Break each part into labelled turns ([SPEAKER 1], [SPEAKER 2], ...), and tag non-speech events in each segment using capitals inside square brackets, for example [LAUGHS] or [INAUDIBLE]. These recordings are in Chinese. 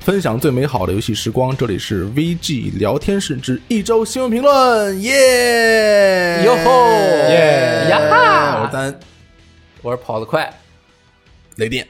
[SPEAKER 1] 分享最美好的游戏时光。这里是 VG 聊天室之一周新闻评论，耶！
[SPEAKER 2] 哟吼
[SPEAKER 1] 耶
[SPEAKER 2] 呀哈
[SPEAKER 1] 我是丹
[SPEAKER 2] 我是跑得快
[SPEAKER 1] 雷电，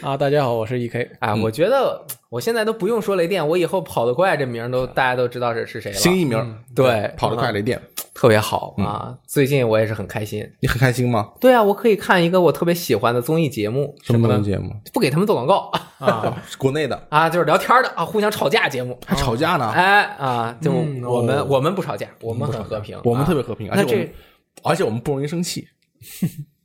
[SPEAKER 3] 啊！大家好，我是 E K。
[SPEAKER 2] 啊！我觉得我现在都不用说雷电，我以后跑得快这名儿都
[SPEAKER 3] 嗯
[SPEAKER 2] 大家都知道这是谁了。
[SPEAKER 1] 新艺名，
[SPEAKER 2] 对嗯
[SPEAKER 1] 跑得快，嗯雷电，
[SPEAKER 2] 特别好啊！最近我也是很开心。
[SPEAKER 1] 你很开心吗？
[SPEAKER 2] 对啊，我可以看一个我特别喜欢的综艺节目，
[SPEAKER 1] 什么
[SPEAKER 2] 呢
[SPEAKER 1] 东？西节目？
[SPEAKER 2] 不给他们做广告
[SPEAKER 1] 啊，是 [LAUGHS] 国内的，
[SPEAKER 2] [LAUGHS] 啊，就是聊天的啊，互相吵架节目。
[SPEAKER 1] 还吵架呢？
[SPEAKER 2] 哎啊，就
[SPEAKER 3] 嗯
[SPEAKER 2] 我们、
[SPEAKER 1] 哦
[SPEAKER 2] 我们不吵架，我们很和平，
[SPEAKER 1] 我们
[SPEAKER 2] 啊
[SPEAKER 1] 特别和平，而
[SPEAKER 2] 那
[SPEAKER 1] 且我
[SPEAKER 2] 这
[SPEAKER 1] 们，而且我们不容易生
[SPEAKER 2] [LAUGHS]
[SPEAKER 1] 气，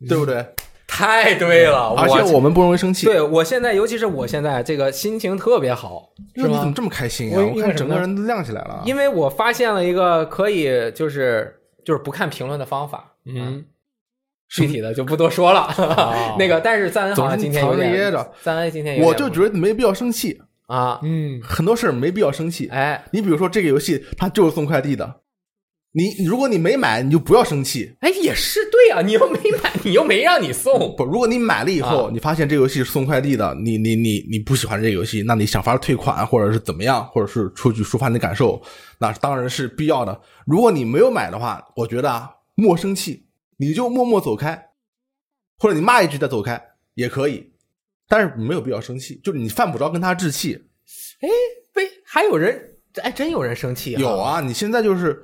[SPEAKER 1] 对不对？
[SPEAKER 2] 太对了，
[SPEAKER 1] 嗯而且我们不容易生气。
[SPEAKER 2] 对我现在，尤其是我现在这个心情特别好，
[SPEAKER 1] 哟，你怎么这么开心啊？
[SPEAKER 3] 我
[SPEAKER 1] 我
[SPEAKER 3] 因为
[SPEAKER 1] 看
[SPEAKER 3] 什
[SPEAKER 1] 整
[SPEAKER 3] 么
[SPEAKER 1] 个
[SPEAKER 3] 呢
[SPEAKER 1] 人都亮起来了。
[SPEAKER 2] 因为我发现了一个可以就是就是不看评论的方法，啊
[SPEAKER 3] 嗯，
[SPEAKER 2] 具体的就不多说
[SPEAKER 1] [LAUGHS]
[SPEAKER 2] 了。 [LAUGHS] 那个，但是赞恩好像
[SPEAKER 1] 哦总是
[SPEAKER 2] 今天有
[SPEAKER 1] 藏着掖
[SPEAKER 2] 点
[SPEAKER 1] 着，
[SPEAKER 2] 赞恩今天有点
[SPEAKER 1] 我就觉得没必要生气，
[SPEAKER 2] 啊，
[SPEAKER 3] 嗯，
[SPEAKER 1] 很多事儿没必要生气。
[SPEAKER 2] 哎
[SPEAKER 1] 你比如说这个游戏，它就是送快递的，你如果你没买，你就不要生气。
[SPEAKER 2] 哎也是对啊，你又没买，你又没让你送， [LAUGHS]
[SPEAKER 1] 不，如果你买了以后，你发现这游戏是送快递的，你你你你不喜欢这个游戏，那你想法退款，或者是怎么样，或者是出去抒发你的感受，那当然是必要的。如果你没有买的话，我觉得啊，莫生气，你就默默走开，或者你骂一句再走开也可以，但是没有必要生气，就是你犯不着跟他置气。
[SPEAKER 2] 被还有人哎真有人生气、啊，
[SPEAKER 1] 有啊，你现在就是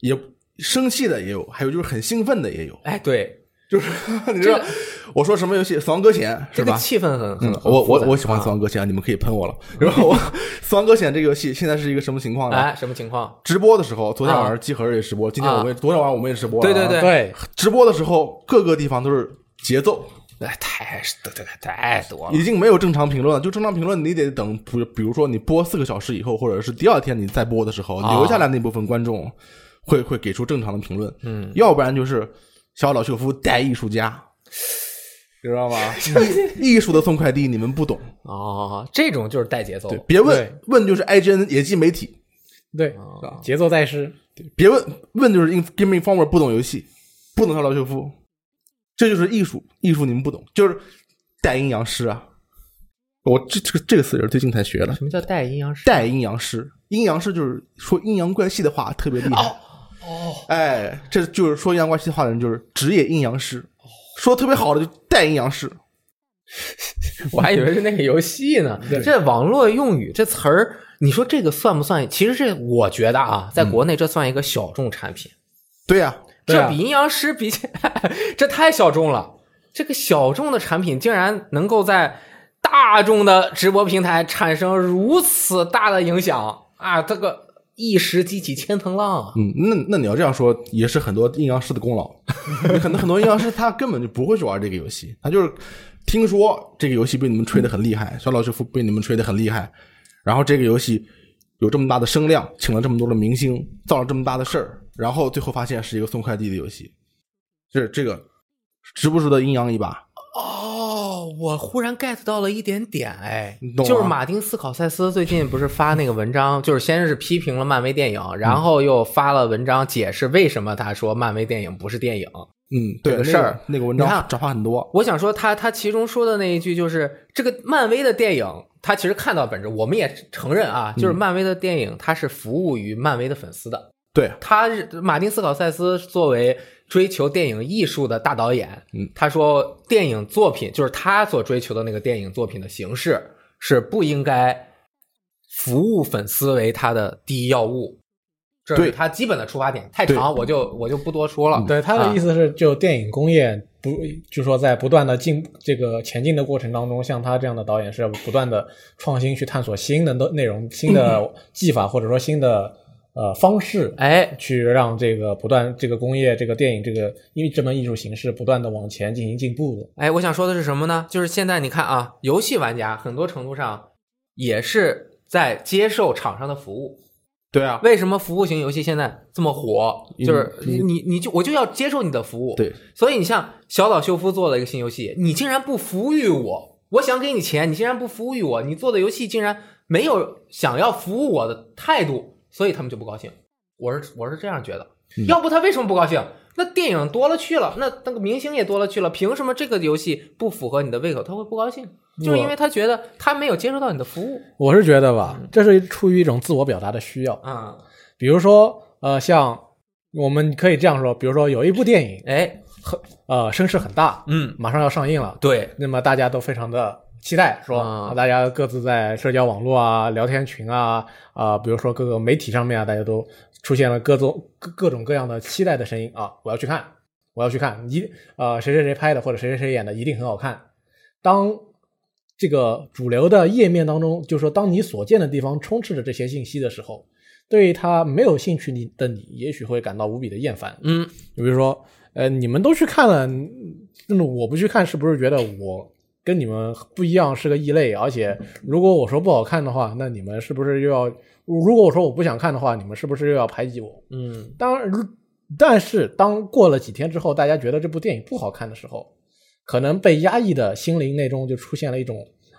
[SPEAKER 1] 也生气的也有，还有就是很兴奋的也有。
[SPEAKER 2] 哎对，
[SPEAKER 1] 就是 [LAUGHS] 你知道我说什么游戏《死亡搁浅》是
[SPEAKER 2] 这个
[SPEAKER 1] 吧？
[SPEAKER 2] 气氛很很、
[SPEAKER 1] 嗯，我我
[SPEAKER 2] 很复杂
[SPEAKER 1] 我喜欢《死亡搁浅》，你们可以喷我了。然后我 [LAUGHS] 《死亡搁浅》这个游戏现在是一个什么情况呢？
[SPEAKER 2] 哎什么情况？
[SPEAKER 1] 直播的时候，昨天晚上集合日也直播，今天我们也昨天晚上我们也直播了啊。
[SPEAKER 2] 对对
[SPEAKER 3] 对，
[SPEAKER 1] 直播的时候各个地方都是节奏，
[SPEAKER 2] 哎太太
[SPEAKER 1] [LAUGHS]
[SPEAKER 2] 多了。
[SPEAKER 1] 已经没有正常评论了。就正常评论，你得等，比比如说你播四个小时以后，或者是第二天你再播的时候，
[SPEAKER 2] 啊
[SPEAKER 1] 留下来那部分观众会会给出正常的评论。嗯，要不然就是小岛秀夫带艺术
[SPEAKER 2] [LAUGHS]
[SPEAKER 1] 家，你知道吗？艺艺术的送快递你们不懂，
[SPEAKER 2] 哦，这种就是带节奏
[SPEAKER 1] 对，别
[SPEAKER 3] 对
[SPEAKER 1] 问，啊问就是 IGN 野鸡媒体，
[SPEAKER 3] 对，节奏在诗，
[SPEAKER 1] 别问，问就是 In- Game Informer 不懂游戏，不懂小岛秀夫，这就是艺术，艺术你们不懂，就是带阴阳师啊。我这这个这个词也是最近才学的，
[SPEAKER 2] 什么叫带阴阳师？
[SPEAKER 1] 带阴阳师，阴阳师就是说阴阳怪气的话特别厉害。哦，哎，这就是说阴阳怪气的话的人就是职业阴阳师，说特别好的就带阴阳师。
[SPEAKER 2] [LAUGHS] 我还以为是那个游戏 [LAUGHS] 呢。这网络用语这词儿，你说这个算不算？其实这我觉得啊，在国内这算一个小众产品，
[SPEAKER 1] 对呀、
[SPEAKER 3] 对啊
[SPEAKER 2] 这比阴阳师比起 [LAUGHS] 来，这太小众了。这个小众的产品竟然能够在大众的直播平台产生如此大的影响啊！这个一石激起千层浪啊！
[SPEAKER 1] 嗯，那那你要这样说，也是很多阴阳师的
[SPEAKER 2] [LAUGHS]
[SPEAKER 1] 功劳。可能很多阴阳师他根本就不会去玩这个游戏，他就是听说这个游戏被你们吹得很厉害，小老师傅被你们吹得很厉害，然后这个游戏有这么大的声量，请了这么多的明星，造了这么大的事儿，然后最后发现是一个送快递的游戏，这这个值不值得阴阳一把？
[SPEAKER 2] 哦，我忽然 get 到了一点点，哎
[SPEAKER 1] 你懂，吗
[SPEAKER 2] 就是马丁斯考塞斯最近不是发那个文章，就是先是批评了漫威电影，然后又发了文章解释为什么他说漫威电影不是电影。
[SPEAKER 1] 嗯，对，
[SPEAKER 2] 这个
[SPEAKER 1] 那
[SPEAKER 2] 事儿
[SPEAKER 1] 那个文
[SPEAKER 2] 你
[SPEAKER 1] 章
[SPEAKER 2] 看
[SPEAKER 1] 转发很多，
[SPEAKER 2] 我想说他他其中说的那一句就是这个漫威的电影，他其实看到本质，我们也承认啊，
[SPEAKER 1] 嗯
[SPEAKER 2] 就是漫威的电影它是服务于漫威的粉丝的，
[SPEAKER 1] 对，
[SPEAKER 2] 他是马丁斯考塞斯作为追求电影艺术的大导演，
[SPEAKER 1] 嗯，
[SPEAKER 2] 他说电影作品就是他所追求的那个电影作品的形式是不应该服务粉丝为他的第一要务，这
[SPEAKER 1] 对
[SPEAKER 2] 是他基本的出发点。太长我就我就不多说了。
[SPEAKER 3] 嗯
[SPEAKER 2] 啊
[SPEAKER 3] 对他的意
[SPEAKER 2] 思，
[SPEAKER 3] 思是，就电影工业不，就说在不断的进这个前进的过程当中，像他这样的导演是要不断的创新，去探索新的内容、新 [CLEARS THROAT] 的技法，或者说新的呃方式，
[SPEAKER 2] 哎，
[SPEAKER 3] 去让这个不断这个工业、这个电影、这个因为这门艺术形式不断的往前进行进步的。
[SPEAKER 2] 哎，我想说的是什么呢？就是现在你看啊，游戏玩家很多程度上也是在接受厂商的服务。
[SPEAKER 1] 对啊，
[SPEAKER 2] 为什么服务型游戏现在这么火？
[SPEAKER 1] 嗯
[SPEAKER 2] 就是你你你就我就要接受你的服务。
[SPEAKER 1] 对，
[SPEAKER 2] 所以你像小岛秀夫做了一个新游戏，你竟然不服务于我，我想给你钱，你竟然不服务于我，你做的游戏竟然没有想要服务嗯我的态度，所以他们就不高兴。我是我是这样觉得，要不他为什么不高兴？那电影多了去了，那那个明星也多了去了，凭什么这个游戏不符合你的胃口，他会不高兴？就是因为他觉得他没有接受到你的服务
[SPEAKER 3] 我是觉得吧，这是出于一种自我表达的需要。
[SPEAKER 2] 啊、
[SPEAKER 3] 比如说，呃，像我们可以这样说，比如说有一部电影，
[SPEAKER 2] 哎，
[SPEAKER 3] 呃，声势很大，
[SPEAKER 2] 嗯，
[SPEAKER 3] 马上要上映了，
[SPEAKER 2] 对，
[SPEAKER 3] 那么大家都非常的期待，说、
[SPEAKER 2] 啊
[SPEAKER 3] 大家各自在社交网络啊、聊天群啊、啊、比如说各个媒体上面啊，大家都出现了各种各各种各样的期待的声音啊，我要去看，我要去看，一呃谁谁谁拍的或者谁谁谁演的一定很好看。当这个主流的页面当中，就是说当你所见的地方充斥着这些信息的时候，对它没有兴趣你的你，也许会感到无比的厌烦。
[SPEAKER 2] 嗯，
[SPEAKER 3] 就比如说，呃，你们都去看了，嗯那么我不去看，是不是觉得我跟你们不一样，是个异类？而且，如果我说不好看的话，那你们是不是又要？如果我说我不想看的话，你们是不是又要排挤我？
[SPEAKER 2] 嗯，
[SPEAKER 3] 当然，如但是当过了几天之后，大家觉得这部电影不好看的时候，可能被压抑的心灵内中就出现了一种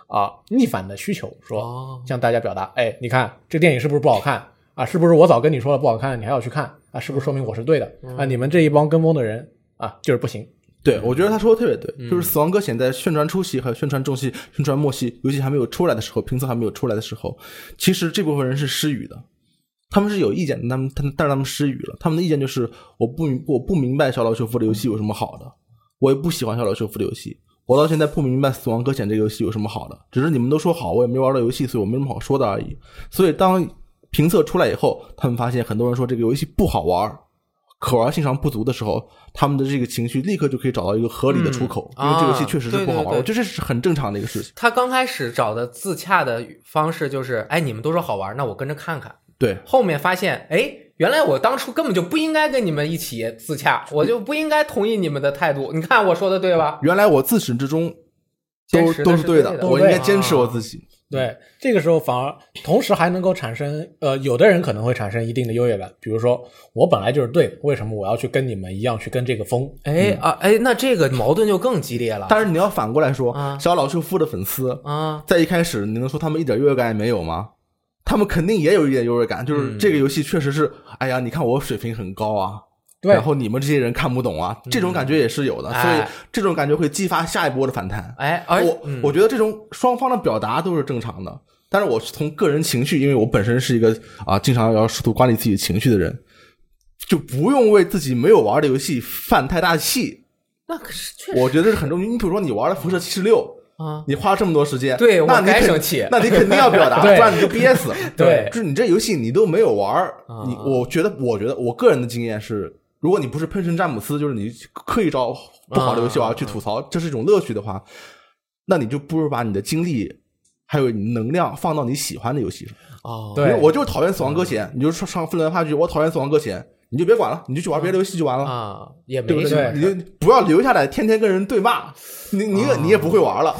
[SPEAKER 3] 啊、逆反的需求，说、
[SPEAKER 2] 哦，
[SPEAKER 3] 向大家表达，哎，你看这电影是不是不好看啊？是不是我早跟你说了不好看，你还要去看啊？是不是说明我是对的
[SPEAKER 2] 嗯
[SPEAKER 3] 啊？你们这一帮跟风的人啊，就是不行。
[SPEAKER 1] 对，我觉得他说的特别对，就是《死亡搁浅》在宣传初期和宣传中期、宣传末期，尤其还没有出来的时候，评测还没有出来的时候，其实这部分人是失语的，他们是有意见的，他们他们但是他们失语了，他们的意见就是我不明我不明白小岛秀夫的游戏有什么好的，我也不喜欢小岛秀夫的游戏，我到现在不明白《死亡搁浅》这个游戏有什么好的，只是你们都说好，我也没玩到游戏，所以我没什么好说的而已。所以当评测出来以后，他们发现很多人说这个游戏不好玩儿，可玩性上不足的时候，他们的这个情绪立刻就可以找到一个合理的出口，
[SPEAKER 2] 嗯
[SPEAKER 1] 因为这个游
[SPEAKER 2] 啊
[SPEAKER 1] 戏确实
[SPEAKER 2] 对
[SPEAKER 1] 是不好玩儿，
[SPEAKER 2] 对对
[SPEAKER 1] 我觉得这是很正常的一个事情。
[SPEAKER 2] 他刚开始找的自洽的方式就是，哎，你们都说好玩，那我跟着看看。
[SPEAKER 1] 对，
[SPEAKER 2] 后面发现，哎，原来我当初根本就不应该跟你们一起自洽，我就不应该同意你们的态度。你看我说的对吧？
[SPEAKER 1] 原来我自始至终都
[SPEAKER 2] 坚持的
[SPEAKER 1] 都
[SPEAKER 2] 是
[SPEAKER 1] 是对
[SPEAKER 2] 对的
[SPEAKER 1] 我应该坚持
[SPEAKER 2] 啊
[SPEAKER 1] 我自己。
[SPEAKER 3] 对，这个时候反而同时还能够产生，呃，有的人可能会产生一定的优越感，比如说我本来就是对的，为什么我要去跟你们一样去跟这个风？
[SPEAKER 2] 哎啊，哎，那这个矛盾就更激烈了。
[SPEAKER 1] 但是你要反过来说，
[SPEAKER 2] 啊
[SPEAKER 1] 小老秀夫的粉丝
[SPEAKER 2] 啊，
[SPEAKER 1] 在一开始，你能说他们一点优越感也没有吗？他们肯定也有一点优越感，
[SPEAKER 2] 嗯
[SPEAKER 1] 就是这个游戏确实是，哎呀，你看我水平很高啊，
[SPEAKER 3] 对
[SPEAKER 1] 然后你们这些人看不懂啊，这种感觉也是有的，所
[SPEAKER 2] 哎
[SPEAKER 1] 以这种感觉会激发下一波的反弹。
[SPEAKER 2] 哎，而
[SPEAKER 1] 我
[SPEAKER 2] 嗯
[SPEAKER 1] 我觉得这种双方的表达都是正常的，但是我是从个人情绪，因为我本身是一个啊经常要试图管理自己情绪的人，就不用为自己没有玩的游戏犯太大气。
[SPEAKER 2] 那可是确
[SPEAKER 1] 我
[SPEAKER 2] 实
[SPEAKER 1] 觉得这是很重要。你比如说你玩了辐射七十六，
[SPEAKER 2] 啊，
[SPEAKER 1] 你花了这么多时间，
[SPEAKER 2] 对
[SPEAKER 1] 那
[SPEAKER 2] 我
[SPEAKER 1] 你
[SPEAKER 2] 该
[SPEAKER 1] 肯
[SPEAKER 2] 生气
[SPEAKER 1] 那你肯定要表
[SPEAKER 2] [LAUGHS]
[SPEAKER 1] 达，不
[SPEAKER 3] 对
[SPEAKER 1] 然你就憋死。
[SPEAKER 3] 对
[SPEAKER 1] 就是你这游戏你都没有玩儿
[SPEAKER 2] 啊，
[SPEAKER 1] 你我觉得，我觉得我个人的经验是，如果你不是喷神詹姆斯，就是你刻意找不好的游戏玩
[SPEAKER 2] 啊
[SPEAKER 1] 儿去吐槽，这是一种乐趣的话，那你就不如把你的精力。还有你能量放到你喜欢的游戏上，
[SPEAKER 2] 哦，
[SPEAKER 3] 对
[SPEAKER 1] 比如我就讨厌《死亡
[SPEAKER 2] 嗯
[SPEAKER 1] 搁浅》，你就上上芬兰话剧，我讨厌《死亡搁浅》，你就别管了，你就去玩别的游戏就完了。
[SPEAKER 2] 啊，也
[SPEAKER 1] 对不
[SPEAKER 2] 没什啊
[SPEAKER 1] 对？
[SPEAKER 2] 么
[SPEAKER 1] 你。就不要留下来，天天跟人对骂，你你也你也不会玩了。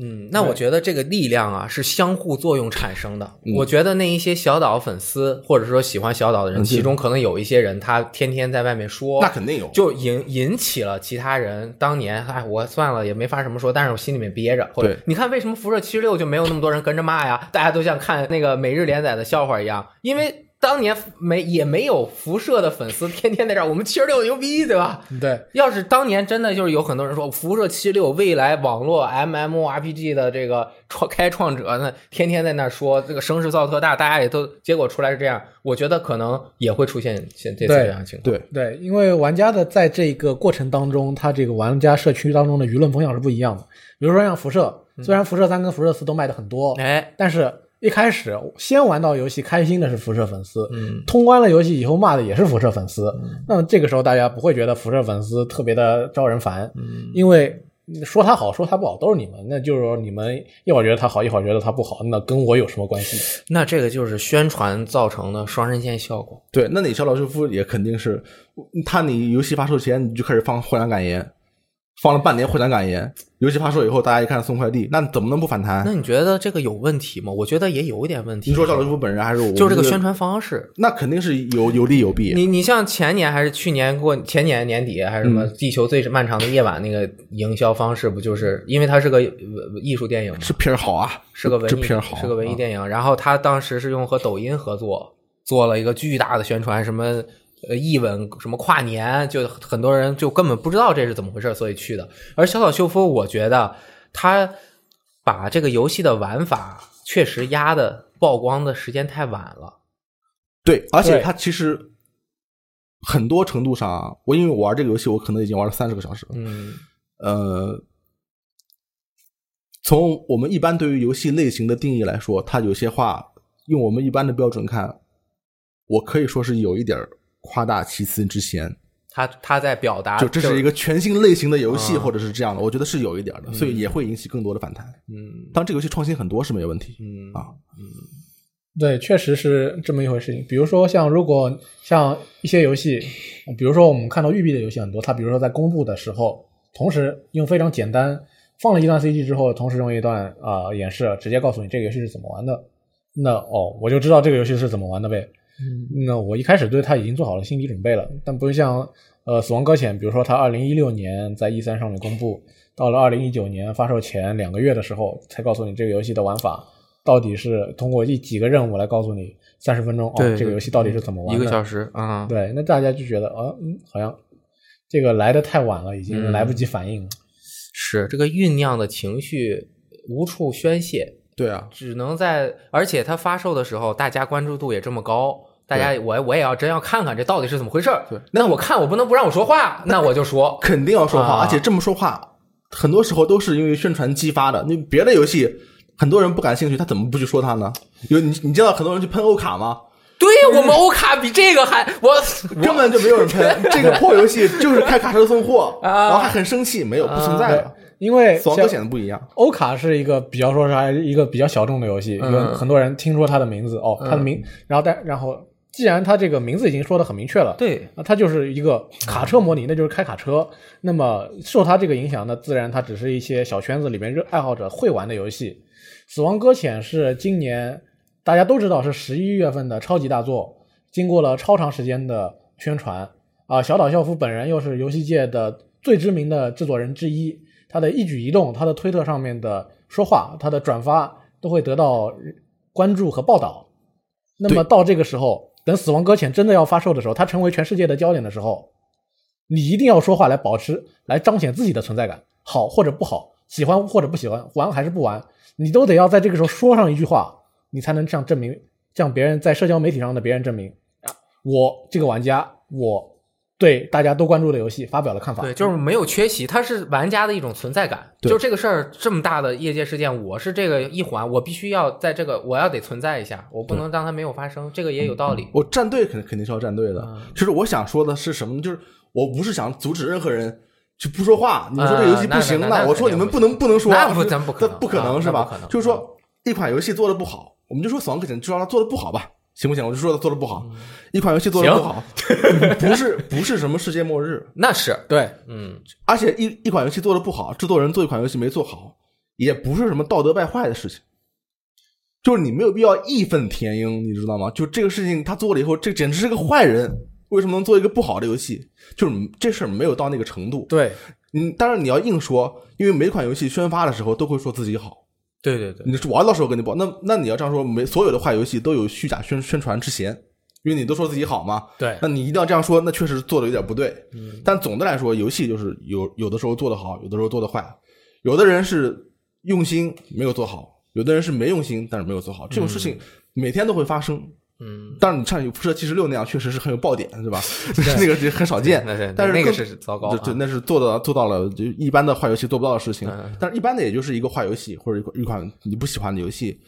[SPEAKER 2] 嗯，那我觉得这个力量啊是相互作用产生的。
[SPEAKER 1] 嗯
[SPEAKER 2] 我觉得那一些小岛粉丝，或者说喜欢小岛的人，
[SPEAKER 1] 嗯
[SPEAKER 2] 其
[SPEAKER 1] 对
[SPEAKER 2] 中可能有一些人，他天天在外面说，
[SPEAKER 1] 那肯定有，
[SPEAKER 2] 就引引起了其他人当年，哎，我算了也没法什么说，但是我心里面憋着。或者
[SPEAKER 1] 对
[SPEAKER 2] 你看，为什么辐射七十六就没有那么多人跟着骂呀？大家都像看那个每日连载的笑话一样，因为当年没也没有辐射的粉丝天天在这儿，我们七十六牛逼，对吧？
[SPEAKER 3] 对，
[SPEAKER 2] 要是当年真的就是有很多人说辐射七六未来网络 MMORPG 的这个创开创者，那天天在那说这个声势造特大，大家也都结果出来是这样，我觉得可能也会出现现这次
[SPEAKER 3] 对
[SPEAKER 2] 这样的情况。
[SPEAKER 1] 对，
[SPEAKER 3] 对，因为玩家的在这个过程当中，他这个玩家社区当中的舆论风向是不一样的。比如说像辐射，虽然辐射三跟辐射四都卖的很多，
[SPEAKER 2] 嗯哎，
[SPEAKER 3] 但是一开始先玩到游戏开心的是辐射粉丝，
[SPEAKER 2] 嗯，
[SPEAKER 3] 通关了游戏以后骂的也是辐射粉丝。那么这个时候大家不会觉得辐射粉丝特别的招人烦，因为。说他好，说他不好，都是你们。那就是说，你们一会儿觉得他好，一会儿觉得他不好，那跟我有什么关系？
[SPEAKER 2] 那这个就是宣传造成的双刃剑效果。
[SPEAKER 1] 对，那你小岛秀夫也肯定是，他你游戏发售前你就开始放获奖感言，放了半年获奖感言，游戏发售以后大家一看送快递，那怎么能不反弹
[SPEAKER 2] 那？你觉得这个有问题吗？我觉得也有一点问题。
[SPEAKER 1] 你哎说小岛秀夫本人还是我？
[SPEAKER 2] 就是这个宣，传方式。
[SPEAKER 1] 那肯定是有有利有弊。
[SPEAKER 2] 你你像前年还是去年过前年年底还是什
[SPEAKER 1] 嗯
[SPEAKER 2] 么《地球最漫长的夜晚》那个营销方式，不就是因为它是个呃艺术电影嘛，
[SPEAKER 1] 这片儿好啊，
[SPEAKER 2] 是个文艺
[SPEAKER 1] 这片儿好，啊
[SPEAKER 2] 是个文艺
[SPEAKER 1] 影。
[SPEAKER 2] 电影。然后他当时是用和抖音合作做了一个巨大的宣传，什么呃译文什么跨年，就很多人就根本不知道这是怎么回事，所以去的。而小岛秀夫，我觉得他把这个游戏的玩法确实压的曝光的时间太晚了。
[SPEAKER 1] 对，而且
[SPEAKER 3] 对
[SPEAKER 1] 它其实很多程度上啊，我因为我玩这个游戏，我可能已经玩了三十个小时了。
[SPEAKER 2] 嗯
[SPEAKER 1] 呃，从我们一般对于游戏类型的定义来说，它有些话用我们一般的标准看，我可以说是有一点儿夸大其词之嫌。
[SPEAKER 2] 他他在表达，
[SPEAKER 1] 就这是一个全新类型的游戏，
[SPEAKER 2] 啊
[SPEAKER 1] 或者是这样的，我觉得是有一点的，所以也会引起更多的反弹。
[SPEAKER 2] 嗯
[SPEAKER 1] 当然这个游戏创新很多是没有问题，
[SPEAKER 2] 嗯
[SPEAKER 1] 啊
[SPEAKER 3] 对，确实是这么一回事情。比如说，像如果像一些游戏，比如说我们看到育碧的游戏很多，它比如说在公布的时候，同时用非常简单放了一段 CG 之后，同时用一段啊、呃演示，直接告诉你这个游戏是怎么玩的。那哦，我就知道这个游戏是怎么玩的呗。
[SPEAKER 2] 嗯
[SPEAKER 3] 嗯那我一开始对它已经做好了心理准备了，但不是像呃《死亡搁浅》，比如说它二零一六年在 E 三上面公布，到了二零一九年发售前两个月的时候，才告诉你这个游戏的玩法到底是通过一几个任务来告诉你三十分钟
[SPEAKER 2] 对
[SPEAKER 3] 哦，这个游戏到底是怎么玩
[SPEAKER 2] 一
[SPEAKER 3] 的。
[SPEAKER 2] 个小时啊，
[SPEAKER 3] 对，那大家就觉得啊，嗯，好像这个来的太晚了，已
[SPEAKER 1] 嗯
[SPEAKER 3] 经来不及反应了。
[SPEAKER 2] 是这个酝酿的情绪无处宣泄，
[SPEAKER 1] 对啊，
[SPEAKER 2] 只能在，而且它发售的时候，大家关注度也这么高，大家我我也要真要看看这到底是怎么回事儿。
[SPEAKER 1] 对
[SPEAKER 2] 那我看我不能不让我说话，那我
[SPEAKER 1] [LAUGHS]
[SPEAKER 2] 就说。
[SPEAKER 1] 肯定要说话，
[SPEAKER 2] 啊
[SPEAKER 1] 而且这么说话，很多时候都是因为宣传激发的。你别的游戏，很多人不感兴趣，他怎么不去说它呢？有你，你见到很多人去喷欧卡吗？
[SPEAKER 2] 对我们欧卡比这个还
[SPEAKER 1] [LAUGHS]
[SPEAKER 2] 我
[SPEAKER 1] 根本就没有人
[SPEAKER 2] [LAUGHS]
[SPEAKER 1] 喷，这个破游戏就是开卡车送货，
[SPEAKER 2] 啊
[SPEAKER 1] 然后还很生气，没有不存在的。
[SPEAKER 3] 因为
[SPEAKER 1] 死亡
[SPEAKER 3] 哎像
[SPEAKER 1] 搁浅的不一样，
[SPEAKER 3] 欧卡是一个比较说是还一个比较小众的游戏，有
[SPEAKER 2] 嗯
[SPEAKER 3] 很多人听说它的名字哦，
[SPEAKER 1] 嗯
[SPEAKER 3] 它的名，然后但然后既然它这个名字已经说的很明确了，
[SPEAKER 2] 对
[SPEAKER 3] 啊，它就是一个卡车模拟，那就是开卡车。那么受它这个影响，那自然它只是一些小圈子里面热爱好者会玩的游戏。死亡搁浅是今年大家都知道是十一月份的超级大作，经过了超长时间的宣传啊、小岛秀夫本人又是游戏界的最知名的制作人之一，他的一举一动，他的推特上面的说话，他的转发都会得到关注和报道。那么到这个时候，等《死亡搁浅》真的要发售的时候，它成为全世界的焦点的时候，你一定要说话来保持，来彰显自己的存在感，好或者不好，喜欢或者不喜欢，玩还是不玩，你都得要在这个时候说上一句话，你才能这样证明，向别人在社交媒体上的别人证明，啊我这个玩家，我对大家都关注的游戏发表了看法。
[SPEAKER 2] 对，就是没有缺席，它是玩家的一种存在感。
[SPEAKER 1] 对
[SPEAKER 2] 就这个事儿这么大的业界事件，我是这个一环，我必须要在这个我要得存在一下，我不能让它没有发生，这个
[SPEAKER 1] 嗯
[SPEAKER 2] 也有道理。
[SPEAKER 1] 我站队肯肯定是要站队
[SPEAKER 2] 啊
[SPEAKER 1] 的。其实我想说的是什么呢？就是我不是想阻止任何人去不说话。你们说这游戏不行，
[SPEAKER 2] 啊那那那
[SPEAKER 1] 我说你们不能不能说，
[SPEAKER 2] 那不
[SPEAKER 1] 是
[SPEAKER 2] 咱不可能
[SPEAKER 1] 那不可能
[SPEAKER 2] 啊
[SPEAKER 1] 是
[SPEAKER 2] 那不可
[SPEAKER 1] 吧？
[SPEAKER 2] 能
[SPEAKER 1] 就是说一款游戏做的不好，我们就说《死亡搁浅》，就让它做的不好吧，行不行？我就说它做的不好，
[SPEAKER 2] 嗯
[SPEAKER 1] 一款游戏做的不好，
[SPEAKER 2] [LAUGHS]
[SPEAKER 1] 不是不是什么世界末日，
[SPEAKER 2] 那是，
[SPEAKER 1] 对，
[SPEAKER 2] 嗯，
[SPEAKER 1] 而且一一款游戏做的不好，制作人做一款游戏没做好，也不是什么道德败坏的事情。就是你没有必要义愤填膺，你知道吗？就这个事情他做了以后，这简直是个坏人，为什么能做一个不好的游戏？就是这事儿没有到那个程度。
[SPEAKER 3] 对，
[SPEAKER 1] 嗯，当然你要硬说，因为每款游戏宣发的时候都会说自己好，
[SPEAKER 2] 对对对，
[SPEAKER 1] 你玩到时候跟你不好，那那你要这样说，没所有的坏游戏都有虚假宣宣传之嫌，因为你都说自己好嘛，
[SPEAKER 3] 对
[SPEAKER 1] 那你一定要这样说，那确实做的有点不对。但总的来说，游戏就是有有的时候做的好，有的时候做的坏，有的人是用心没有做好，有的人是没用心但是没有做好，这种事情每天都会发生。
[SPEAKER 2] 嗯，
[SPEAKER 1] 当然，你像有辐射七十六那样，确实是很有爆点，对吧？ [LAUGHS] 那个是很少
[SPEAKER 2] [LAUGHS]
[SPEAKER 1] 见
[SPEAKER 2] 那是，
[SPEAKER 1] 但是
[SPEAKER 2] 那个
[SPEAKER 1] 更
[SPEAKER 2] 是糟糕
[SPEAKER 1] 对
[SPEAKER 2] 啊
[SPEAKER 1] 对，那是做到做到了，就一般的坏游戏做不到的事情
[SPEAKER 2] 嗯。
[SPEAKER 1] 但是一般的也就是一个坏游戏或者一款一款你不喜欢的游戏，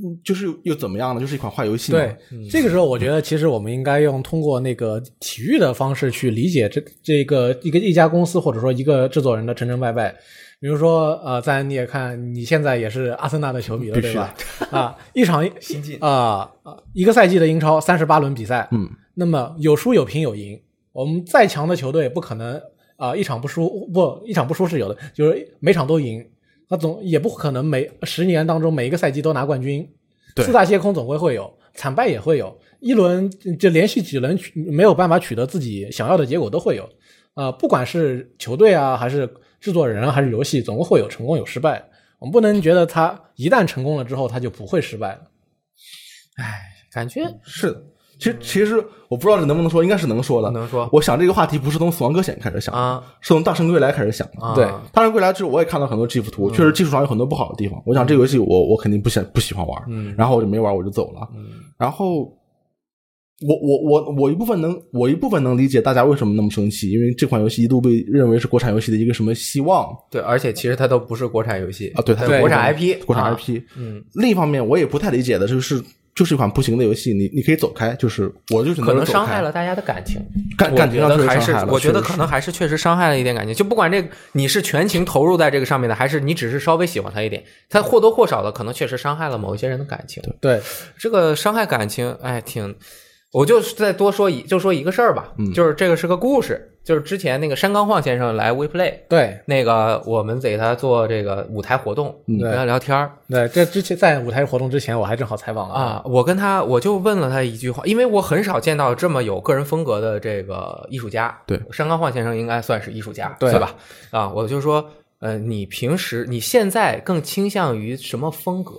[SPEAKER 1] 嗯就是又又怎么样呢？就是一款坏游戏嘛。嗯
[SPEAKER 3] 对，这个时候我觉得其实我们应该用通过那个体育的方式去理解这这个一个一家公司或者说一个制作人的成成败败。比如说，呃，赞恩你也看，你现在也是阿森纳的球迷了，
[SPEAKER 1] 必须
[SPEAKER 3] 对吧？啊，一场
[SPEAKER 2] 新进
[SPEAKER 3] 啊、啊一个赛季的英超三十八轮比赛，
[SPEAKER 1] 嗯，
[SPEAKER 3] 那么有输有平有赢，我们再强的球队不可能啊、一场不输不一场不输是有的，就是每场都赢，那总也不可能每十年当中每一个赛季都拿冠军，
[SPEAKER 1] 对
[SPEAKER 3] 四大皆空总会会有，惨败也会有，一轮就连续几轮取没有办法取得自己想要的结果都会有，呃，不管是球队啊，还是制作人啊，还是游戏，总共会有成功有失败，我们不能觉得他一旦成功了之后他就不会失败了。
[SPEAKER 2] 感觉
[SPEAKER 1] 是的，其实其实我不知道这能不能说，应该是能说的。
[SPEAKER 2] 能说
[SPEAKER 1] 我想这个话题不是从《死亡搁浅》开始想的，
[SPEAKER 2] 啊，
[SPEAKER 1] 是从《大圣归来》开始想的。
[SPEAKER 2] 啊嗯
[SPEAKER 1] 对，《大圣归来》之后我也看到很多 GIF 图，确实技术上有很多不好的地方。我想这个游戏我我肯定不喜不喜欢玩，
[SPEAKER 2] 嗯
[SPEAKER 1] 然后我就没玩，我就走了。然后我我我我一部分能我一部分能理解大家为什么那么生气，因为这款游戏一度被认为是国产游戏的一个什么希望
[SPEAKER 2] 对，而且其实它都不是国产游戏
[SPEAKER 1] 啊，对，它
[SPEAKER 2] 它
[SPEAKER 1] 是
[SPEAKER 2] 是国产
[SPEAKER 1] 产
[SPEAKER 2] IP，
[SPEAKER 1] 国产
[SPEAKER 2] 啊
[SPEAKER 1] IP。
[SPEAKER 2] 嗯，
[SPEAKER 1] 另一方面，我也不太理解的就是。就是一款不行的游戏，你你可以走开，就是我就只
[SPEAKER 2] 可能
[SPEAKER 1] 走
[SPEAKER 2] 伤
[SPEAKER 1] 开
[SPEAKER 2] 害了大家的感情，
[SPEAKER 1] 感
[SPEAKER 2] 我
[SPEAKER 1] 感情
[SPEAKER 2] 觉
[SPEAKER 1] 上
[SPEAKER 2] 得
[SPEAKER 1] 确
[SPEAKER 2] 还
[SPEAKER 1] 实
[SPEAKER 2] 是
[SPEAKER 1] 伤害了，
[SPEAKER 2] 我觉得
[SPEAKER 1] 确实
[SPEAKER 2] 可能还是确实伤害了一点感情。就不管这个你是全情投入在这个上面的，还是你只是稍微喜欢他一点，他或多或少的可能确实伤害了某一些人的感情。
[SPEAKER 3] 对，
[SPEAKER 2] 这个伤害感情，哎，挺，我就再多说一，就说一个事儿吧，
[SPEAKER 1] 嗯
[SPEAKER 2] 就是这个是个故事，就是之前那个山冈晃先生来 WePlay，
[SPEAKER 3] 对
[SPEAKER 2] 那个我们给他做这个舞台活动，
[SPEAKER 1] 嗯
[SPEAKER 2] 跟他聊天儿
[SPEAKER 3] 对，这之前在舞台活动之前，我还正好采访了
[SPEAKER 2] 啊，我跟他我就问了他一句话，因为我很少见到这么有个人风格的这个艺术家，
[SPEAKER 1] 对
[SPEAKER 2] 山冈晃先生应该算是艺术家，
[SPEAKER 3] 对
[SPEAKER 2] 吧？啊，我就说，呃，你平时你现在更倾向于什么风格？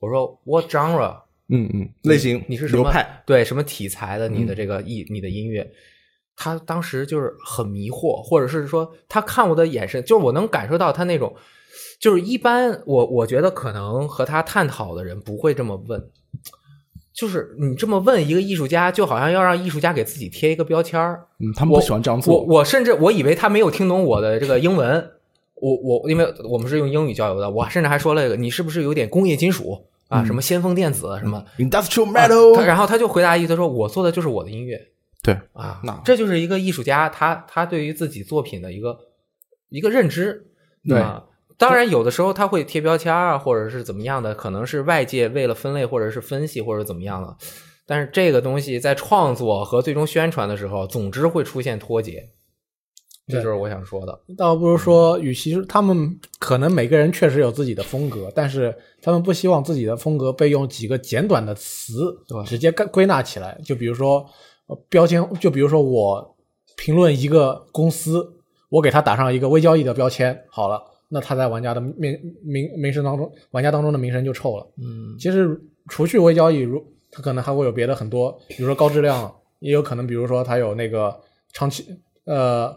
[SPEAKER 2] 我说 What genre？
[SPEAKER 1] 嗯嗯，类型
[SPEAKER 2] 你是什
[SPEAKER 1] 流
[SPEAKER 2] 么
[SPEAKER 1] 派，嗯
[SPEAKER 2] 对什么题材的？你的这个艺，你的音乐，他当时就是很迷惑，或者是说他看我的眼神，就是我能感受到他那种，就是一般我我觉得可能和他探讨的人不会这么问，就是你这么问一个艺术家，就好像要让艺术家给自己贴一个标签儿，
[SPEAKER 1] 嗯，他们
[SPEAKER 2] 我
[SPEAKER 1] 不喜欢这样
[SPEAKER 2] 我
[SPEAKER 1] 做。
[SPEAKER 2] 我甚至我以为他没有听懂我的这个英文，我我因为我们是用英语交流的，我甚至还说了一个你是不是有点工业金属
[SPEAKER 1] 嗯
[SPEAKER 2] 啊，什么先锋电子什么。
[SPEAKER 1] Industrial
[SPEAKER 2] 啊他
[SPEAKER 1] metal，、
[SPEAKER 2] 然后他就回答一句，他说：“我做的就是我的音乐
[SPEAKER 1] 对，
[SPEAKER 2] 啊
[SPEAKER 1] 那，
[SPEAKER 2] 这就是一个艺术家他他对于自己作品的一个一个认知。
[SPEAKER 1] 对
[SPEAKER 2] 啊当然有的时候他会贴标签啊，或者是怎么样的，可能是外界为了分类或者是分析或者怎么样的。但是这个东西在创作和最终宣传的时候，总之会出现脱节，这
[SPEAKER 3] 对
[SPEAKER 2] 就是我想说的。
[SPEAKER 3] 倒不如说，与其是他们可能每个人确实有自己的风格，但是他们不希望自己的风格被用几个简短的词
[SPEAKER 2] 对
[SPEAKER 3] 直接归归纳起来。就比如说、呃标签，就比如说我评论一个公司，我给他打上一个微交易的标签，好了，那他在玩家的名名名声当中，玩家当中的名声就臭了。
[SPEAKER 2] 嗯，
[SPEAKER 3] 其实除去微交易，如它可能还会有别的很多，比如说高质量，也有可能，比如说它有那个长期呃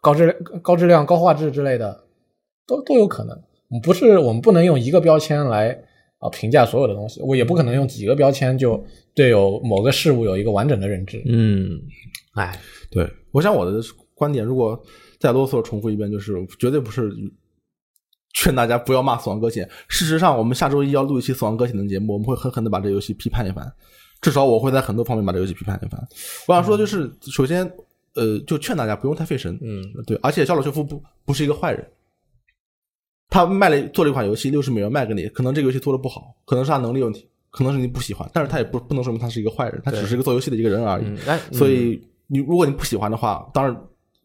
[SPEAKER 3] 高质高质量、高画质之类的，都都有可能。我们不是我们不能用一个标签来啊、评价所有的东西，我也不可能用几个标签就对有某个事物有一个完整的认知。
[SPEAKER 2] 嗯，哎，
[SPEAKER 1] 对，我想我的观点，如果再啰嗦重复一遍，就是绝对不是劝大家不要骂《死亡搁浅》。事实上，我们下周一要录一期《死亡搁浅》的节目，我们会狠狠的把这游戏批判一番，至少我会在很多方面把这游戏批判一番。我想说，就是首先，呃，就劝大家不用太费神，
[SPEAKER 2] 嗯，
[SPEAKER 1] 对，而且肖老修夫不不是一个坏人，他卖了做了一款游戏，六十美元卖给你，可能这个游戏做的不好，可能是他能力问题，可能是你不喜欢，但是他也不不能说明他是一个坏人，他只是一个做游戏的一个人而已。 [LAUGHS]
[SPEAKER 2] 嗯，哎，嗯
[SPEAKER 1] 所以你如果你不喜欢的话，当然。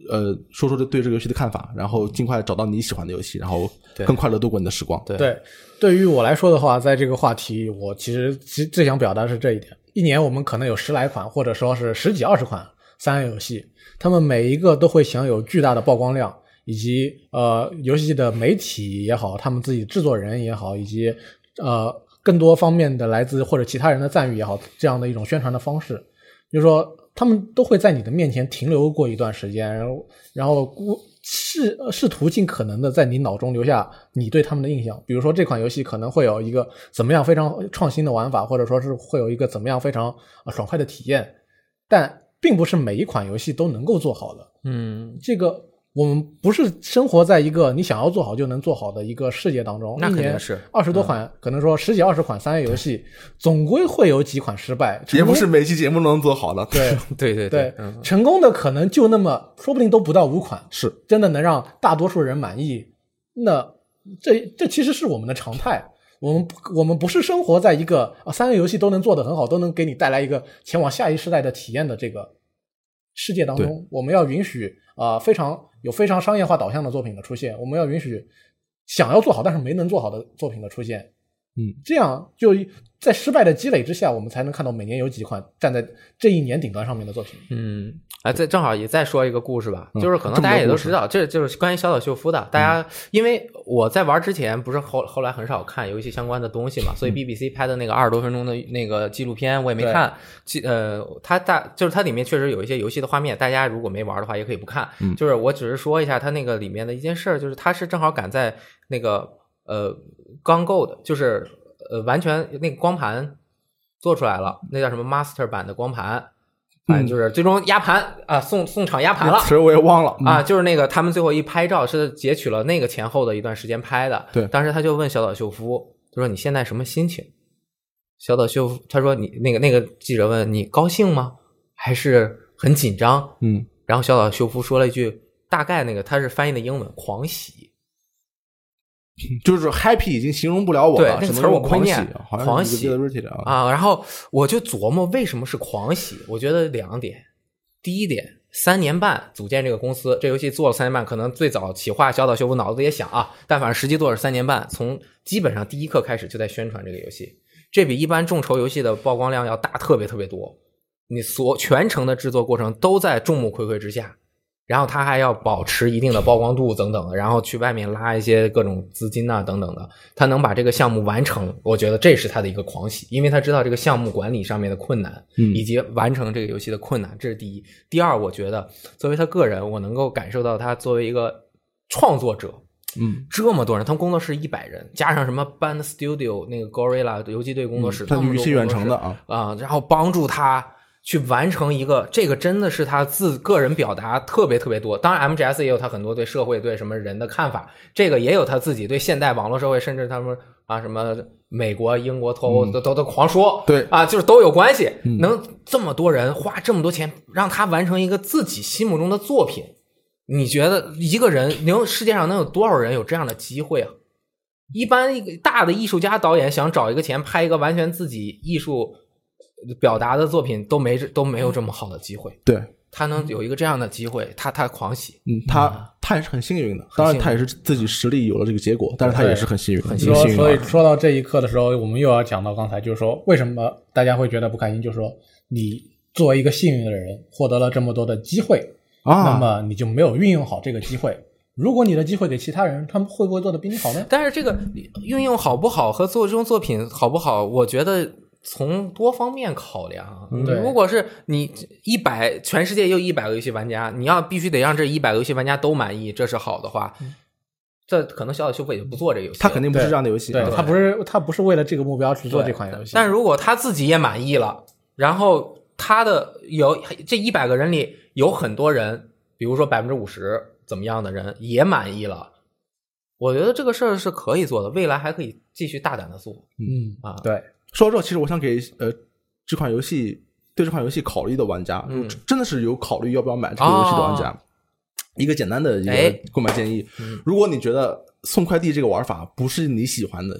[SPEAKER 1] 呃，说说对这个游戏的看法，然后尽快找到你喜欢的游戏，然后
[SPEAKER 2] 对
[SPEAKER 1] 更快乐度过你的时光。
[SPEAKER 2] 对
[SPEAKER 3] 对，对于我来说的话，在这个话题，我其实其实最想表达的是这一点：一年我们可能有十来款，或者说是十几二十款三 A 游戏，他们每一个都会享有巨大的曝光量，以及呃，游戏的媒体也好，他们自己制作人也好，以及呃更多方面的来自或者其他人的赞誉也好，这样的一种宣传的方式。就是说他们都会在你的面前停留过一段时间，然后然后估试呃试图尽可能的在你脑中留下你对他们的印象。比如说这款游戏可能会有一个怎么样非常创新的玩法，或者说是会有一个怎么样非常呃爽快的体验，但并不是每一款游戏都能够做好的。
[SPEAKER 2] 嗯，
[SPEAKER 3] 这个。我们不是生活在一个你想要做好就能做好的一个世界当中，
[SPEAKER 2] 那
[SPEAKER 3] 一
[SPEAKER 2] 肯定
[SPEAKER 3] 年
[SPEAKER 2] 是嗯
[SPEAKER 3] 二十多款，可能说十几二十款三 A 游戏，总归会有几款失败，
[SPEAKER 1] 也
[SPEAKER 3] 成
[SPEAKER 1] 不
[SPEAKER 3] 功
[SPEAKER 1] 是每期节目都能做好的。
[SPEAKER 2] [LAUGHS]
[SPEAKER 3] 对，
[SPEAKER 2] 对对
[SPEAKER 3] 对，
[SPEAKER 2] 嗯
[SPEAKER 3] 成功的可能就那么，说不定都不到五款，
[SPEAKER 1] 是
[SPEAKER 3] 真的能让大多数人满意。那这这其实是我们的常态。我们不我们不是生活在一个啊三个游戏都能做得很好，都能给你带来一个前往下一世代的体验的这个世界当中，我们要允许啊、呃非常有非常商业化导向的作品的出现，我们要允许想要做好但是没能做好的作品的出现。
[SPEAKER 1] 嗯，
[SPEAKER 3] 这样就在失败的积累之下，我们才能看到每年有几款站在这一年顶端上面的作品。
[SPEAKER 2] 嗯，哎，再正好也再说一个嗯故事吧，就是可能大家也都知道，这就是关于小岛秀夫的。大家因为我在玩之前，不是后后来很少看游戏相关的东西嘛，所以 BBC 拍的那个二十多分钟的那个纪录片我也没看。记呃，它大就是它里面确实有一些游戏的画面，大家如果没玩的话也可以不看。就是我只是说一下它那个里面的一件事儿，就是它是正好赶在那个呃刚够的，就是呃完全那个光盘做出来了，那叫什么 master 版的光盘。反正就是最终压盘啊，送送场压盘了
[SPEAKER 1] 那词儿我也忘了。
[SPEAKER 2] 啊，就是那个他们最后一拍照是截取了那个前后的一段时间拍的。
[SPEAKER 1] 对
[SPEAKER 2] 当时他就问小岛秀夫，他说你现在什么心情？小岛秀夫他说你那个那个记者问你高兴吗？还是很紧张？
[SPEAKER 1] 嗯，
[SPEAKER 2] 然后小岛秀夫说了一句大概那个他是翻译的英文狂喜，
[SPEAKER 1] 就是 happy 已经形容不了我了，
[SPEAKER 2] 对那个
[SPEAKER 1] 只能
[SPEAKER 2] 词儿我
[SPEAKER 1] 用狂
[SPEAKER 2] 不会
[SPEAKER 1] 喜啊
[SPEAKER 2] 念，
[SPEAKER 1] 好像
[SPEAKER 2] 狂
[SPEAKER 1] 是
[SPEAKER 2] 喜
[SPEAKER 1] disability 的啊。
[SPEAKER 2] 啊，然后我就琢磨为什么是狂喜，我觉得两点，第一点。三年半组建这个公司，这游戏做了三年半，可能最早企划小岛秀夫脑子也想啊，但反正实际做了三年半，从基本上第一课开始就在宣传这个游戏，这比一般众筹游戏的曝光量要大特别特别多。你所全程的制作过程都在众目睽睽之下，然后他还要保持一定的曝光度等等，然后去外面拉一些各种资金呐、等等的，他能把这个项目完成，我觉得这是他的一个狂喜，因为他知道这个项目管理上面的困难，
[SPEAKER 1] 嗯
[SPEAKER 2] 以及完成这个游戏的困难，这是第一。第二，我觉得作为他个人，我能够感受到他作为一个创作者，
[SPEAKER 1] 嗯，
[SPEAKER 2] 这么多人，他们工作室一百人，加上什么 Band Studio 那个 Gorilla 游击队工作室，
[SPEAKER 1] 嗯他
[SPEAKER 2] 那么多
[SPEAKER 1] 语气远程的
[SPEAKER 2] 工作室
[SPEAKER 1] 啊，
[SPEAKER 2] 啊、然后帮助他去完成一个，这个真的是他自个人表达特别特别多。当然，MGS 也有他很多对社会、对什么人的看法，这个也有他自己对现代网络社会，甚至他们啊什么美国、英国脱欧都都都狂说，
[SPEAKER 1] 对
[SPEAKER 2] 啊，就是都有关系。能这么多人花这么多钱让他完成一个自己心目中的作品，你觉得一个人能世界上能有多少人有这样的机会啊？一般一个大的艺术家导演想找一个钱拍一个完全自己艺术表达的作品，都没这都没有这么好的机会。
[SPEAKER 1] 对，
[SPEAKER 2] 他能有一个这样的机会，他他狂喜，
[SPEAKER 1] 嗯，他他也是很幸运的，当然他也是自己实力有了这个结果，但是他也是很幸运，很
[SPEAKER 3] 说，
[SPEAKER 1] 幸运啊
[SPEAKER 3] 所以
[SPEAKER 1] 的。
[SPEAKER 3] 说到这一刻的时候，我们又要讲到刚才，就是说为什么大家会觉得不开心，就是说你作为一个幸运的人，获得了这么多的机会，那
[SPEAKER 1] 啊，
[SPEAKER 3] 么你就没有运用好这个机会。如果你的机会给其他人，他们会不会做的比你好呢？
[SPEAKER 2] 但是这个运用好不好和做这种作品好不好，我觉得从多方面考量。啊
[SPEAKER 3] 对
[SPEAKER 2] 如果是你一百，全世界又一百个游戏玩家，你要必须得让这一百个游戏玩家都满意，这是好的话，这可能小岛秀夫也就不做这个游戏了。
[SPEAKER 1] 他肯定不是这样的游戏。
[SPEAKER 3] 对
[SPEAKER 1] 啊
[SPEAKER 3] 他不是他不是为了这个目标去做
[SPEAKER 2] 对
[SPEAKER 3] 这款游戏，
[SPEAKER 2] 但如果他自己也满意了，然后他的有这一百个人里有很多人，比如说百分之五十怎么样的人也满意了，我觉得这个事儿是可以做的，未来还可以继续大胆的做
[SPEAKER 3] 嗯，
[SPEAKER 2] 啊。
[SPEAKER 3] 对，
[SPEAKER 1] 说到这，其实我想给呃这款游戏对这款游戏考虑的玩家，
[SPEAKER 2] 嗯哦
[SPEAKER 1] 真的是有考虑要不要买这个游戏的玩家，一个简单的一
[SPEAKER 2] 哎嗯
[SPEAKER 1] 个购买建议。如果你觉得送快递这个玩法不是你喜欢的，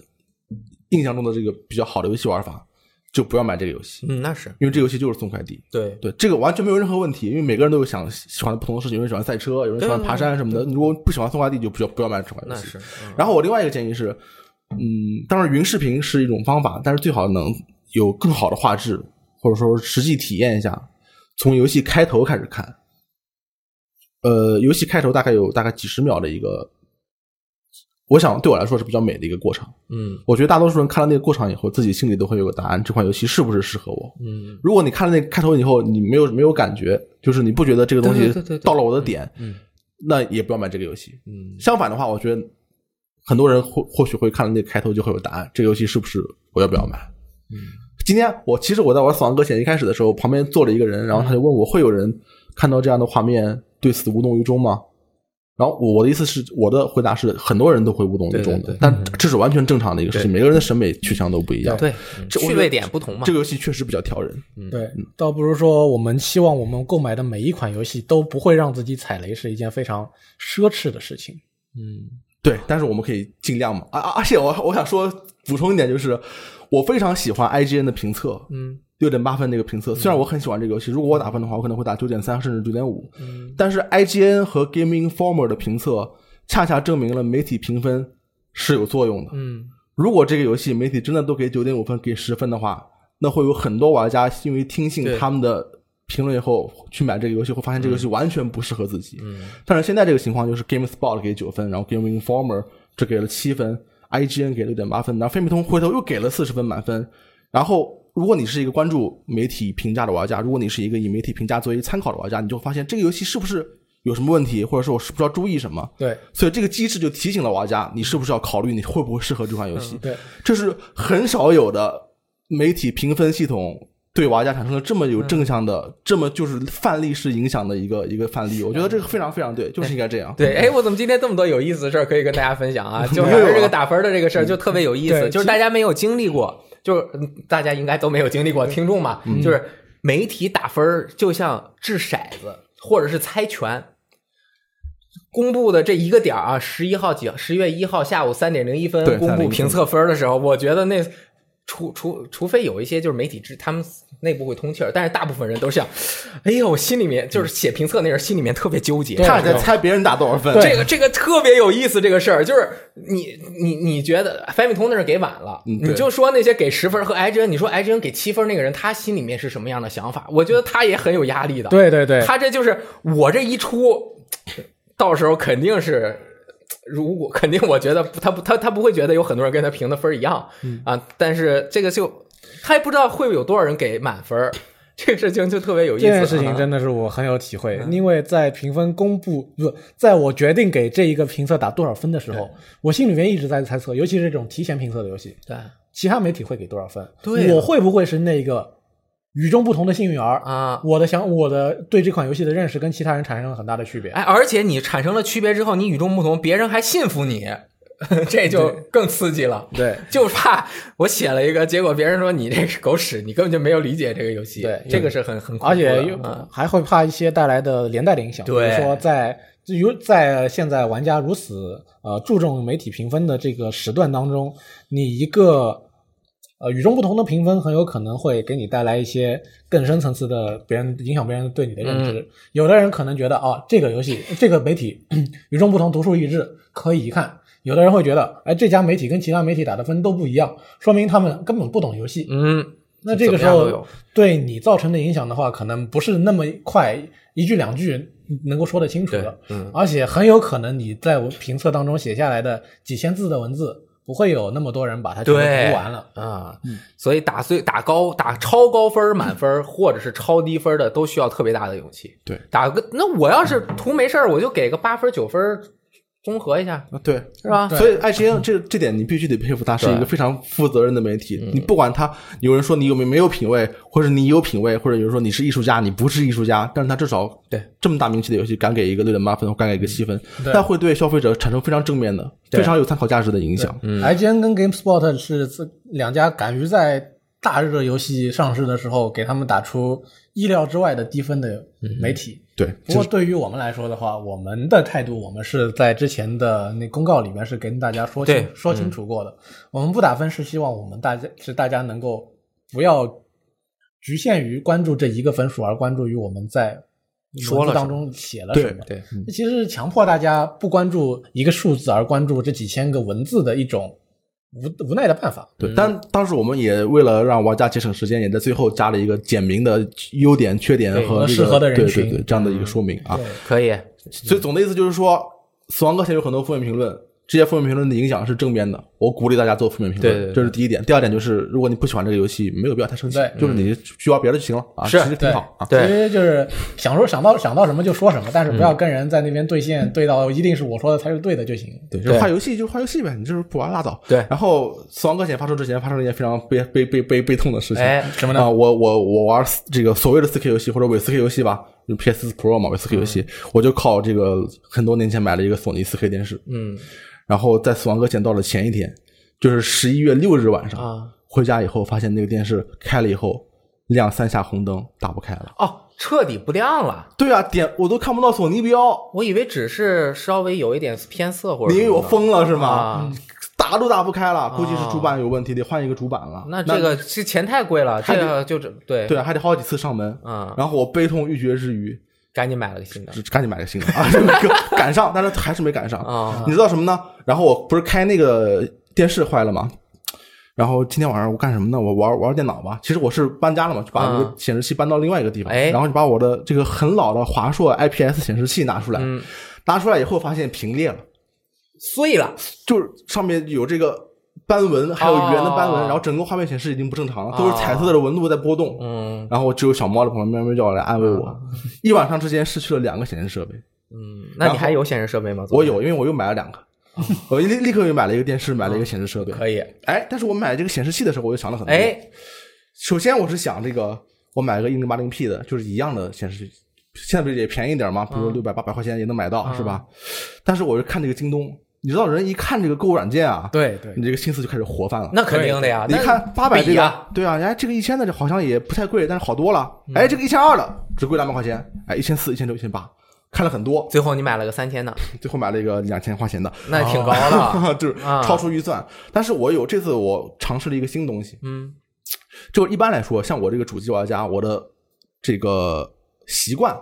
[SPEAKER 1] 印象中的这个比较好的游戏玩法，就不要买这个游戏，
[SPEAKER 2] 嗯，那是
[SPEAKER 1] 因为这个游戏就是送快递。
[SPEAKER 2] 对
[SPEAKER 1] 对，这个完全没有任何问题，因为每个人都有想喜欢的不同的事情，有人喜欢赛车，有人喜欢
[SPEAKER 2] 对
[SPEAKER 1] 爬山什么的。你如果不喜欢送快递，就不要不要买这款游
[SPEAKER 2] 那
[SPEAKER 1] 戏。
[SPEAKER 2] 是，嗯
[SPEAKER 1] 然后我另外一个建议是，嗯，当然云视频是一种方法，但是最好能有更好的画质，或者说实际体验一下。从游戏开头开始看，呃，游戏开头大概有大概几十秒的一个，我想对我来说是比较美的一个过场。
[SPEAKER 2] 嗯
[SPEAKER 1] 我觉得大多数人看到那个过场以后，自己心里都会有个答案，这款游戏是不是适合我。
[SPEAKER 2] 嗯
[SPEAKER 1] 如果你看了那个开头以后，你没有没有感觉，就是你不觉得这个东
[SPEAKER 2] 对
[SPEAKER 1] 西
[SPEAKER 2] 对对对对
[SPEAKER 1] 到了我的点，
[SPEAKER 2] 嗯
[SPEAKER 1] 那也不要买这个游戏。
[SPEAKER 2] 嗯，
[SPEAKER 1] 相反的话，我觉得很多人或或许会看了那个开头就会有答案，这个游戏是不是我要不要买？嗯今天我其实我在玩《死亡搁浅》一开始的时候，旁边坐了一个人，然后他就问我会有人看到这样的画面对此无动于衷吗？然后我我的意思是，我的回答是很多人都会无动于衷的，
[SPEAKER 2] 对对对
[SPEAKER 1] 但这是完全正常的一个事情，每个人的审美取向都不一样。
[SPEAKER 2] 对，
[SPEAKER 1] 这我觉
[SPEAKER 2] 嗯趣
[SPEAKER 1] 得
[SPEAKER 2] 味点不同嘛嗯
[SPEAKER 1] 这。个游戏确实比较挑人。
[SPEAKER 3] 对，
[SPEAKER 1] 嗯
[SPEAKER 3] 倒不如说我们期望我们购买的每一款游戏都不会让自己踩雷，是一件非常奢侈的事情。
[SPEAKER 2] 嗯
[SPEAKER 1] 对，但是我们可以尽量嘛。啊啊！而且我我想说补充一点，就是我非常喜欢 IGN 的评测，
[SPEAKER 2] 嗯
[SPEAKER 1] 六点八分这个评测，虽然我很喜欢这个游戏，如果我打分的话，我可能会打九点三甚至九点五。
[SPEAKER 2] 嗯
[SPEAKER 1] 但是 IGN 和 Game Informer 的评测恰恰证明了媒体评分是有作用的。
[SPEAKER 2] 嗯
[SPEAKER 1] 如果这个游戏媒体真的都给九点五分、给十分的话，那会有很多玩家因为听信
[SPEAKER 2] 对
[SPEAKER 1] 他们的评论以后去买这个游戏，会发现这个游戏完全不适合自己。
[SPEAKER 2] 嗯
[SPEAKER 1] 但是现在这个情况就是 GameSpot 给九分，然后 Game Informer 只给了七分，IGN 给了六点八分，然后飞米通回头又给了四十分满分。然后，如果你是一个关注媒体评价的玩家，如果你是一个以媒体评价作为参考的玩家，你就会发现这个游戏是不是有什么问题，或者说我是不是要注意什么。
[SPEAKER 3] 对
[SPEAKER 1] 所以这个机制就提醒了玩家，你是不是要考虑你会不会适合这款游戏？
[SPEAKER 3] 对，
[SPEAKER 1] 这是很少有的媒体评分系统对玩家产生了这么有正向的、这么就是范例式影响的一个一个范例。我觉得这个非常非常对，就是应该这样。
[SPEAKER 2] 对，哎，我怎么今天这么多有意思的事儿可以跟大家分享啊？就
[SPEAKER 1] 没
[SPEAKER 2] 是
[SPEAKER 1] 有啊
[SPEAKER 2] 这个打分的这个事儿，就特别有意思，
[SPEAKER 3] 对
[SPEAKER 2] 就是大家没有经历过，就是嗯大家应该都没有经历过，听众嘛，就是媒体打分儿就像掷骰子或者是猜拳。公布的这一个点儿啊，十一号几，十月一号下午三点零一分
[SPEAKER 1] 对
[SPEAKER 2] 公布
[SPEAKER 1] 3:01
[SPEAKER 2] 评测分儿的时候，我觉得那除除除非有一些就是媒体知他们内部会通气儿，但是大部分人都是想，哎呦，我心里面就是写评测那人心里面特别纠结，
[SPEAKER 1] 他也在猜别人打多少分。
[SPEAKER 2] 这个这个特别有意思，这个事儿就是你你你觉得樊米通那是给晚了，
[SPEAKER 1] 嗯对
[SPEAKER 2] 你就说那些给十分和艾珍，你说艾珍给七分那个人，他心里面是什么样的想法？我觉得他也很有压力的。，
[SPEAKER 3] 对对对，
[SPEAKER 2] 他这就是我这一出，到时候肯定是。如果肯定，我觉得他不，他他不会觉得有很多人跟他评的分儿一样、
[SPEAKER 3] 嗯
[SPEAKER 2] 啊，但是这个就他也不知道会有多少人给满分儿，这个事情就特别有意思
[SPEAKER 3] 这
[SPEAKER 2] 啊。嗯
[SPEAKER 3] 件事情真的是我很有体会，因为在评分公布不，在我决定给这一个评测打多少分的时候，我心里面一直在猜测，尤其是这种提前评测的游戏，
[SPEAKER 2] 对
[SPEAKER 3] 其他媒体会给多少分？
[SPEAKER 2] 对啊
[SPEAKER 3] 我会不会是那个与众不同的幸运儿？
[SPEAKER 2] 啊，
[SPEAKER 3] 我的想，我的对这款游戏的认识跟其他人产生了很大的区别。
[SPEAKER 2] 哎，而且你产生了区别之后，你与众不同，别人还信服你，这就更刺激了。
[SPEAKER 3] 对，
[SPEAKER 2] 就怕我写了一个，结果别人说你这是狗屎，你根本就没有理解这个游戏。
[SPEAKER 3] 对嗯
[SPEAKER 2] 这个是很很恐
[SPEAKER 3] [LAUGHS] 而
[SPEAKER 2] 怖的
[SPEAKER 3] 且又
[SPEAKER 2] 嗯
[SPEAKER 3] 还会怕一些带来的连带的影响，
[SPEAKER 2] 对
[SPEAKER 3] 比如说在如在现在玩家如此呃注重媒体评分的这个时段当中，你一个呃与众不同的评分，很有可能会给你带来一些更深层次的别人影响别人对你的
[SPEAKER 2] 嗯
[SPEAKER 3] 认知。有的人可能觉得哦，这个游戏这个媒体与众不同，独树一帜，可以一看。有的人会觉得，哎，这家媒体跟其他媒体打的分都不一样，说明他们根本不懂游戏。
[SPEAKER 2] 嗯，
[SPEAKER 3] 那这个时
[SPEAKER 2] 怎么样都
[SPEAKER 3] 候
[SPEAKER 2] 有
[SPEAKER 3] 对你造成的影响的话，可能不是那么快一句两句能够说得清楚的，
[SPEAKER 2] 对嗯
[SPEAKER 3] 而且很有可能你在我评测当中写下来的几千字的文字，不会有那么多人把它全部
[SPEAKER 2] 对
[SPEAKER 3] 读完了。
[SPEAKER 2] 啊，
[SPEAKER 3] 嗯
[SPEAKER 2] 所以打碎打高打超高分儿满分儿或者是超低分儿的，都需要特别大的勇气。
[SPEAKER 1] 对，
[SPEAKER 2] 打个那我要是图没事儿，我就给个八分儿九分儿综合一下，
[SPEAKER 1] 啊对。
[SPEAKER 2] 是吧？
[SPEAKER 1] 所以爱奇艺这这点你必须得佩服，它是一个非常负责任的媒体。你不管他有人说你有没没有品位，或者你有品位，或者有人说你是艺术家，你不是艺术家，但是他至少
[SPEAKER 2] 对
[SPEAKER 1] 这么大名气的游戏敢给一个六点八分，或敢给一个七分，
[SPEAKER 3] 对
[SPEAKER 1] 那会对消费者产生非常正面的、
[SPEAKER 2] 对
[SPEAKER 1] 非常有参考价值的影响。
[SPEAKER 2] 嗯
[SPEAKER 3] IGN 跟 GameSpot 是自两家敢于在大热游戏上市的时候给他们打出意料之外的低分的
[SPEAKER 2] 嗯
[SPEAKER 3] 媒体。
[SPEAKER 1] 对，
[SPEAKER 3] 不过对于嗯我们来说的话，我们的态度，我们是在之前的那公告里面是跟大家说清
[SPEAKER 2] 对嗯
[SPEAKER 3] 说清楚过的。我们不打分是希望我们大家是大家能够不要局限于关注这一个分数，而关注于我们在
[SPEAKER 2] 说
[SPEAKER 3] 文
[SPEAKER 2] 了
[SPEAKER 3] 字
[SPEAKER 2] 什么
[SPEAKER 3] 当中写了什么。
[SPEAKER 2] 对，嗯
[SPEAKER 3] 这其实是强迫大家不关注一个数字，而关注这几千个文字的一种无无奈的办法。
[SPEAKER 1] 对，但当时我们也为了让玩家节省时间，也在最后加了一个简明的优点、缺点
[SPEAKER 2] 对
[SPEAKER 1] 和、那
[SPEAKER 3] 和
[SPEAKER 1] 个、
[SPEAKER 3] 适合的人
[SPEAKER 1] 对
[SPEAKER 3] 群
[SPEAKER 1] 对对这样的一个说明啊。
[SPEAKER 2] 可以。
[SPEAKER 1] 所以总的意思就是说，《死亡搁浅》有很多负面评论，这些负面评论的影响是正面的，我鼓励大家做负面评论，
[SPEAKER 2] 对对对
[SPEAKER 1] 这是第一点。第二点就是，如果你不喜欢这个游戏，没有必要太生气
[SPEAKER 3] 对，
[SPEAKER 1] 就是你去玩别的就行了啊，
[SPEAKER 2] 嗯是
[SPEAKER 1] 其实挺好啊。
[SPEAKER 2] 对嗯
[SPEAKER 3] 其实就是想说想到想到什么就说什么，但是不要跟人在那边对
[SPEAKER 2] [LAUGHS]
[SPEAKER 3] 线，对到一定是我说的才是对的就行。
[SPEAKER 1] 对，就是换游戏就换游戏呗，你就是不玩拉倒。
[SPEAKER 2] 对
[SPEAKER 1] 然后《死亡搁浅》发售之前发生了一件非常悲悲悲悲悲痛的事情，
[SPEAKER 2] 哎
[SPEAKER 1] 什么呢？啊、我我我玩这个所谓的四 K 游戏或者伪四 K 游戏吧，就 PS 4 Pro 嘛，伪四 K 游戏，
[SPEAKER 2] 嗯
[SPEAKER 1] 我就靠这个很多年前买了一个索尼四 K 电视，
[SPEAKER 2] 嗯
[SPEAKER 1] 然后在《死亡搁浅》到了前一天，就是十一月六日晚上，
[SPEAKER 2] 啊。
[SPEAKER 1] 回家以后发现那个电视开了以后亮三下红灯，打不开了。
[SPEAKER 2] 哦，彻底不亮了。
[SPEAKER 1] 对啊，点我都看不到索尼标，
[SPEAKER 2] 我以为只是稍微有一点偏色或者
[SPEAKER 1] 你
[SPEAKER 2] 什
[SPEAKER 1] 以
[SPEAKER 2] 么的。
[SPEAKER 1] 为我疯了是吗？
[SPEAKER 2] 啊
[SPEAKER 1] 打都打不开了，估计是主板有问题，得换一个主板了。
[SPEAKER 2] 那这个这钱太贵了，这
[SPEAKER 1] 还得
[SPEAKER 2] 个就这对
[SPEAKER 1] 对，啊，还得好几次上门。
[SPEAKER 2] 嗯，
[SPEAKER 1] 然后我悲痛欲绝之余，
[SPEAKER 2] 赶紧买了个新的
[SPEAKER 1] 只赶紧买个新的啊，这个赶上，但是还是没赶上。
[SPEAKER 2] 啊
[SPEAKER 1] 你知道什么呢？然后我不是开那个电视坏了吗？然后今天晚上我干什么呢？我玩玩电脑吧。其实我是搬家了嘛，就把
[SPEAKER 2] 啊
[SPEAKER 1] 那个显示器搬到另外一个地方，
[SPEAKER 2] 哎
[SPEAKER 1] 然后就把我的这个很老的华硕 IPS 显示器拿出来，
[SPEAKER 2] 嗯
[SPEAKER 1] 拿出来以后发现屏裂了，
[SPEAKER 2] 碎了，
[SPEAKER 1] 就是上面有这个斑纹，还有圆的斑纹，
[SPEAKER 2] 哦
[SPEAKER 1] 然后整个画面显示已经不正常了，都是彩色的纹路在波动。
[SPEAKER 2] 嗯
[SPEAKER 1] 然后只有小猫在旁边喵喵叫来安慰我，一晚上之间失去了两个显示设备。
[SPEAKER 2] 嗯，那你还有显示设备吗？
[SPEAKER 1] 我有，因为我又买了两
[SPEAKER 2] [LAUGHS]
[SPEAKER 1] 个，我立立刻又买了一个电视，买了一个显示设备
[SPEAKER 2] 昨天，。嗯可以，
[SPEAKER 1] 哎，但是我买这个显示器的时候，我就想了很多。，
[SPEAKER 2] 哎，
[SPEAKER 1] 首先我是想这个，我买个一零八零 P 的，就是一样的显示器，现在不是也便宜点吗？比
[SPEAKER 2] 嗯
[SPEAKER 1] 如六百八百块钱也能买到，是吧？但是我就看这个京东，你知道人一看这个购物软件啊，
[SPEAKER 3] 对对
[SPEAKER 1] 你这个心思就开始活泛了。
[SPEAKER 2] 那肯定的呀。
[SPEAKER 1] 你看八百这
[SPEAKER 2] 啊比
[SPEAKER 1] 个
[SPEAKER 2] 呀，，
[SPEAKER 1] 对啊，哎，这个一千的这好像也不太贵，但是好多了。
[SPEAKER 2] 嗯
[SPEAKER 1] 哎，这个一千二的只贵两百块钱，哎，一千四、一千六、一千八，看了很多，
[SPEAKER 2] 最后你买了个三千的，
[SPEAKER 1] 最后买了一个两千块钱的，
[SPEAKER 2] 那也挺高
[SPEAKER 1] [LAUGHS]
[SPEAKER 2] 了。
[SPEAKER 1] 就是
[SPEAKER 2] 啊
[SPEAKER 1] 超出预算。但是我有这次我尝试了一个新东西，
[SPEAKER 2] 嗯
[SPEAKER 1] 就一般来说，像我这个主机玩家，我的这个习惯，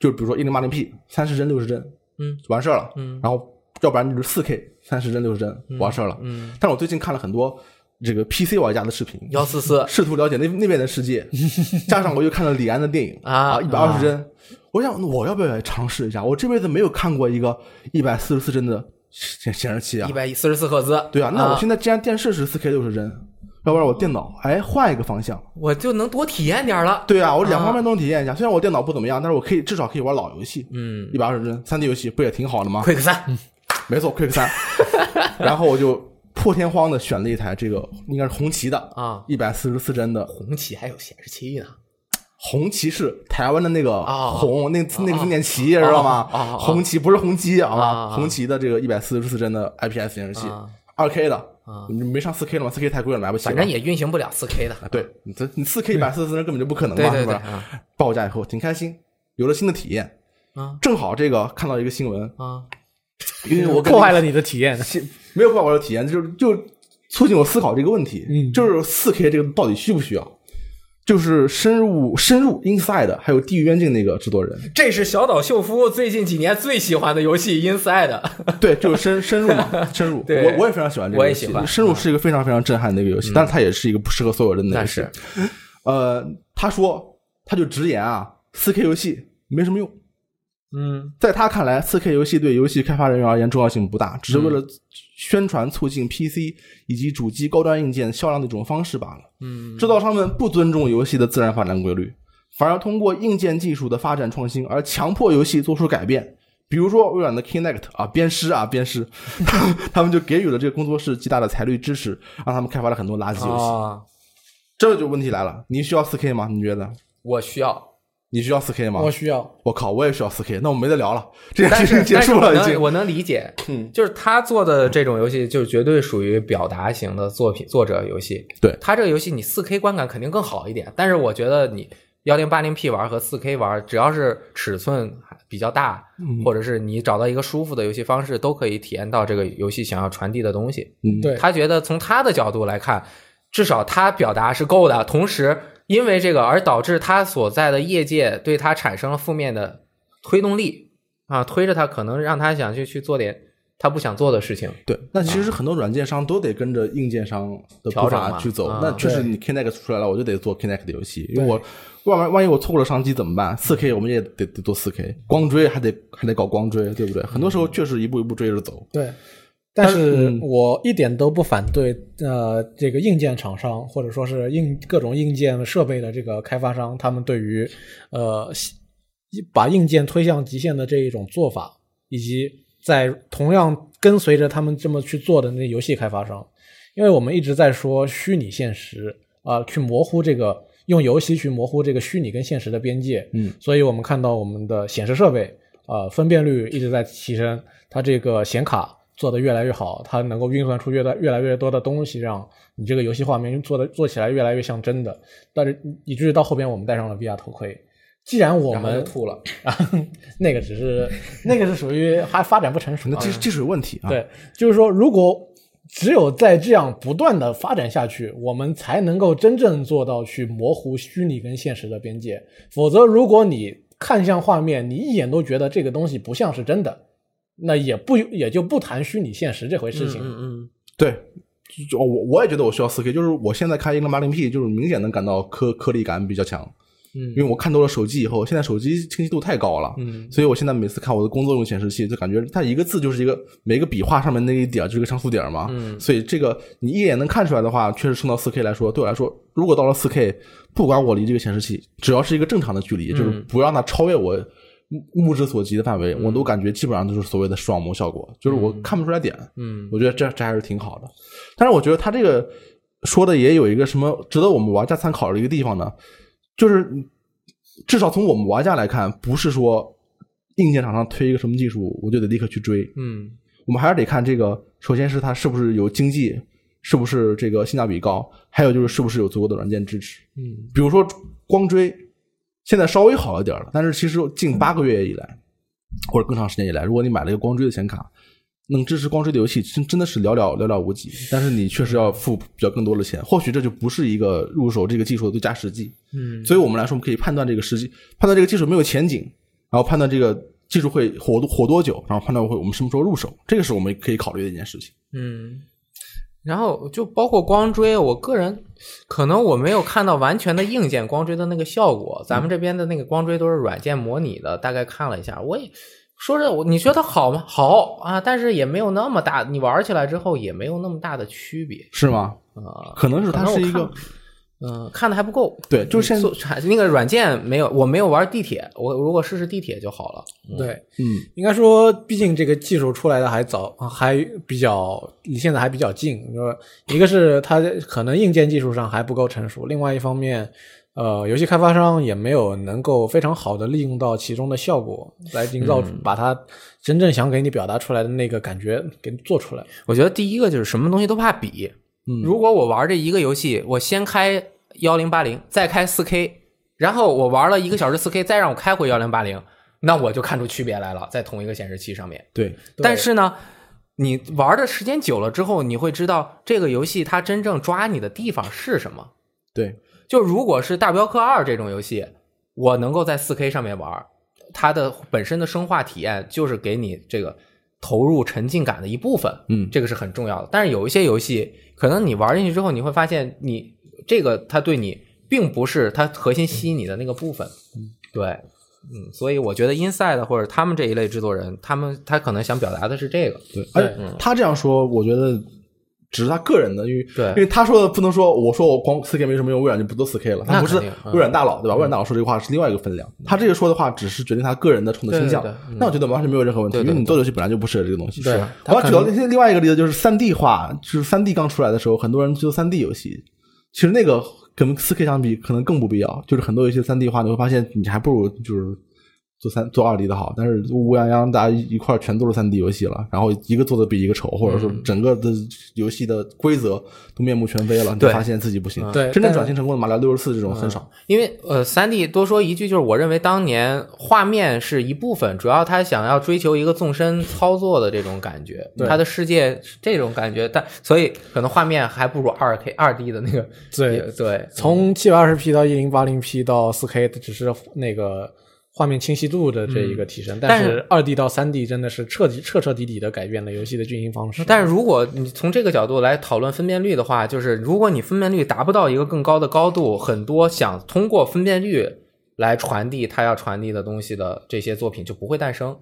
[SPEAKER 1] 就比如说一零八零 P 三十帧六十帧，
[SPEAKER 2] 嗯，
[SPEAKER 1] 完事儿了，
[SPEAKER 2] 嗯，
[SPEAKER 1] 然后要不然就是四 K 三十帧六十帧完事儿了，
[SPEAKER 2] 嗯，
[SPEAKER 1] 但是我最近看了很多这个 PC 玩家的视频，
[SPEAKER 2] 幺四四
[SPEAKER 1] 试图了解那那边的世
[SPEAKER 2] [LAUGHS]
[SPEAKER 1] 界，加上我又看了李安的电影
[SPEAKER 2] 啊
[SPEAKER 1] 一百二十帧，我想我要不要也尝试一下？我这辈子没有看过一个一百四十四帧的显显示器啊
[SPEAKER 2] 一，百四十四赫兹，
[SPEAKER 1] 对啊，那我
[SPEAKER 2] 啊
[SPEAKER 1] 现在既然电视是四 K 六十帧，要不然我电脑哎换一个方向。
[SPEAKER 2] 我就能多体验点儿了。
[SPEAKER 1] 对啊，我两方面都能体验一下。虽然我电脑不怎么样，但是我可以至少可以玩老游戏，
[SPEAKER 2] 嗯
[SPEAKER 1] 一百二十帧，三 D 游戏不也挺好的吗？
[SPEAKER 2] ，Quick 三，
[SPEAKER 1] 没错，Quick
[SPEAKER 2] [LAUGHS]
[SPEAKER 1] 三。然后我就破天荒的选了一台这个应该是红旗的
[SPEAKER 2] 啊，
[SPEAKER 1] 一百四十四帧的
[SPEAKER 2] 红旗还有显示器呢。
[SPEAKER 1] 红旗是台湾的那个
[SPEAKER 2] 啊
[SPEAKER 1] 红，那那个字念旗，知道吗
[SPEAKER 2] 啊啊啊？
[SPEAKER 1] 红旗不是红旗啊，
[SPEAKER 2] 啊
[SPEAKER 1] 红旗的这个一百四十四帧的 IPS 显示器，二 K 的，你没上四 K 了吗？四 K 太贵了，买不起了。
[SPEAKER 2] 哦反正也运行不了四 K 的。
[SPEAKER 1] 啊，对你这你四 K 一百四十帧根本就不可能
[SPEAKER 2] 对
[SPEAKER 1] 嘛，
[SPEAKER 2] 对
[SPEAKER 1] 是
[SPEAKER 2] 对
[SPEAKER 1] 吧？
[SPEAKER 2] 啊
[SPEAKER 1] 报价以后挺开心，有了新的体验。
[SPEAKER 2] 啊
[SPEAKER 1] 正好这个看到一个新
[SPEAKER 2] [LAUGHS]
[SPEAKER 1] 闻，
[SPEAKER 2] 啊！
[SPEAKER 1] 因
[SPEAKER 3] [LAUGHS]
[SPEAKER 1] 为我跟
[SPEAKER 3] 破坏了你的体 [LAUGHS] 验。
[SPEAKER 1] 新没有破坏我的体验，就是就促进我思考这个问题，
[SPEAKER 3] 嗯
[SPEAKER 1] 就是四 K 这个到底需不需要？就是深入深入 Inside，还有地狱冤境那个制作人，
[SPEAKER 2] 这是小岛秀夫最近几年最喜欢的游戏《Inside》。
[SPEAKER 1] [LAUGHS] 对，就是深深入嘛，深入。
[SPEAKER 2] [LAUGHS] 对
[SPEAKER 1] 我我也非常喜欢这个
[SPEAKER 2] 我也
[SPEAKER 1] 游戏
[SPEAKER 2] 喜欢嗯
[SPEAKER 1] 深入是一个非常非常震撼的一个游戏，但是它也是一个不适合所有人的游戏
[SPEAKER 2] 那。
[SPEAKER 1] 呃，他说他就直言啊，四 K 游戏没什么用。
[SPEAKER 3] 嗯，
[SPEAKER 1] 在他看来，4 K 游戏对游戏开发人员而言重要性不大，只是
[SPEAKER 2] 嗯
[SPEAKER 1] 为了宣传促进 PC 以及主机高端硬件销量的一种方式罢了。
[SPEAKER 2] 嗯，
[SPEAKER 1] 制造商们不尊重游戏的自然发展规律，反而通过硬件技术的发展创新而强迫游戏做出改变。比如说微软的 Kinect 啊，鞭尸啊，鞭尸， [LAUGHS] 他们就给予了这个工作室极大的财力支持，让他们开发了很多垃圾游戏。
[SPEAKER 2] 啊，
[SPEAKER 1] 这就问题来了，你需要4 K 吗？你觉得？
[SPEAKER 2] 我
[SPEAKER 1] [LAUGHS]
[SPEAKER 2] 需要，
[SPEAKER 1] 你需要4 K 吗？
[SPEAKER 3] 我需要。
[SPEAKER 1] 我靠，我也需要4 K，那我们没得聊了，这件
[SPEAKER 2] 但
[SPEAKER 1] 事
[SPEAKER 2] 是
[SPEAKER 1] 情结
[SPEAKER 2] 但是
[SPEAKER 1] 束
[SPEAKER 2] 我
[SPEAKER 1] 了已经
[SPEAKER 2] 能。我能理解，
[SPEAKER 1] 嗯
[SPEAKER 2] 就是他做的这种游戏，就是绝对属于表达型的作品作者游戏。
[SPEAKER 1] 对
[SPEAKER 2] 他这个游戏，你四 K 观感肯定更好一点，但是我觉得你幺零八零 P 玩和四 K 玩，只要是尺寸比较大，
[SPEAKER 1] 嗯
[SPEAKER 2] 或者是你找到一个舒服的游戏方式，都可以体验到这个游戏想要传递的东西。
[SPEAKER 1] 嗯
[SPEAKER 3] 对
[SPEAKER 2] 他觉得从他的角度来看，至少他表达是够的，同时因为这个而导致他所在的业界对他产生了负面的推动力啊，推着他可能让他想去去做点他不想做的事情。
[SPEAKER 1] 对，那其实很多软件商都得跟着硬件商的步
[SPEAKER 2] 啊调整
[SPEAKER 1] 伐
[SPEAKER 2] 嘛
[SPEAKER 1] 去走。
[SPEAKER 2] 啊
[SPEAKER 1] 那确实，
[SPEAKER 3] 对
[SPEAKER 1] 你 Kinect 出来了，我就得做 Kinect 的游戏，因为我万万万一我错过了商机怎么办？4 K 我们也得得做4 K，光追还得还得搞光追，对不对？很多
[SPEAKER 2] 嗯
[SPEAKER 1] 时候确实一步一步追着走。
[SPEAKER 3] 对，但是
[SPEAKER 1] 嗯
[SPEAKER 3] 我一点都不反对呃，这个硬件厂商或者说是硬各种硬件设备的这个开发商，他们对于呃西把硬件推向极限的这一种做法，以及在同样跟随着他们这么去做的那游戏开发商，因为我们一直在说虚拟现实啊、去模糊这个用游戏去模糊这个虚拟跟现实的边界。
[SPEAKER 1] 嗯，
[SPEAKER 3] 所以我们看到我们的显示设备啊、呃分辨率一直在提升，它这个显卡做得越来越好，它能够运算出越来越来越多的东西，让你这个游戏画面做的做起来越来越像真的。但是以至于到后边我们戴上了 VR 头盔。既然我
[SPEAKER 2] 然后就
[SPEAKER 3] 们
[SPEAKER 2] 吐了，
[SPEAKER 3] 啊， [LAUGHS] 那个只是那个是属于还发展不成
[SPEAKER 1] 可，
[SPEAKER 3] 熟
[SPEAKER 1] 能技技术有问题啊。，
[SPEAKER 3] 对，就是说，如果只有在这样不断的发展下去，我们才能够真正做到去模糊虚拟跟现实的边界。否则，如果你看向画面，你一眼都觉得这个东西不像是真的，那也不也就不谈虚拟现实这回事情。
[SPEAKER 2] 嗯嗯，
[SPEAKER 1] 对，就我我也觉得我需要四 K，就是我现在看一零八零 P，就是明显能感到颗颗粒感比较强。
[SPEAKER 2] 嗯
[SPEAKER 1] 因为我看多了手机以后，现在手机清晰度太高了，
[SPEAKER 2] 嗯，
[SPEAKER 1] 所以我现在每次看我的工作用显示器，就感觉它一个字就是一个每个笔画上面那一点儿就是个像素点儿嘛，
[SPEAKER 2] 嗯
[SPEAKER 1] 所以这个你一眼能看出来的话，确实升到四 K 来说，对我来说，如果到了四 K，不管我离这个显示器只要是一个正常的距离，就是
[SPEAKER 2] 嗯
[SPEAKER 1] 不让它超越我目目之所及的范围，我都感觉基本上都是所谓的双模效果，就是我看不出来点，
[SPEAKER 2] 嗯
[SPEAKER 1] 我觉得这这还是挺好的。但是我觉得他这个说的也有一个什么值得我们玩家参考的一个地方呢，就是至少从我们玩家来看，不是说硬件厂商推一个什么技术，我就得立刻去追，
[SPEAKER 2] 嗯
[SPEAKER 1] 我们还是得看这个，首先是它是不是有经济，是不是这个性价比高，还有就是是不是有足够的软件支持。
[SPEAKER 2] 嗯
[SPEAKER 1] 比如说光追，现在稍微好一点了，但是其实近八个月以来，或者更长时间以来，如果你买了一个光追的显卡，能支持光追的游戏，真真的是寥寥寥寥无几。但是你确实要付比较更多的钱，或许这就不是一个入手这个技术的最佳时机。
[SPEAKER 2] 嗯
[SPEAKER 1] 所以我们来说，我们可以判断这个时机，判断这个技术有没有前景，然后判断这个技术会火多火多久，然后判断会我们什么时候入手，这个是我们可以考虑的一件事情。
[SPEAKER 2] 嗯。然后就包括光追，我个人可能我没有看到完全的硬件光追的那个效果，咱们这边的那个光追都是软件模拟的，大概看了一下，我也说这我你觉得好吗？好啊，但是也没有那么大，你玩起来之后也没有那么大的区别
[SPEAKER 1] 是吗？
[SPEAKER 2] 啊。
[SPEAKER 1] 可能是它
[SPEAKER 2] 可能
[SPEAKER 1] 是
[SPEAKER 2] 我
[SPEAKER 1] 一个
[SPEAKER 2] 看嗯、看的还不够，
[SPEAKER 1] 对，就是现在
[SPEAKER 2] 做那个软件没有，我没有玩地铁，我如果试试地铁就好了。
[SPEAKER 3] 对，
[SPEAKER 1] 嗯，
[SPEAKER 3] 应该说，毕竟这个技术出来的还早，啊还比较离现在还比较近。你说，一个是它可能硬件技术上还不够成熟，另外一方面，呃，游戏开发商也没有能够非常好的利用到其中的效果，来营造、把它真正想给你表达出来的那个感觉给你做出来。
[SPEAKER 2] 我觉得第一个就是什么东西都怕比。
[SPEAKER 1] 嗯
[SPEAKER 2] 如果我玩这一个游戏，我先开幺零八零，再开四 K，然后我玩了一个小时四 K，再让我开回幺零八零，那我就看出区别来了，在同一个显示器上面。
[SPEAKER 1] 对，
[SPEAKER 2] 但是呢，你玩的时间久了之后，你会知道这个游戏它真正抓你的地方是什么。
[SPEAKER 1] 对，
[SPEAKER 2] 就如果是《大镖客二》这种游戏，我能够在4 K 上面玩，它的本身的生化体验就是给你这个投入沉浸感的一部分，
[SPEAKER 1] 嗯
[SPEAKER 2] 这个是很重要的。但是有一些游戏，可能你玩进去之后，你会发现你这个它对你并不是它核心吸引你的那个部分，对，嗯，所以我觉得 Inside 或者他们这一类制作人，他们他可能想表达的是这个，
[SPEAKER 1] 对，而
[SPEAKER 2] 嗯
[SPEAKER 1] 且他这样说，我觉得只是他个人的，因为
[SPEAKER 2] 对
[SPEAKER 1] 因为他说的不能说我说我光四 K 没什么用，微软就不做四 K 了，他
[SPEAKER 2] 那
[SPEAKER 1] 不是
[SPEAKER 2] 肯定嗯
[SPEAKER 1] 微软大佬对吧？微软大佬说这个话是另外一个分量，他这个说的话只是决定他个人的冲的倾向
[SPEAKER 2] 对对对，
[SPEAKER 1] 那我觉得完全没有任何问题，
[SPEAKER 2] 对
[SPEAKER 1] 因
[SPEAKER 2] 对
[SPEAKER 1] 为你做游戏本来就不是这个东西。
[SPEAKER 2] 对
[SPEAKER 1] 是吧我
[SPEAKER 2] 他
[SPEAKER 1] 要
[SPEAKER 2] 可
[SPEAKER 1] 举
[SPEAKER 2] 能
[SPEAKER 1] 到那些另外一个例子，就是三 D 化，就是三 D 刚出来的时候，很多人做三 D 游戏，其实那个跟四 K 相比可能更不必要，就是很多游戏三 D 化，你会发现你还不如就是。做三做二 D 的好，但是乌泱泱大家一块儿全做了三 D 游戏了，然后一个做的比一个丑，或者
[SPEAKER 2] 嗯
[SPEAKER 1] 说整个的游戏的规则都面目全非了，你就
[SPEAKER 2] 对嗯
[SPEAKER 1] 发现自己不行。
[SPEAKER 3] 对
[SPEAKER 1] 真正
[SPEAKER 3] 但
[SPEAKER 1] 转型成功的马里奥六十四这种很少。
[SPEAKER 2] 因为呃，三 D 多说一句，就是我认为当年画面是一部分，主要他想要追求一个纵深操作的这种感觉，他的世界是这种感觉，但所以可能画面还不如二 K 二 D 的那个
[SPEAKER 3] 对
[SPEAKER 2] 也对，
[SPEAKER 3] 从七百二十 P 到一零八零 P 到四 K，只是那个画面清晰度的这一个提升，但
[SPEAKER 2] 但
[SPEAKER 3] 是二 D 到三 D 真的是彻底彻彻底底的改变了游戏的运营方式。
[SPEAKER 2] 但是如果你从这个角度来讨论分辨率的话，就是如果你分辨率达不到一个更高的高度，很多想通过分辨率来传递它要传递的东西的这些作品就不会诞生。
[SPEAKER 1] 哦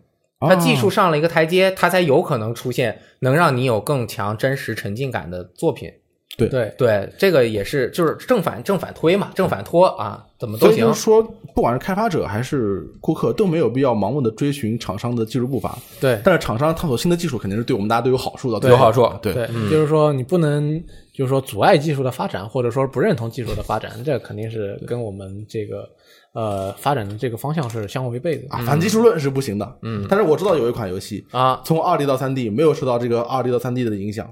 [SPEAKER 2] 它技
[SPEAKER 1] 啊
[SPEAKER 2] 术上了一个台阶，它才有可能出现能让你有更强真实沉浸感的作品。
[SPEAKER 3] 对，
[SPEAKER 2] 对，这个也是就是正反正反推嘛，正反拖啊，怎么
[SPEAKER 1] 所
[SPEAKER 2] 都
[SPEAKER 1] 以
[SPEAKER 2] 行
[SPEAKER 1] 就是。说，不管是开发者还是顾客，都没有必要盲目的追寻厂商的技术步伐。
[SPEAKER 3] 对
[SPEAKER 1] 但是厂商探索新的技术，肯定是对我们大家都有好处的。
[SPEAKER 2] 有好处
[SPEAKER 1] 对，
[SPEAKER 3] 对，就是说你不能就是说阻碍技术的发展，或者说不认同技术的发展， [LAUGHS] 这肯定是跟我们这个呃发展的这个方向是相互违背的。
[SPEAKER 1] 啊，反技术论是不行的。嗯，但是我知道有一款游戏
[SPEAKER 2] 啊，
[SPEAKER 1] 从二 D 到三 D 没有受到这个二 D 到三 D 的影响，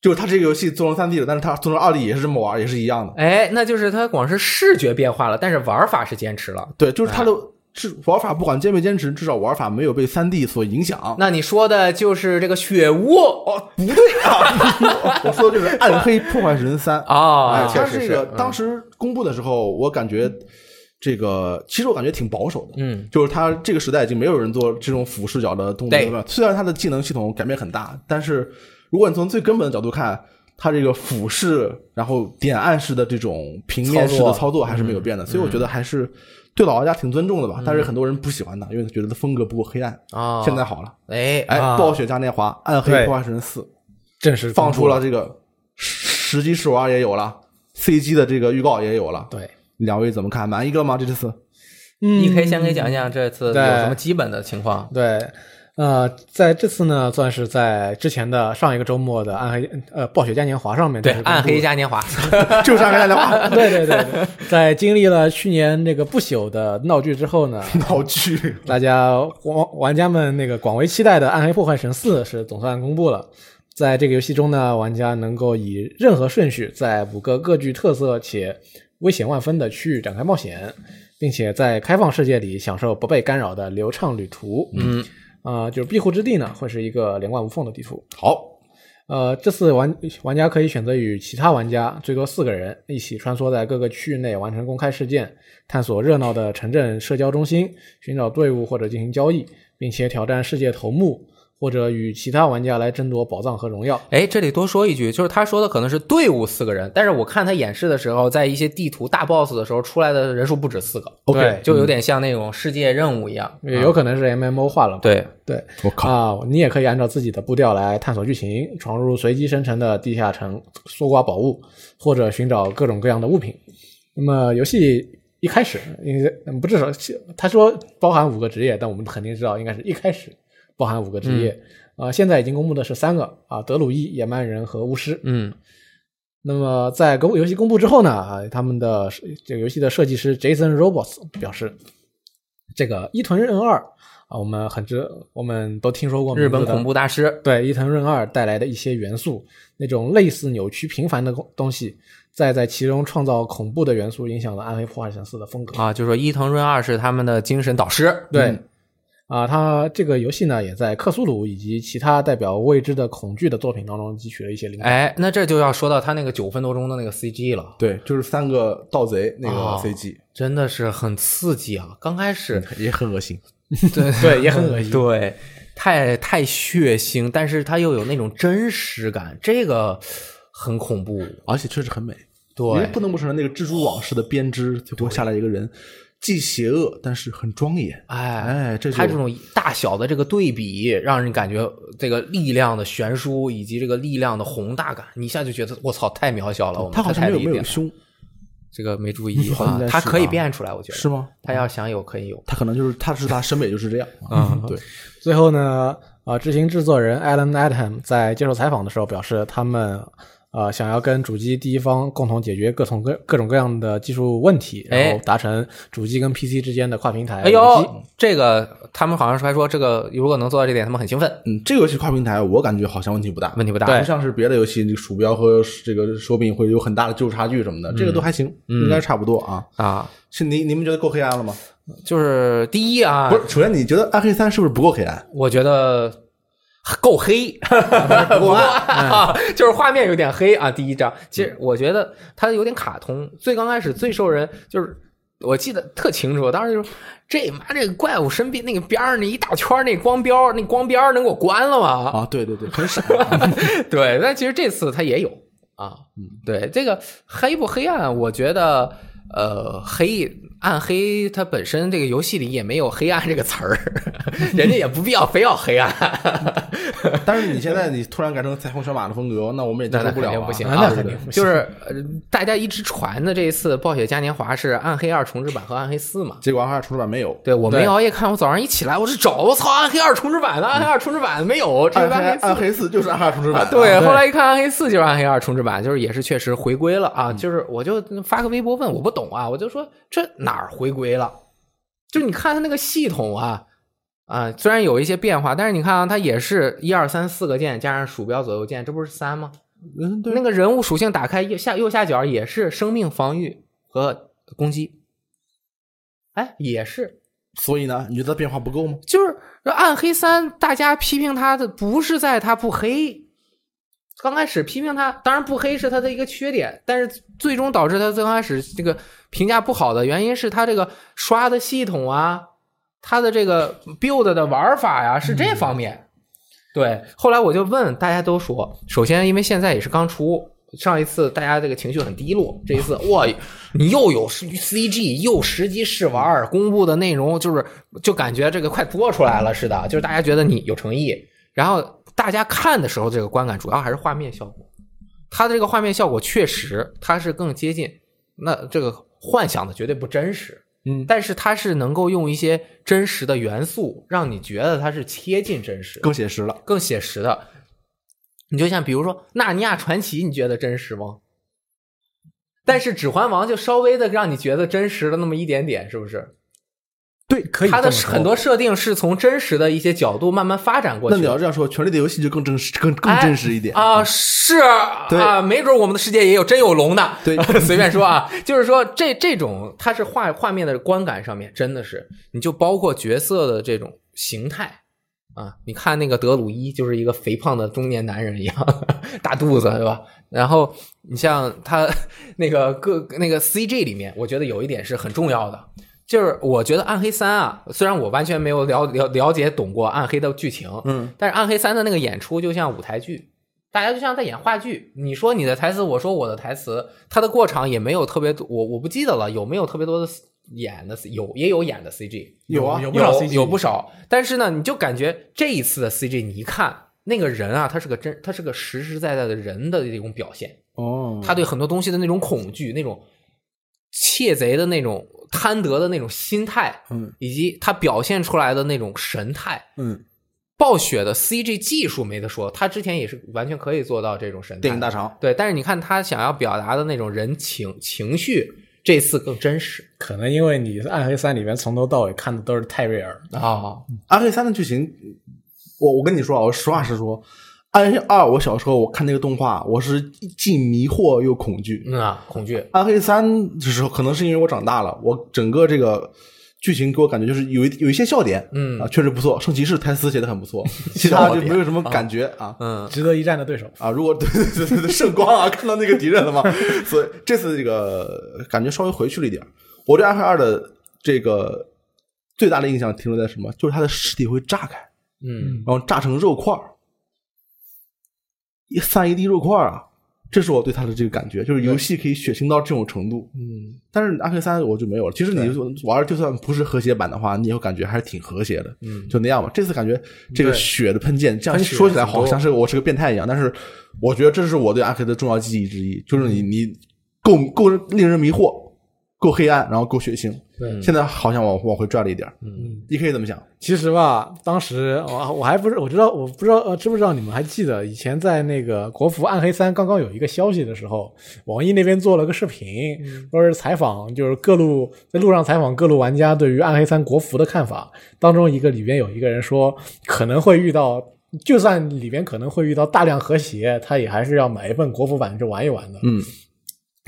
[SPEAKER 1] 就是它这个游戏做成三 D 了，但是它做成二 D 也是这么玩，也是一样的。
[SPEAKER 2] 哎，那就是它光是视觉变化了，但是玩法是坚持了。
[SPEAKER 1] 对，就是它的是玩法不管坚没坚持，至少玩法没有被三 D 所影响。
[SPEAKER 2] 那你说的就是这个血污
[SPEAKER 1] 哦，不对啊！ [LAUGHS] 我说的就是《暗黑破坏神三》
[SPEAKER 2] 啊
[SPEAKER 1] 哎，，它
[SPEAKER 2] 确实
[SPEAKER 1] 这
[SPEAKER 2] 是嗯
[SPEAKER 1] 个当时公布的时候，我感觉这个其实我感觉挺保守的，
[SPEAKER 2] 嗯，
[SPEAKER 1] 就是它这个时代已经没有人做这种俯视角的动作
[SPEAKER 2] 对
[SPEAKER 1] 了。虽然它的技能系统改变很大，但是如果你从最根本的角度看，它这个俯视，然后点按式的这种平面式
[SPEAKER 3] 操
[SPEAKER 1] 的
[SPEAKER 3] 作
[SPEAKER 1] 操作还是没有
[SPEAKER 2] 嗯
[SPEAKER 1] 变的，所以我觉得还是对老玩家挺尊重的吧。但是很多人不喜欢它，因为他觉得它风格不够黑暗。
[SPEAKER 2] 啊，
[SPEAKER 1] 现在好了，
[SPEAKER 2] 哎
[SPEAKER 1] 哎，
[SPEAKER 3] 啊
[SPEAKER 1] 暴雪嘉年华、暗黑
[SPEAKER 3] 对
[SPEAKER 1] 破坏神四
[SPEAKER 3] 正式
[SPEAKER 1] 放出
[SPEAKER 3] 了，
[SPEAKER 1] 了这个实实际试玩也有了，CG 的这个预告也有了。
[SPEAKER 3] 对，
[SPEAKER 1] 两位怎么看？满意了吗？这次 [LAUGHS]
[SPEAKER 2] 你可以先给讲讲这次有
[SPEAKER 3] 对
[SPEAKER 2] 什么基本的情况
[SPEAKER 3] 嗯对，呃，在这次呢，算是在之前的上一个周末的暗黑呃暴雪嘉年华上面
[SPEAKER 2] 对
[SPEAKER 3] 正式，公
[SPEAKER 2] 暗
[SPEAKER 3] 布
[SPEAKER 2] 黑嘉年华， [LAUGHS]
[SPEAKER 1] 就是暗黑嘉年华
[SPEAKER 3] 对对对对，在经历了去年那个不朽的 [LAUGHS] 闹剧之后呢，
[SPEAKER 1] 闹剧。
[SPEAKER 3] 大家玩玩家们那个广为期待的《暗黑破坏神四》是总算公布了。在这个游戏中呢，玩家能够以任何顺序，在五个各具特色且危险万分的区域展开冒险，并且在开放世界里享受不被干扰的流畅旅途。
[SPEAKER 2] 嗯，
[SPEAKER 3] 啊、就是庇护之地呢，会是一个连贯无缝的地图。
[SPEAKER 1] 好，
[SPEAKER 3] 呃，这次玩玩家可以选择与其他玩家最多四个人一起穿梭在各个区域内，完成公开事件，探索热闹的城镇社交中心，寻找队伍或者进行交易，并且挑战世界头目，或者与其他玩家来争夺宝藏和荣耀。
[SPEAKER 2] 哎，这里多说一句，就是他说的可能是队伍四个人，但是我看他演示的时候，在一些地图大 boss 的时候出来的人数不止四个
[SPEAKER 1] OK
[SPEAKER 2] 对就有点像那种世界任务一样。
[SPEAKER 3] 也有可能是 MMO 化了嘛，
[SPEAKER 2] 对，
[SPEAKER 3] 对
[SPEAKER 1] 我
[SPEAKER 2] 嗯
[SPEAKER 1] 靠，
[SPEAKER 3] 啊，你也可以按照自己的步调来探索剧情，闯入随机生成的地下城，搜刮宝物，或者寻找各种各样的物品。那么游戏一开始，应该嗯不至少他说包含五个职业，但我们肯定知道应该是一开始包含五个职业。
[SPEAKER 2] 嗯
[SPEAKER 3] 啊、现在已经公布的是三个啊，德鲁伊、野蛮人和巫师。
[SPEAKER 2] 嗯，
[SPEAKER 3] 那么在公游戏公布之后呢，啊，他们的这个游戏的设计师 Jason Robots 表示，这个伊藤润二啊，我们很知，我们都听说过
[SPEAKER 2] 日本
[SPEAKER 3] 名字的
[SPEAKER 2] 恐怖大师，
[SPEAKER 3] 对伊藤润二带来的一些元素，那种类似扭曲平凡的东西，再在其中创造恐怖的元素，影响了《暗黑破坏神四》的风格。
[SPEAKER 2] 啊，就说伊藤润二是他们的精神导师。
[SPEAKER 3] 对，
[SPEAKER 1] 嗯
[SPEAKER 3] 啊，它这个游戏呢，也在克苏鲁以及其他代表未知的恐惧的作品当中汲取了一些灵感。
[SPEAKER 2] 哎，那这就要说到他那个九分多钟的那个 CG 了，
[SPEAKER 1] 对，就是三个盗贼那个
[SPEAKER 2] 哦
[SPEAKER 1] CG，、
[SPEAKER 2] 真的是很刺激啊！刚开始，
[SPEAKER 1] [LAUGHS] 也很恶心。
[SPEAKER 2] 对
[SPEAKER 3] 对，也很恶心。
[SPEAKER 2] 嗯对，太太血腥，但是他又有那种真实感，这个很恐怖。
[SPEAKER 1] 而且确实很美。因为
[SPEAKER 2] 对
[SPEAKER 1] 不，能不承认那个蜘蛛网式的编织，最后下来一个人，既邪恶但是很庄严。
[SPEAKER 2] 哎。
[SPEAKER 1] 哎，这就
[SPEAKER 2] 它这种大小的这个对比，让人感觉这个力量的悬殊以及这个力量的宏大感，你一下就觉得我操太渺小了。我们
[SPEAKER 1] 他好像
[SPEAKER 2] 太
[SPEAKER 1] 没有
[SPEAKER 2] 低
[SPEAKER 1] 没有
[SPEAKER 2] 点了
[SPEAKER 1] 胸，
[SPEAKER 2] 这个没注意
[SPEAKER 1] 好像
[SPEAKER 2] 啊
[SPEAKER 1] 应该，
[SPEAKER 2] 它
[SPEAKER 1] 是
[SPEAKER 2] 可以
[SPEAKER 1] 吧
[SPEAKER 2] 变出来，我觉得
[SPEAKER 1] 是吗？嗯
[SPEAKER 2] 他要想有可以有，
[SPEAKER 1] 他可能就是他是他审美就是这样
[SPEAKER 2] 嗯
[SPEAKER 1] 对，
[SPEAKER 3] 最后呢，啊，执行制作人 Alan Adam 在接受采访的时候表示，他们呃想要跟主机第一方共同解决各种各各种各样的技术问题，
[SPEAKER 2] 哎
[SPEAKER 3] 然后达成主机跟 PC 之间的跨平
[SPEAKER 2] 哎
[SPEAKER 3] 台。以及
[SPEAKER 2] 呦，这个他们好像是还说这个如果能做到这点，他们很兴奋，
[SPEAKER 1] 嗯，这个游戏跨平台我感觉好像问题不大，
[SPEAKER 2] 问题不大。
[SPEAKER 1] 不像是别的游戏，这个鼠标和这个手柄会有很大的技术差距什么的，这
[SPEAKER 2] 嗯
[SPEAKER 1] 个都还行，应该差不多啊。
[SPEAKER 2] 啊，
[SPEAKER 1] 是你你们觉得够黑暗了吗？
[SPEAKER 2] 就是第一啊
[SPEAKER 1] 不，是，首先你觉得《暗黑三》是不是不够黑暗？
[SPEAKER 2] 我觉得够黑，不过啊，就是画面有点黑啊。第一张，其实我觉得它有点卡通，最刚开始最受人就是。我记得特清楚，当时就说这妈这个怪物身边那个边儿那一大圈儿那光标儿那光边儿能给我关了吗？
[SPEAKER 1] 啊， [LAUGHS] 对对对，很傻。
[SPEAKER 2] [LAUGHS] 对，但其实这次他也有啊。对，这个黑不黑暗，我觉得呃，黑暗黑它本身这个游戏里也没有黑暗这个词儿， [LAUGHS] 人家也不必要非要黑暗。 [LAUGHS]
[SPEAKER 1] 但是你现在你突然改成彩虹小马的风格，那我们也接
[SPEAKER 2] 那
[SPEAKER 1] 受
[SPEAKER 2] 那
[SPEAKER 1] 不
[SPEAKER 2] 肯
[SPEAKER 1] 了
[SPEAKER 2] 定
[SPEAKER 1] 啊，
[SPEAKER 2] 不行
[SPEAKER 3] 啊
[SPEAKER 2] 啊
[SPEAKER 3] 那肯定！不行
[SPEAKER 2] 就是呃大家一直传的这一次暴雪嘉年华是《暗黑二》重置版和《暗黑四》嘛。
[SPEAKER 1] 结果《暗黑二》重置版没有，
[SPEAKER 2] 对，我没
[SPEAKER 3] 对
[SPEAKER 2] 熬夜看，我早上一起来，我是找，我操，《暗黑二》重置版呢，《暗黑二》重置版没有，这
[SPEAKER 1] 暗
[SPEAKER 2] 是《
[SPEAKER 1] 黑
[SPEAKER 2] 暗黑四》
[SPEAKER 1] 暗黑四就是暗黑重置版、
[SPEAKER 2] 啊对，
[SPEAKER 3] 对
[SPEAKER 2] 后来一看《暗黑四》就是《暗黑二》重置版，就是也是确实回归了啊。就是我就发个微博问我不懂啊，我就说这哪儿回归了？就你看它那个系统啊啊，虽然有一些变化，但是你看啊，它也是一二三四个键加上鼠标左右键，这不是三吗？
[SPEAKER 1] 嗯，对，
[SPEAKER 2] 那个人物属性打开右下右下角也是生命、防御和攻击，哎，也是
[SPEAKER 1] 所以呢，你觉得变化不够吗？
[SPEAKER 2] 就是《暗黑三》，大家批评他的不是在他不黑，刚开始批评他，当然不黑是他的一个缺点，但是最终导致他最刚开始这个评价不好的原因是他这个刷的系统啊，他的这个 build 的玩法呀、是这方面。对，后来我就问，大家都说，首先因为现在也是刚出，上一次大家这个情绪很低落，这一次哇，你又有 CG 又实机试玩儿，公布的内容就是就感觉这个快做出来了似的，就是大家觉得你有诚意，然后大家看的时候这个观感主要还是画面效果，它的这个画面效果确实它是更接近那这个幻想的绝对不真实。
[SPEAKER 1] 嗯
[SPEAKER 2] 但是它是能够用一些真实的元素，让你觉得它是贴近真实的，
[SPEAKER 1] 更写实了。
[SPEAKER 2] 更写实的。你就像比如说《纳尼亚传奇》，你觉得真实吗？但是《指环王》就稍微的让你觉得真实了那么一点点，是不是？
[SPEAKER 3] 对，可以
[SPEAKER 2] 它
[SPEAKER 3] 这
[SPEAKER 2] 的
[SPEAKER 3] 么说
[SPEAKER 2] 很多设定是从真实的一些角度慢慢发展过
[SPEAKER 1] 那
[SPEAKER 2] 去
[SPEAKER 1] 你
[SPEAKER 2] 的。
[SPEAKER 1] 要这样说，《权力的游戏》就更真实、更更真实一点。
[SPEAKER 2] 啊、是
[SPEAKER 1] 对
[SPEAKER 2] 啊，没准我们的世界也有真有龙的，
[SPEAKER 1] 对
[SPEAKER 2] [LAUGHS] 随便说啊，就是说这这种它是画画面的观感上面真的是，你就包括角色的这种形态啊，你看那个德鲁伊就是一个肥胖的中年男人一样，大肚子对吧？然后你像他那个各那个 CG 里面，我觉得有一点是很重要的，就是我觉得《暗黑三》啊，虽然我完全没有了了了解懂过《暗黑》的剧情，
[SPEAKER 1] 嗯，
[SPEAKER 2] 但是《暗黑三》的那个演出就像舞台剧，大家就像在演话剧，你说你的台词，我说我的台词，他的过场也没有特别多，我我不记得了，有没有特别多的演的有也有演的 CG，
[SPEAKER 1] 有啊
[SPEAKER 3] 有不
[SPEAKER 2] 有
[SPEAKER 3] 少 CG，
[SPEAKER 2] 有不少，但是呢，你就感觉这一次的 CG，你一看那个人啊，他是个真，他是个实实在在的人的这种表现，
[SPEAKER 1] 哦，
[SPEAKER 2] 他对很多东西的那种恐惧、那种窃贼的那种贪得的那种心态，
[SPEAKER 1] 嗯
[SPEAKER 2] 以及他表现出来的那种神态。
[SPEAKER 1] 嗯，
[SPEAKER 2] 暴雪的 CG 技术没得说，他之前也是完全可以做到这种神态。
[SPEAKER 1] 电影大赏，
[SPEAKER 2] 对，但是你看他想要表达的那种人情情绪，这次更真实
[SPEAKER 3] 可能因为你《暗黑三》里面从头到尾看的都是泰瑞尔，
[SPEAKER 2] 啊、
[SPEAKER 1] 《暗黑三》的剧情，我我跟你说啊，我实话实说，《暗黑二》我小时候我看那个动画，我是既迷惑又恐惧，
[SPEAKER 2] 嗯啊，恐惧，
[SPEAKER 1] 暗黑三》的时候，可能是因为我长大了，我整个这个剧情给我感觉就是有一有一些笑点，
[SPEAKER 2] 嗯
[SPEAKER 1] 啊，确实不错。圣骑士台词写的很不错，其他就没有什么感觉啊。
[SPEAKER 2] 嗯
[SPEAKER 3] 值得一战的对手。
[SPEAKER 1] 啊，如果对对对对对圣光啊，看到那个敌人了吗？所以这次这个感觉稍微回去了一点儿。我对《暗黑二》的这个最大的印象停留在什么？就是他的尸体会炸开，
[SPEAKER 2] 嗯
[SPEAKER 1] 然后炸成肉块儿，一散一地肉块儿啊！这是我对他的这个感觉，就是游戏可以血腥到这种程度。
[SPEAKER 2] 嗯
[SPEAKER 1] 但是暗黑三我就没有了。其实你玩儿就算不是和谐版的话，你也会感觉还是挺和谐的，
[SPEAKER 2] 嗯，
[SPEAKER 1] 就那样吧。这次感觉这个
[SPEAKER 2] 对
[SPEAKER 1] 血的喷溅，这样
[SPEAKER 2] 喷血
[SPEAKER 1] 说起来
[SPEAKER 2] 很多
[SPEAKER 1] 好像是我是个变态一样，但是我觉得这是我对暗黑的重要记忆之一，就是
[SPEAKER 2] 嗯
[SPEAKER 1] 你你够够令人迷惑，够黑暗，然后够血腥。
[SPEAKER 2] 对
[SPEAKER 1] 现在好像往往回拽了一点儿。
[SPEAKER 2] 嗯
[SPEAKER 1] 你可以怎么想？
[SPEAKER 3] 其实吧，当时我我还不是我知道，我不知道呃知不知道你们还记得以前在那个《国服暗黑三》刚刚有一个消息的时候，网易那边做了个视频，说是采访，就是各路在路上采访各路玩家对于《暗黑三》国服的看法。当中一个里边有一个人说，可能会遇到，就算里边可能会遇到大量和谐，他也还是要买一份国服版就玩一玩的。
[SPEAKER 1] 嗯，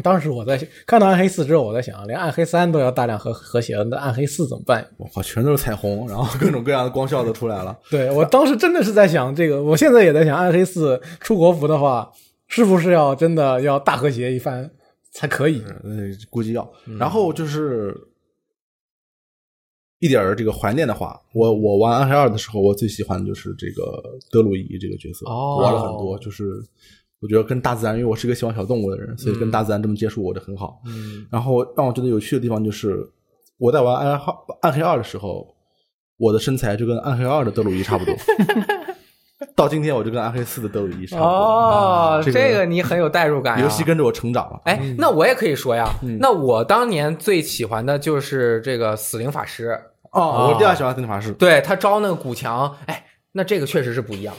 [SPEAKER 3] 当时我在看到《暗黑四》之后，我在想，连《暗黑三》都要大量和和谐了，那《暗黑四》怎么办？
[SPEAKER 1] 我靠，全都是彩虹，然后各种各样的光效都出来了。
[SPEAKER 3] 对我当时真的是在想这个，我现在也在想，暗黑四出国服的话，是不是要真的要大和谐一番才可以？
[SPEAKER 1] 呃，估计要。
[SPEAKER 2] 嗯
[SPEAKER 1] 然后就是一点儿这个怀念的话，我我玩暗黑二的时候，我最喜欢的就是这个德鲁伊这个角色，
[SPEAKER 2] 哦
[SPEAKER 1] 玩了很多，就是。我觉得跟大自然，因为我是一个喜欢小动物的人，所以跟大自然这么接触我就很好。
[SPEAKER 2] 嗯
[SPEAKER 1] 然后让我觉得有趣的地方就是，我在玩暗黑二暗黑二的时候，我的身材就跟暗黑二的德鲁伊差
[SPEAKER 2] [LAUGHS]
[SPEAKER 1] 不多。到今天我就跟暗黑四的德鲁伊差不多。啊
[SPEAKER 2] 哦，
[SPEAKER 1] 这个
[SPEAKER 2] 这个你很有代入感、啊，
[SPEAKER 1] 游戏跟着嗯我成长了。
[SPEAKER 2] 哎，那我也可以说呀。那我当年最喜欢的就是这个死灵法师，
[SPEAKER 1] 哦，我第二喜欢森林法师。
[SPEAKER 2] 对他招那个古墙，哎，那这个确实是不一样。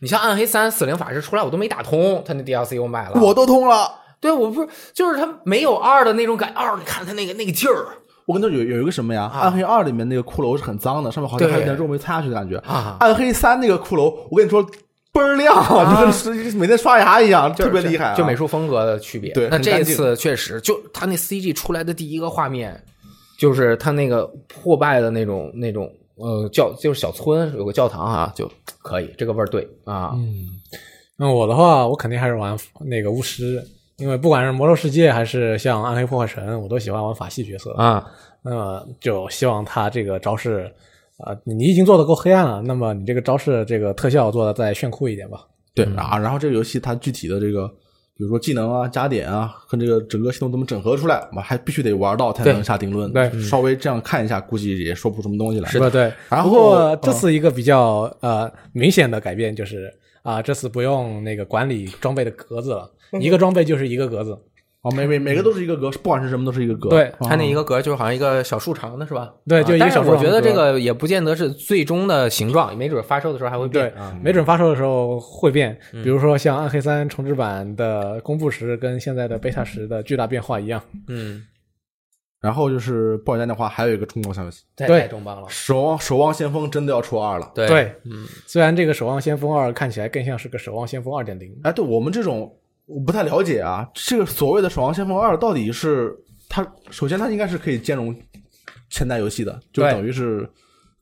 [SPEAKER 2] 你像《暗黑三》死灵法师出来，我都没打通，他那 DLC 我买了。
[SPEAKER 1] 我都通了。
[SPEAKER 2] 对我不是，就是他没有二的那种感，二你看他那个那个劲儿啊
[SPEAKER 1] 我跟你说有有一个什么呀，暗黑二》里面那个骷髅是很脏的，上面好像
[SPEAKER 2] 对
[SPEAKER 1] 还有点肉没擦下去的感觉。
[SPEAKER 2] 啊
[SPEAKER 1] 暗黑三》那个骷髅，我跟你说倍儿亮，就是是每天刷牙一样，
[SPEAKER 2] 啊就是
[SPEAKER 1] 特别厉害啊、
[SPEAKER 2] 就美术风格的区别。
[SPEAKER 1] 对
[SPEAKER 2] 那
[SPEAKER 1] 很
[SPEAKER 2] 这一
[SPEAKER 1] 干净
[SPEAKER 2] 次确实，就他那 CG 出来的第一个画面，就是他那个破败的那种那种呃教，就是小村有个教堂啊，就可以，这个味儿对啊。
[SPEAKER 3] 嗯那我的话，我肯定还是玩那个巫师，因为不管是魔兽世界还是像暗黑破坏神，我都喜欢玩法系角色。
[SPEAKER 2] 啊，
[SPEAKER 3] 那么就希望他这个招式，啊，你已经做的够黑暗了，那么你这个招式这个特效做的再炫酷一点吧。
[SPEAKER 1] 对啊，然后这个游戏它具体的这个，比如说技能啊、加点啊，跟这个整个系统怎么整合出来，我们还必须得玩到才
[SPEAKER 2] 对
[SPEAKER 1] 能下定论。
[SPEAKER 3] 对
[SPEAKER 1] 稍微这样看一下，估计也说不出什么东西来。
[SPEAKER 3] 吧？对。
[SPEAKER 1] 然后
[SPEAKER 3] 不过这次一个比较、呃明显的改变就是啊、这次不用那个管理装备的格子了，一个装备就是一个格子。
[SPEAKER 1] 啊，每每每个都是一个格，不管是什么都是一个格。
[SPEAKER 3] 对
[SPEAKER 1] 啊
[SPEAKER 2] 它那一个格就好像一个小树长的是吧？
[SPEAKER 3] 哦对
[SPEAKER 2] 啊
[SPEAKER 3] 就一个
[SPEAKER 2] 但是
[SPEAKER 3] 小树
[SPEAKER 2] 我
[SPEAKER 3] 长
[SPEAKER 2] 觉
[SPEAKER 3] 的
[SPEAKER 2] 得这
[SPEAKER 3] 格
[SPEAKER 2] 个也不见得是最终的形状，没准发售的时候还会
[SPEAKER 3] 对
[SPEAKER 2] 变啊。，
[SPEAKER 3] 没准发售的时候会变，比如说像《暗黑三》重置版的公布时跟现在的贝塔时的巨大变化一样。
[SPEAKER 2] 嗯，
[SPEAKER 1] 然后就是暴雪家的话，还有一个重头消息，
[SPEAKER 2] 太
[SPEAKER 3] 对
[SPEAKER 2] 太重磅了。
[SPEAKER 1] 《守望守望先锋》真的要出二了。
[SPEAKER 2] 对
[SPEAKER 3] 对
[SPEAKER 2] 嗯，
[SPEAKER 3] 虽然这个《守望先锋二》看起来更像是个《守望先锋二点零》，
[SPEAKER 1] 哎，对我们这种我不太了解啊，这个所谓的《守望先锋二》到底是它，首先它应该是可以兼容现代游戏的，就
[SPEAKER 3] 对
[SPEAKER 1] 等于是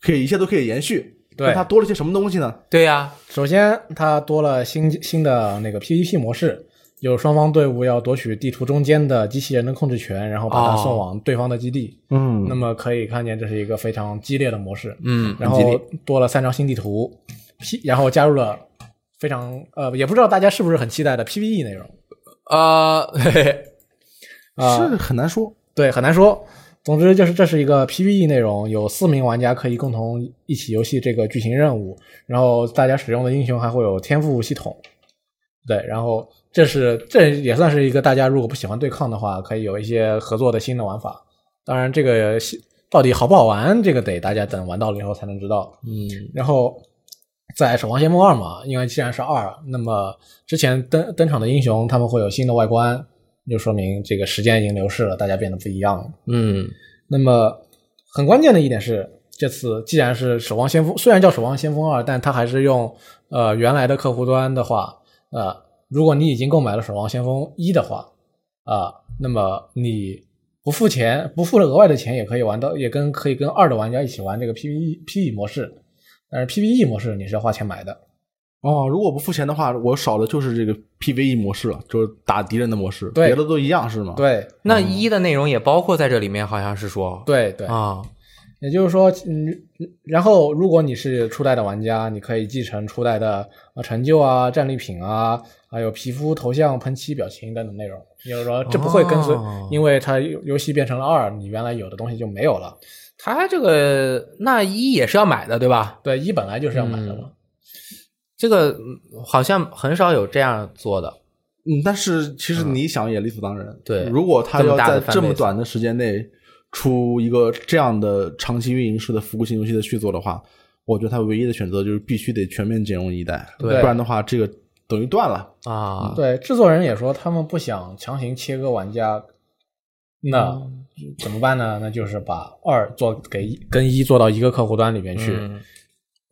[SPEAKER 1] 可以一切都可以延续。
[SPEAKER 3] 对
[SPEAKER 1] 那它多了些什么东西呢？
[SPEAKER 2] 对呀、
[SPEAKER 3] 首先，它多了新新的那个 PVP 模式，有双方队伍要夺取地图中间的机器人的控制权，然后把它
[SPEAKER 2] 哦
[SPEAKER 3] 送往对方的基地。
[SPEAKER 1] 嗯
[SPEAKER 3] 那么可以看见这是一个非常激烈的模式。
[SPEAKER 2] 嗯，
[SPEAKER 3] 然后多了三张新地图，P，然后加入了非常呃，也不知道大家是不是很期待的 PVE 内容
[SPEAKER 2] 呃，嘿嘿
[SPEAKER 3] 啊、
[SPEAKER 1] 是很难说。
[SPEAKER 3] 对，很难说。总之就是这是一个 PVE 内容，有四名玩家可以共同一起游戏这个剧情任务，然后大家使用的英雄还会有天赋系统，对，然后这是这也算是一个大家如果不喜欢对抗的话，可以有一些合作的新的玩法。当然，这个系到底好不好玩，这个得大家等玩到了以后才能知道。
[SPEAKER 2] 嗯，
[SPEAKER 3] 然后在《守望先锋二》嘛，因为既然是二，那么之前登登场的英雄他们会有新的外观，就说明这个时间已经流逝了，大家变得不一样了。
[SPEAKER 2] 嗯，
[SPEAKER 3] 那么很关键的一点是，这次既然是《守望先锋》，虽然叫《守望先锋二》，但它还是用呃原来的客户端的话，呃，如果你已经购买了《守望先锋一》的话，啊、那么你不付钱，不付了额外的钱也可以玩到，也跟可以跟二的玩家一起玩这个 PVE PVE E 模式，但是 PVE 模式你是要花钱买的。
[SPEAKER 1] 哦，如果不付钱的话，我少的就是这个 PVE 模式了，就是打敌人的模式，
[SPEAKER 3] 对
[SPEAKER 1] 别的都一样是吗？，
[SPEAKER 3] 对
[SPEAKER 2] 那
[SPEAKER 1] 嗯
[SPEAKER 2] 一的内容也包括在这里面，好像是说，
[SPEAKER 3] 对对，
[SPEAKER 2] 啊，
[SPEAKER 3] 也就是说，嗯，然后如果你是初代的玩家，你可以继承初代的呃成就啊、战利品啊，还有皮肤、头像、喷漆、表情等等内容。也就是说，这不会跟随，
[SPEAKER 2] 哦
[SPEAKER 3] 因为它游游戏变成了二，你原来有的东西就没有了。
[SPEAKER 2] 它这个那一也是要买的，对吧？
[SPEAKER 3] 对，一本来就是要买的嘛。
[SPEAKER 2] 这个嗯好像很少有这样做的，
[SPEAKER 1] 嗯，但是其实你想也理所当然。
[SPEAKER 2] 对
[SPEAKER 1] 如果他
[SPEAKER 2] 这么
[SPEAKER 1] 要
[SPEAKER 2] 大的
[SPEAKER 1] 在
[SPEAKER 2] 翻
[SPEAKER 1] 这
[SPEAKER 2] 倍
[SPEAKER 1] 么短的时间内出一个这样的长期运营式的服务型游戏的续作的话，我觉得他唯一的选择就是必须得全面兼容一代，
[SPEAKER 2] 对
[SPEAKER 1] 不然的话这个等于断了。嗯
[SPEAKER 2] 啊，
[SPEAKER 3] 对，制作人也说他们不想强行切割玩家，那、
[SPEAKER 2] 嗯
[SPEAKER 1] 嗯
[SPEAKER 3] 怎么办呢？那就是把二做给一跟一做到一个客户端里面去。
[SPEAKER 2] 嗯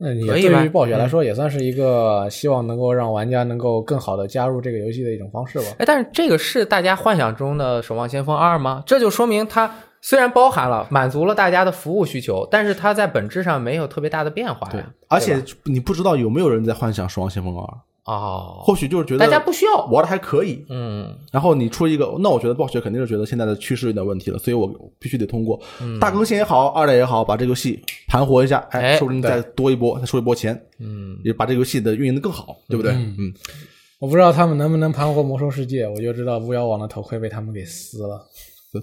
[SPEAKER 3] 那也
[SPEAKER 2] 可以吧嗯
[SPEAKER 3] 对于暴雪来说，也算是一个希望能够让玩家能够更好的加入这个游戏的一种方式吧。
[SPEAKER 2] 哎，但是这个是大家幻想中的《守望先锋二》吗？这就说明它虽然包含了满足了大家的服务需求，但是它在本质上没有特别大的变化呀。
[SPEAKER 1] 而且你不知道有没有人在幻想《守望先锋二》，
[SPEAKER 2] 哦，
[SPEAKER 1] 或许就是觉得
[SPEAKER 2] 大家不需要。
[SPEAKER 1] 玩的还可以，
[SPEAKER 2] 嗯
[SPEAKER 1] 然后你出一个，那我觉得暴雪肯定是觉得现在的趋势有点问题了，所以我必须得通过、大更新也好，二代也好，把这个游戏盘活一下，嗯哎，
[SPEAKER 2] 哎
[SPEAKER 1] 说不定再多一波，再收一波钱，
[SPEAKER 2] 嗯，
[SPEAKER 1] 也把这个游戏的运营的更好，对不对？嗯，
[SPEAKER 3] 我不知道他们能不能盘活魔兽世界，我就知道巫妖王的头盔被他们给撕了。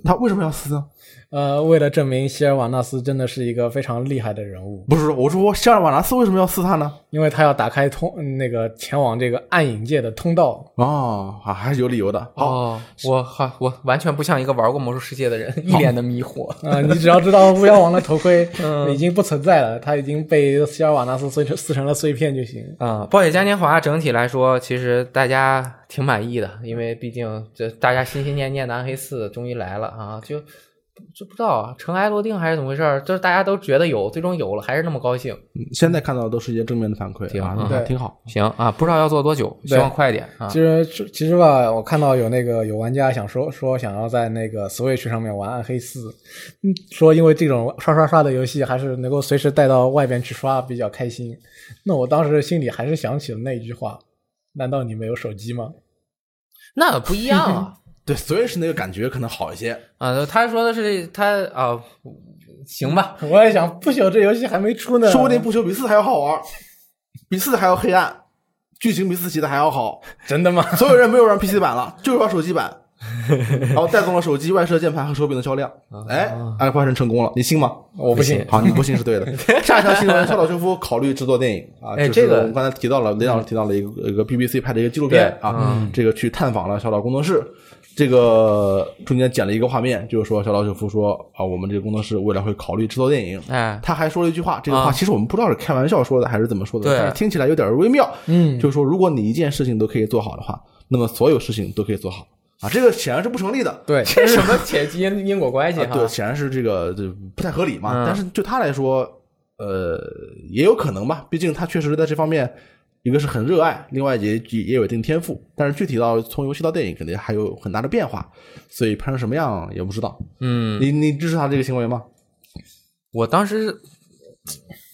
[SPEAKER 1] 他为什么要撕呢？
[SPEAKER 3] 呃，为了证明希尔瓦纳斯真的是一个非常厉害的人物，
[SPEAKER 1] 不是，我说希尔瓦纳斯为什么要撕他呢？
[SPEAKER 3] 因为他要打开通那个前往这个暗影界的通道。
[SPEAKER 1] 哦，啊还是有理由的。好，
[SPEAKER 2] 哦，我好，我完全不像一个玩过魔兽世界的人，一脸的迷惑。嗯
[SPEAKER 3] 啊、你只要知道巫妖王的头盔已经不存在了，他已经被希尔瓦纳斯碎成撕成了碎片就行。
[SPEAKER 2] 啊、暴雪嘉年华整体来说，其实大家挺满意的，因为毕竟这大家心心念念的暗黑四终于来了啊，就就不知道啊，尘埃落定还是怎么回事儿，就是大家都觉得有，最终有了，还是那么高兴。
[SPEAKER 1] 嗯现在看到的都是一些正面的反馈
[SPEAKER 2] 挺
[SPEAKER 1] 啊
[SPEAKER 2] 好，
[SPEAKER 1] 那
[SPEAKER 3] 对
[SPEAKER 1] 挺好。
[SPEAKER 2] 行啊，不知道要做多久，希
[SPEAKER 3] 对
[SPEAKER 2] 望快点啊
[SPEAKER 3] 其。实其实吧，我看到有那个有玩家想说说想要在那个 Switch 上面玩《暗黑四》，嗯，说因为这种刷刷刷的游戏还是能够随时带到外边去刷，比较开心。那我当时心里还是想起了那一句话：难道你没有手机吗？ [LAUGHS]
[SPEAKER 2] 那不 [LAUGHS] 一样啊呃
[SPEAKER 1] 对，所以是那个感觉可能好一些。
[SPEAKER 2] 啊！他说的是他啊，行吧，
[SPEAKER 3] 我也想不朽这游戏还没出呢，
[SPEAKER 1] 说不定不朽比四还要好啊玩，啊比四还要黑暗，剧情比四写的还要好。
[SPEAKER 3] 真的吗？
[SPEAKER 1] [LAUGHS] 所有人没有玩 PC 版了，就是玩手机版，然后带动了手机外设键盘和手柄的销量。哎，
[SPEAKER 2] 啊
[SPEAKER 1] 爱发神成功了，你信吗？
[SPEAKER 3] 我不信。
[SPEAKER 1] 好，你不信是对
[SPEAKER 2] [LAUGHS]
[SPEAKER 1] 的。下一条新闻，肖老修夫考虑制作电影啊，
[SPEAKER 2] 哎
[SPEAKER 1] 就是
[SPEAKER 2] 这个
[SPEAKER 1] 我们刚才提到了，雷老师提到了一个一个 BBC 拍的一个纪录片
[SPEAKER 2] 对嗯
[SPEAKER 1] 啊，这个去探访了小岛工作室。这个中间剪了一个画面，就是说小岛秀夫说啊，我们这个工作室未来会考虑制作电影。
[SPEAKER 2] 哎，
[SPEAKER 1] 他还说了一句话，这个话
[SPEAKER 2] 啊
[SPEAKER 1] 其实我们不知道是开玩笑说的还是怎么说的，
[SPEAKER 2] 对
[SPEAKER 1] 但是听起来有点微妙。
[SPEAKER 3] 嗯，
[SPEAKER 1] 就是说，如果你一件事情都可以做好的话，那么所有事情都可以做好啊。这个显然是不成立的，
[SPEAKER 3] 对，
[SPEAKER 2] 这什 [LAUGHS] 么铁因因果关系
[SPEAKER 1] 啊，
[SPEAKER 2] 哈？
[SPEAKER 1] 对，显然是这个这不太合理嘛。
[SPEAKER 2] 嗯
[SPEAKER 1] 但是就他来说，呃，也有可能吧，毕竟他确实在这方面。一个是很热爱，另外也也也有一定天赋，但是具体到从游戏到电影，肯定还有很大的变化，所以拍成什么样也不知道。
[SPEAKER 2] 嗯，
[SPEAKER 1] 你你支持他这个行为吗？
[SPEAKER 2] 我当时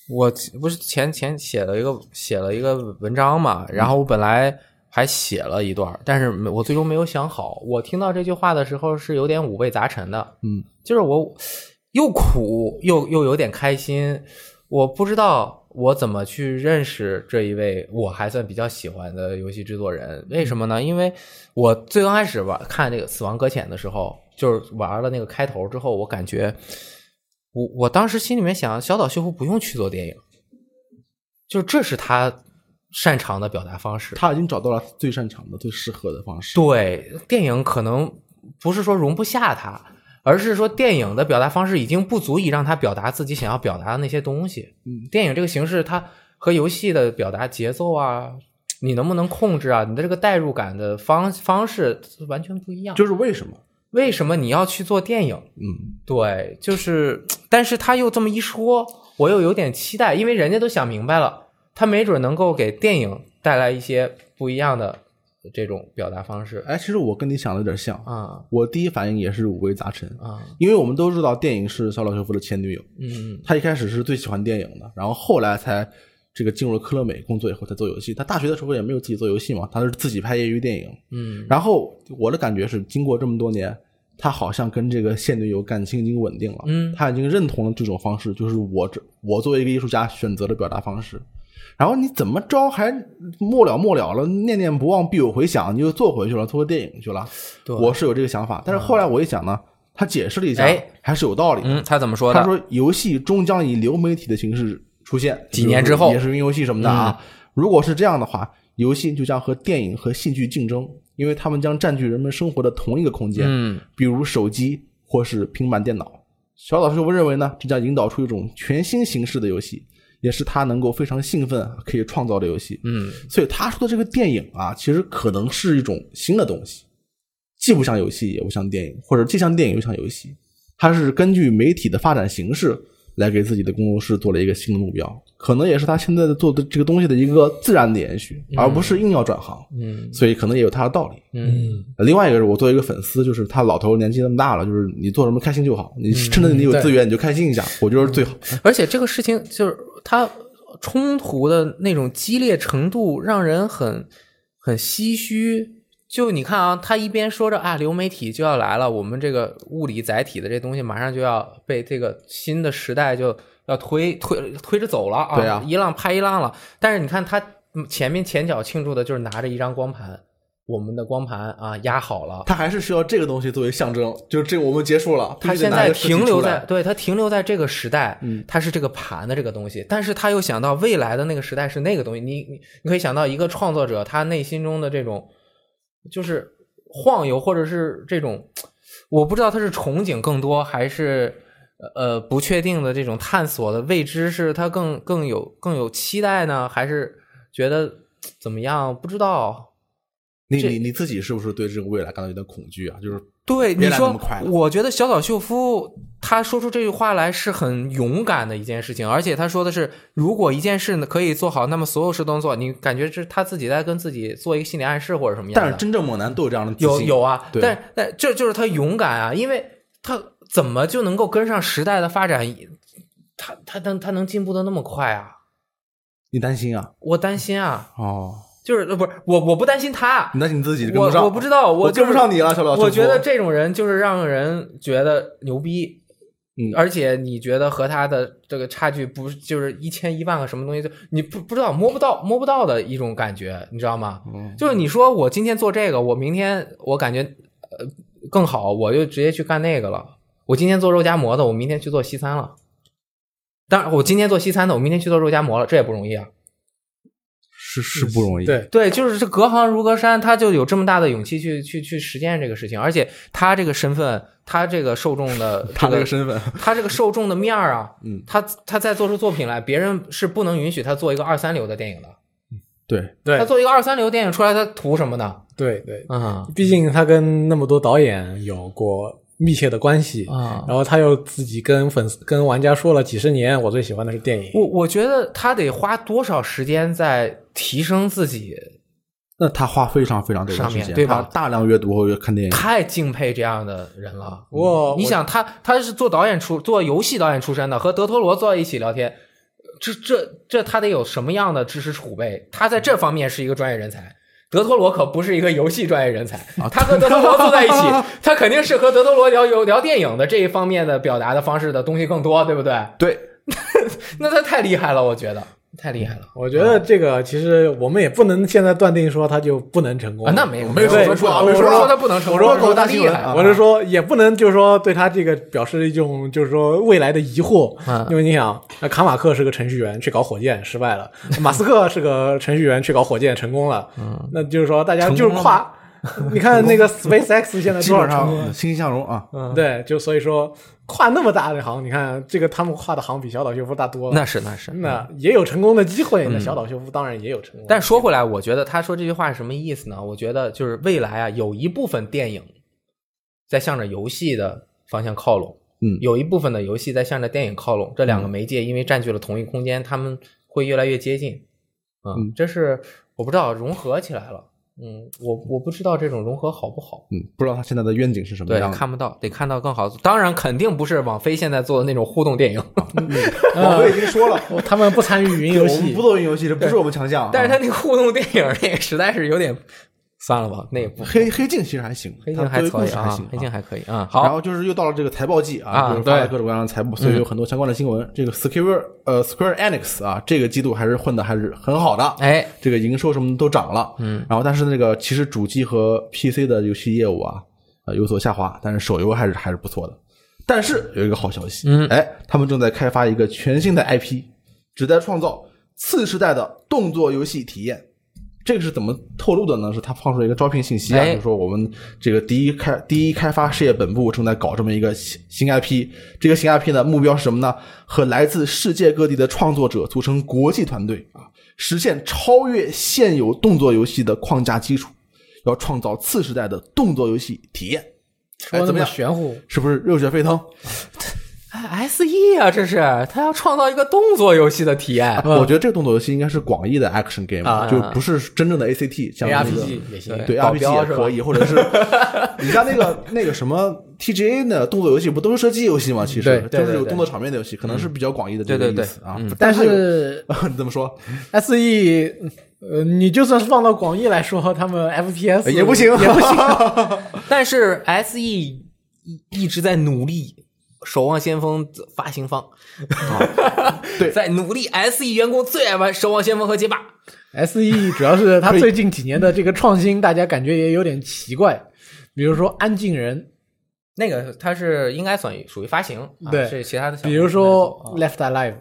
[SPEAKER 2] 我不是前前写了一个写了一个文章嘛，然后我本来还写了一段，但是没我最终没有想好。我听到这句话的时候是有点五味杂陈的，
[SPEAKER 1] 嗯，
[SPEAKER 2] 就是我又苦又又有点开心，我不知道我怎么去认识这一位我还算比较喜欢的游戏制作人。为什么呢？因为我最刚开始玩看这个《死亡搁浅》的时候，就是玩了那个开头之后，我感觉我我当时心里面想，小岛秀夫不用去做电影，就这是他擅长的表达方式。
[SPEAKER 1] 他已经找到了最擅长的、最适合的方式。
[SPEAKER 2] 对，电影可能不是说容不下他，而是说电影的表达方式已经不足以让他表达自己想要表达的那些东西。
[SPEAKER 1] 嗯，
[SPEAKER 2] 电影这个形式，它和游戏的表达节奏啊，你能不能控制啊，你的这个代入感的方方式是完全不一样。
[SPEAKER 1] 就是为什么？
[SPEAKER 2] 为什么你要去做电影？
[SPEAKER 1] 嗯，
[SPEAKER 2] 对，就是，但是他又这么一说，我又有点期待，因为人家都想明白了，他没准能够给电影带来一些不一样的这种表达方式
[SPEAKER 1] 哎，其实我跟你想的有点像。
[SPEAKER 2] 啊
[SPEAKER 1] 我第一反应也是五味杂陈，
[SPEAKER 2] 啊，
[SPEAKER 1] 因为我们都知道电影是小岛秀夫的前女友，
[SPEAKER 2] 嗯
[SPEAKER 1] 她一开始是最喜欢电影的，然后后来才这个进入了科乐美工作以后才做游戏。她大学的时候也没有自己做游戏嘛，她是自己拍业余电影。
[SPEAKER 2] 嗯
[SPEAKER 1] 然后我的感觉是，经过这么多年，她好像跟这个现女友感情已经稳定了，
[SPEAKER 2] 嗯
[SPEAKER 1] 她已经认同了这种方式，就是我这我作为一个艺术家选择的表达方式。然后你怎么着还末了末了了，念念不忘必有回响，你又做回去了，做回电影去了。
[SPEAKER 2] 对
[SPEAKER 1] 我是有这个想法，但是后来我一想呢，他解释了一下
[SPEAKER 2] 哎，
[SPEAKER 1] 还是有道理的。
[SPEAKER 2] 嗯，他怎么说
[SPEAKER 1] 他
[SPEAKER 2] 的？
[SPEAKER 1] 说游戏终将以流媒体的形式出现，
[SPEAKER 2] 几年之后嗯
[SPEAKER 1] 也是云游戏什么的啊。如果是这样的话，游戏就将和电影和戏剧竞争，因为他们将占据人们生活的同一个空间，
[SPEAKER 2] 嗯
[SPEAKER 1] 比如手机或是平板电脑。小岛秀夫认为呢，这将引导出一种全新形式的游戏，也是他能够非常兴奋可以创造的游戏。
[SPEAKER 2] 嗯，
[SPEAKER 1] 所以他说的这个电影啊，其实可能是一种新的东西，既不像游戏，也不像电影，或者既像电影又像游戏。它是根据媒体的发展形式来给自己的工作室做了一个新的目标，可能也是他现在的做的这个东西的一个自然的延续，而不是硬要转行。
[SPEAKER 2] 嗯
[SPEAKER 1] 所以可能也有它的道理。
[SPEAKER 2] 嗯
[SPEAKER 1] 另外一个是我作为一个粉丝，就是他老头年纪那么大了，就是你做什么开心就好，
[SPEAKER 2] 嗯
[SPEAKER 1] 你趁着你有资源你就开心一下，我觉得是最好。
[SPEAKER 2] 而且这个事情就是它冲突的那种激烈程度，让人很很唏嘘。就你看啊，他一边说着啊，流媒体就要来了，我们这个物理载体的这东西马上就要被这个新的时代就要推推推着走了啊，
[SPEAKER 1] 对啊
[SPEAKER 2] 一浪拍一浪了。但是你看他前面前脚庆祝的就是拿着一张光盘，我们的光盘啊压好了，
[SPEAKER 1] 他还是需要这个东西作为象征，就是这个我们结束了，
[SPEAKER 2] 他
[SPEAKER 1] 必须得
[SPEAKER 2] 现
[SPEAKER 1] 拿一
[SPEAKER 2] 在
[SPEAKER 1] 个事情
[SPEAKER 2] 停留
[SPEAKER 1] 出来
[SPEAKER 2] 在对他停留在这个时代
[SPEAKER 1] 嗯，
[SPEAKER 2] 他是这个盘的这个东西，但是他又想到未来的那个时代是那个东西，你你你可以想到一个创作者他内心中的这种就是晃悠，或者是这种我不知道他是憧憬更多还是呃不确定的这种探索的未知，是他更更有更有期待呢，还是觉得怎么样不知道？
[SPEAKER 1] 你你你自己是不是对这个未来感到有点恐惧啊？就是
[SPEAKER 2] 对，
[SPEAKER 1] 别
[SPEAKER 2] 你
[SPEAKER 1] 来那
[SPEAKER 2] 说
[SPEAKER 1] 么快，了
[SPEAKER 2] 我觉得小岛秀夫他说出这句话来是很勇敢的一件事情，而且他说的是，如果一件事呢可以做好，那么所有事都能做。你感觉是他自己在跟自己做一个心理暗示或者什么样的？
[SPEAKER 1] 但是真正猛男都有这样的自
[SPEAKER 2] 有
[SPEAKER 1] 信
[SPEAKER 2] 有啊，
[SPEAKER 1] 对
[SPEAKER 2] 但但这就是他勇敢啊，因为他怎么就能够跟上时代的发展？他他能他能进步的那么快啊？
[SPEAKER 1] 你担心啊？
[SPEAKER 2] 我担心啊，
[SPEAKER 1] 哦，
[SPEAKER 2] 就是呃不是我我不担心他啊
[SPEAKER 1] 你，担心你自己跟不上？
[SPEAKER 2] 我我不知道
[SPEAKER 1] 我
[SPEAKER 2] 就是
[SPEAKER 1] 跟不上你了，小老师。
[SPEAKER 2] 我觉得这种人就是让人觉得牛逼，
[SPEAKER 1] 嗯
[SPEAKER 2] 而且你觉得和它的这个差距不是就是一千一万个什么东西，就你不不知道摸不到摸不到的一种感觉，你知道吗？就是你说我今天做这个，我明天我感觉呃更好，我就直接去干那个了。我今天做肉夹馍的，我明天去做西餐了。当然，我今天做西餐的，我明天去做肉夹馍了，这也不容易啊。
[SPEAKER 1] 是是不容易。
[SPEAKER 3] [LAUGHS] 对，
[SPEAKER 2] 对，就是这隔行如隔山，他就有这么大的勇气去去去实践这个事情，而且他这个身份，他这个受众的
[SPEAKER 1] [LAUGHS] 他
[SPEAKER 2] 这
[SPEAKER 1] 这个身份，
[SPEAKER 2] [LAUGHS] 他这个受众的面儿啊，
[SPEAKER 1] 嗯，
[SPEAKER 2] 他他再做出作品来，别人是不能允许他做一个二三流的电影的。
[SPEAKER 1] 对，嗯
[SPEAKER 3] 对
[SPEAKER 2] 他做一个二三流电影出来，他图什么呢？
[SPEAKER 3] 对对，
[SPEAKER 2] 啊
[SPEAKER 3] 毕竟他跟那么多导演有过密切的关系，
[SPEAKER 2] 啊！
[SPEAKER 3] 然后他又自己跟粉丝、跟玩家说了几十年，我最喜欢的是电影。
[SPEAKER 2] 我我觉得他得花多少时间在提升自己，
[SPEAKER 1] 那他花非常非常多的
[SPEAKER 2] 上
[SPEAKER 1] 时
[SPEAKER 2] 面
[SPEAKER 1] 间，
[SPEAKER 2] 对吧
[SPEAKER 1] 他大量阅读和看电影，
[SPEAKER 2] 太敬佩这样的人
[SPEAKER 1] 啊
[SPEAKER 2] 了。嗯
[SPEAKER 3] 我
[SPEAKER 2] 你
[SPEAKER 3] 我
[SPEAKER 2] 想他他是做导演出做游戏导演出身的，和德托罗坐在一起聊天，这这这他得有什么样的知识储备？他在这方面是一个专业人才。德托罗可不是一个游戏专业人才，
[SPEAKER 1] 啊
[SPEAKER 2] 他和德托罗坐在一起，他肯定是和德托罗聊有聊电影的这一方面的表达的方式的东西更多，对不对？
[SPEAKER 1] 对，
[SPEAKER 2] 那他太厉害了，我觉得太厉害
[SPEAKER 1] 嗯
[SPEAKER 2] 了
[SPEAKER 3] 我觉
[SPEAKER 1] 啊
[SPEAKER 3] 得这个其实我们们也不能现在断定说他就不能成功。
[SPEAKER 2] 啊！那没有
[SPEAKER 1] 没
[SPEAKER 2] 有，
[SPEAKER 1] 说
[SPEAKER 2] 我
[SPEAKER 1] 出来
[SPEAKER 2] 说
[SPEAKER 1] 没
[SPEAKER 2] 我
[SPEAKER 1] 说出来
[SPEAKER 2] 说他不能成功，
[SPEAKER 1] 我说
[SPEAKER 2] 说他
[SPEAKER 1] 狗大新
[SPEAKER 2] 厉
[SPEAKER 1] 闻
[SPEAKER 2] 害
[SPEAKER 1] 啊
[SPEAKER 3] 我是说，也不能就是说对他这个表示一种就是说未来的疑惑，
[SPEAKER 1] 啊
[SPEAKER 2] 嗯
[SPEAKER 3] 因为你想，那卡马克是个程序员，去搞火箭失败了；马斯克是个程序员，去搞火箭成功了。嗯， [LAUGHS] 那就是说大家
[SPEAKER 2] 成
[SPEAKER 3] 就是
[SPEAKER 2] 功
[SPEAKER 1] [LAUGHS]
[SPEAKER 2] 了
[SPEAKER 3] 跨，你看那个 SpaceX 现在
[SPEAKER 1] 基
[SPEAKER 3] 多少
[SPEAKER 1] 本
[SPEAKER 3] 成
[SPEAKER 1] 上
[SPEAKER 3] 功？
[SPEAKER 1] 嗯欣欣向荣啊。
[SPEAKER 2] 嗯
[SPEAKER 3] [LAUGHS] 对，就所以说跨那么大的行，你看这个他们跨的行比小岛秀夫大多了。
[SPEAKER 2] 那是那是
[SPEAKER 3] 那也有成功的机
[SPEAKER 1] 嗯
[SPEAKER 3] 会，那小岛秀夫当然也有成功的。
[SPEAKER 2] 但说回来，我觉得他说这句话是什么意思呢？我觉得就是未来啊，有一部分电影在向着游戏的方向靠拢，
[SPEAKER 1] 嗯
[SPEAKER 2] 有一部分的游戏在向着电影靠拢。这两个媒介因为占据了同一空间，他们会越来越接近。嗯
[SPEAKER 1] 嗯，
[SPEAKER 2] 这是我不知道融合起来了。嗯，我我不知道这种融合好不好。
[SPEAKER 1] 嗯，不知道他现在的愿景是什么
[SPEAKER 2] 对
[SPEAKER 1] 样，的。
[SPEAKER 2] 看不到，得看到更好。当然，肯定不是网飞现在做的那种互动电影，
[SPEAKER 1] 网飞已经说了，
[SPEAKER 3] 哦他们不参与语音游
[SPEAKER 1] 我
[SPEAKER 3] 戏
[SPEAKER 1] 们不，做云游戏，这不是我们强项啊。
[SPEAKER 2] 但是他那个互动电影那个实在是有点，算了吧，那也不
[SPEAKER 1] 黑黑镜其实还行，
[SPEAKER 2] 黑
[SPEAKER 1] 它
[SPEAKER 2] 镜还
[SPEAKER 1] 作为嗯故
[SPEAKER 2] 可以
[SPEAKER 1] 事还
[SPEAKER 2] 啊
[SPEAKER 1] 行，，
[SPEAKER 2] 黑镜还可以啊。
[SPEAKER 1] 然
[SPEAKER 2] 好，
[SPEAKER 1] 后就是又到了这个财报季
[SPEAKER 2] 啊
[SPEAKER 1] 啊，就是发
[SPEAKER 2] 对嗯
[SPEAKER 1] 了各种各样的财报，所以有很多相关的新闻。这个 Square 呃 Square Enix 啊，这个季度还是混的还是很好的，
[SPEAKER 2] 哎，
[SPEAKER 1] 这个营收什么都涨了，
[SPEAKER 2] 嗯，
[SPEAKER 1] 然后但是那个其实主机和 PC 的游戏业务啊，呃有所下滑，但是手游还是还是不错的。但是有一个好消息，
[SPEAKER 2] 嗯
[SPEAKER 1] 哎，他们正在开发一个全新的 IP，旨在创造次世代的动作游戏体验。这个是怎么透露的呢？是他放出了一个招聘信息啊，
[SPEAKER 2] 哎
[SPEAKER 1] 就是说我们这个第一开第一开发事业本部正在搞这么一个新新 IP，这个新 IP 呢目标是什么呢？和来自世界各地的创作者组成国际团队啊，实现超越现有动作游戏的框架基础，要创造次时代的动作游戏体验。哎
[SPEAKER 3] 说那
[SPEAKER 1] 怎么
[SPEAKER 3] 么
[SPEAKER 1] 样？
[SPEAKER 3] 玄乎，
[SPEAKER 1] 是不是热血沸腾？
[SPEAKER 2] 哎，S E 啊，这是他要创造一个动作游戏的体验。
[SPEAKER 1] 哎我觉得这个动作游戏应该是广义的 action game，、
[SPEAKER 3] 嗯啊
[SPEAKER 1] 就不是真正的 ACT，像那个
[SPEAKER 3] ARPG 也行
[SPEAKER 1] 对
[SPEAKER 2] 保
[SPEAKER 1] RPG
[SPEAKER 2] 镖
[SPEAKER 1] 也
[SPEAKER 2] 是吧
[SPEAKER 1] 可以，或
[SPEAKER 3] [LAUGHS]
[SPEAKER 1] 者是你像那个那个什么 TGA 的动作游戏，不都是射击游戏吗？其
[SPEAKER 3] 对
[SPEAKER 1] 实
[SPEAKER 3] 对嗯
[SPEAKER 1] 就是有
[SPEAKER 3] 对对
[SPEAKER 1] 动作场面的游戏，可能是比较广义的
[SPEAKER 2] 对
[SPEAKER 1] 这个
[SPEAKER 2] 对
[SPEAKER 1] 意
[SPEAKER 2] 对
[SPEAKER 1] 思啊
[SPEAKER 2] 嗯。
[SPEAKER 1] 但
[SPEAKER 3] 但
[SPEAKER 1] 它有 [LAUGHS]
[SPEAKER 3] 是
[SPEAKER 1] 你怎么说
[SPEAKER 3] S E，呃，你就算是放到广义来说，他们 F P S
[SPEAKER 1] 也不 [LAUGHS] 行，
[SPEAKER 3] 呃也不行。
[SPEAKER 2] 但是 S E 一一直在努力，《守望先锋》发行方
[SPEAKER 1] 啊对
[SPEAKER 2] [LAUGHS] 在努力。S E 员工最爱玩《守望先锋》和街霸，
[SPEAKER 3] S E 主要是 [LAUGHS] 它最近几年的这个创新，大家感觉也有点奇怪，比如说安静人，
[SPEAKER 2] 那个它是应该算属于发行，啊
[SPEAKER 3] 对
[SPEAKER 2] 是其他的小公司在做。
[SPEAKER 3] 比如说 Left Alive，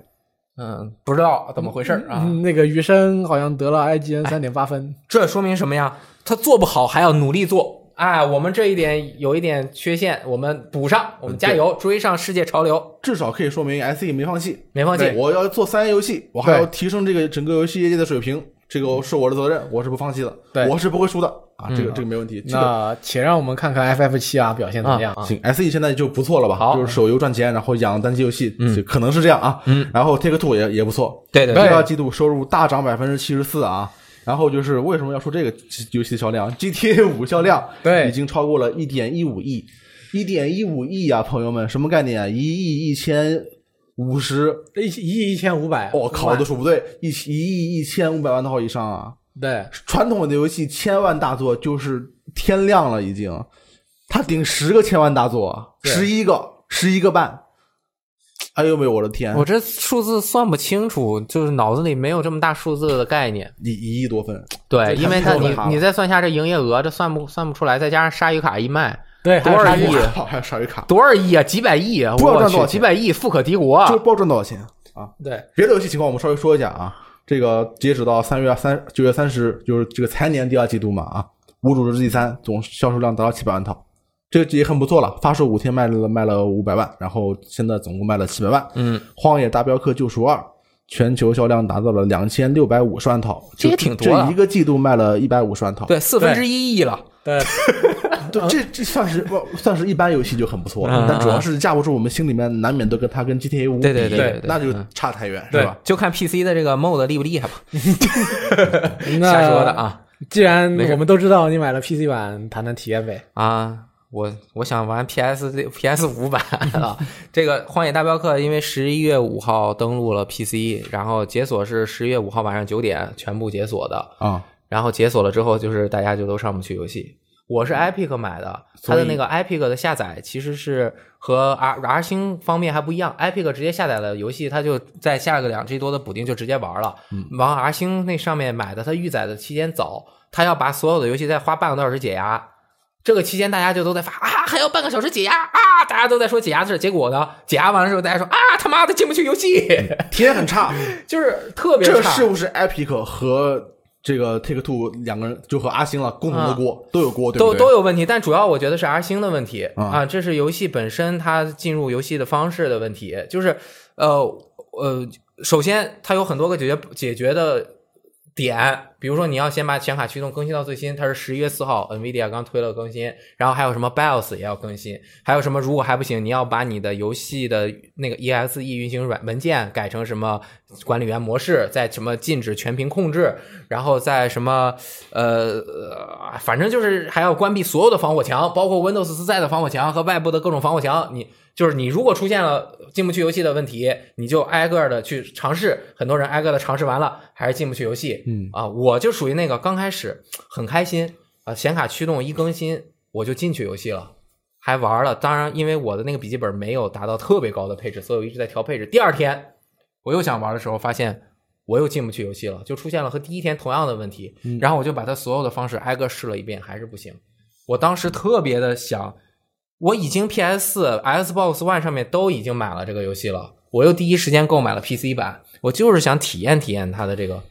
[SPEAKER 2] 嗯，不知道怎么回事儿啊。
[SPEAKER 3] 嗯那个余生好像得了 I G N 三点八分，
[SPEAKER 2] 这说明什么呀？他做不好还要努力做。哎，我们这一点有一点缺陷，我们补上，我们加油，追上世界潮流。
[SPEAKER 1] 至少可以说明 SE 没放弃，
[SPEAKER 2] 没放弃
[SPEAKER 1] 对我要做三 A 游戏，我还
[SPEAKER 3] 对
[SPEAKER 1] 要提升这个整个游戏业界的水平，这个是我的责任，我是不放弃的，
[SPEAKER 3] 对嗯
[SPEAKER 1] 我是不会输的啊，这个这个没问题。这个
[SPEAKER 3] 那且让我们看看 F F 七啊表现怎么样
[SPEAKER 2] 啊啊
[SPEAKER 1] 行，SE 现在就不错了吧？
[SPEAKER 2] 好
[SPEAKER 1] 就是手游赚钱，然后养单机游戏，就可能是这样啊。嗯，然后 Take Two 也也不错，
[SPEAKER 2] 对对
[SPEAKER 1] 第
[SPEAKER 3] 对
[SPEAKER 1] 二季度收入大涨百分之七十四啊。然后就是为什么要说这个游戏的销量？GTA 五销量
[SPEAKER 3] 对
[SPEAKER 1] 已经超过了一点一五亿，一点一五亿啊，朋友们，什么概念啊？一亿一千五十
[SPEAKER 3] 一一亿一千五百，
[SPEAKER 1] 我、靠，我都数不对，一一亿一千五百万套以上啊！
[SPEAKER 3] 对，
[SPEAKER 1] 传统的游戏千万大作就是天量了，已经，它顶十个千万大作，
[SPEAKER 3] 对
[SPEAKER 1] 十一个，十一个半，哎呦喂，我的天
[SPEAKER 2] 我，这数字算不清楚，就是脑子里没有这么大数字的概念。
[SPEAKER 1] 一一亿多份，
[SPEAKER 2] 对，
[SPEAKER 1] 这
[SPEAKER 2] 因为
[SPEAKER 1] 太
[SPEAKER 2] 它
[SPEAKER 1] 多
[SPEAKER 2] 你
[SPEAKER 1] 了
[SPEAKER 2] 你再算一下这营业额，这算不算不出来，再加上鲨鱼卡一卖
[SPEAKER 3] 对，还有
[SPEAKER 2] 多少
[SPEAKER 3] 鲨鱼
[SPEAKER 2] 亿
[SPEAKER 3] 卡
[SPEAKER 1] 还有鲨鱼卡，
[SPEAKER 2] 多少亿啊，几百亿啊，
[SPEAKER 1] 不知道
[SPEAKER 2] 我
[SPEAKER 1] 赚多
[SPEAKER 2] 去
[SPEAKER 1] 少
[SPEAKER 2] 几
[SPEAKER 1] 钱
[SPEAKER 2] 百亿，富可敌国啊。
[SPEAKER 1] 就是不知道赚多少钱啊。
[SPEAKER 3] 对，
[SPEAKER 1] 别的游戏情况我们稍微说一下啊。这个截止到三月三九月三十，就是这个财年第二季度嘛啊，《无主之地三》总销售量达到七百万套，这个也很不错了。发售五天卖了卖了五百万，然后现在总共卖了七百万。
[SPEAKER 2] 嗯，
[SPEAKER 1] 《荒野大镖客：救赎二》全球销量达到了两千六百五十万套，
[SPEAKER 2] 这也
[SPEAKER 1] 就
[SPEAKER 2] 挺多的
[SPEAKER 1] 这一个季度卖了一百五十万套，
[SPEAKER 2] 对，啊四分之一亿了。
[SPEAKER 3] 对，
[SPEAKER 1] 对，这这算是不算是一般游戏就很不错
[SPEAKER 2] 嗯
[SPEAKER 1] 了，但主要是架不住我们心里面难免都跟它跟 GTA 五比，
[SPEAKER 2] 对对对对对
[SPEAKER 1] 那就差太远
[SPEAKER 3] 对
[SPEAKER 1] 是吧？啊
[SPEAKER 2] 就看 PC 的这个 mod 厉不厉害 [LAUGHS] 吧，
[SPEAKER 3] 那
[SPEAKER 2] 瞎说的。啊
[SPEAKER 3] 既然
[SPEAKER 2] 没事
[SPEAKER 3] 我们都知道你买了 PC 版，谈谈体验呗。
[SPEAKER 2] 啊！我我想玩 PS 这 PS 五版啊，这个《荒野大镖客》因为十一月五号登陆了 PC，然后解锁是十月五号晚上九点全部解锁的，
[SPEAKER 1] 啊，
[SPEAKER 2] 然后解锁了之后就是大家就都上不去游戏。我是 Epic 买的，它
[SPEAKER 1] 嗯所
[SPEAKER 2] 的
[SPEAKER 1] 以
[SPEAKER 2] 那个 Epic 的下载其实是和 R R 星方面还不一样，Epic 直接下载了游戏，它就在下个两 G 多的补丁就直接玩了。
[SPEAKER 1] 嗯
[SPEAKER 2] 往 R 星那上面买的，它预载的期间早，它要把所有的游戏再花半个多小时解压。这个期间大家就都在发啊，还要半个小时解压啊，大家都在说解压的事儿。结果呢，解压完了之后，大家说啊，他妈的进不去游戏， [LAUGHS]
[SPEAKER 1] 体验很 [LAUGHS] 差，
[SPEAKER 2] 就是特别差。
[SPEAKER 1] 这是不是 Epic 和这个 Take Two 两个人就和阿星了共同的锅都有锅，对
[SPEAKER 2] 啊都
[SPEAKER 1] 不
[SPEAKER 2] 都
[SPEAKER 1] 对？
[SPEAKER 2] 有问题，但主要我觉得是 R 星的问题、
[SPEAKER 1] 啊
[SPEAKER 2] 啊，这是游戏本身它进入游戏的方式的问题，就是呃呃，首先它有很多个解决解决的点，比如说你要先把显卡驱动更新到最新，它是十一月四号，NVIDIA 刚推了更新，然后还有什么 BIOS 也要更新，还有什么如果还不行，你要把你的游戏的那个 EXE 运行软文件改成什么管理员模式，在什么禁止全屏控制，然后在什么呃，呃反正就是还要关闭所有的防火墙，包括 Windows 自带的防火墙和外部的各种防火墙。你就是你如果出现了进不去游戏的问题，你就挨个的去尝试。很多人哎挨个的尝试完了，还是进不去游戏。
[SPEAKER 1] 嗯
[SPEAKER 2] 啊，我就属于那个刚开始很开心啊，显卡驱动一更新我就进去游戏了。还玩了，当然，因为我的那个笔记本没有达到特别高的配置，所以我一直在调配置。第二天我又想玩的时候，发现我又进不去游戏了，就出现了和第一天同样的问题。
[SPEAKER 1] 嗯
[SPEAKER 2] 然后我就把它所有的方式挨个试了一遍，还是不行。我当时特别的想，我已经 PS 四、Xbox One 上面都已经买了这个游戏了，我又第一时间购买了 PC 版，我就是想体验体验它的这个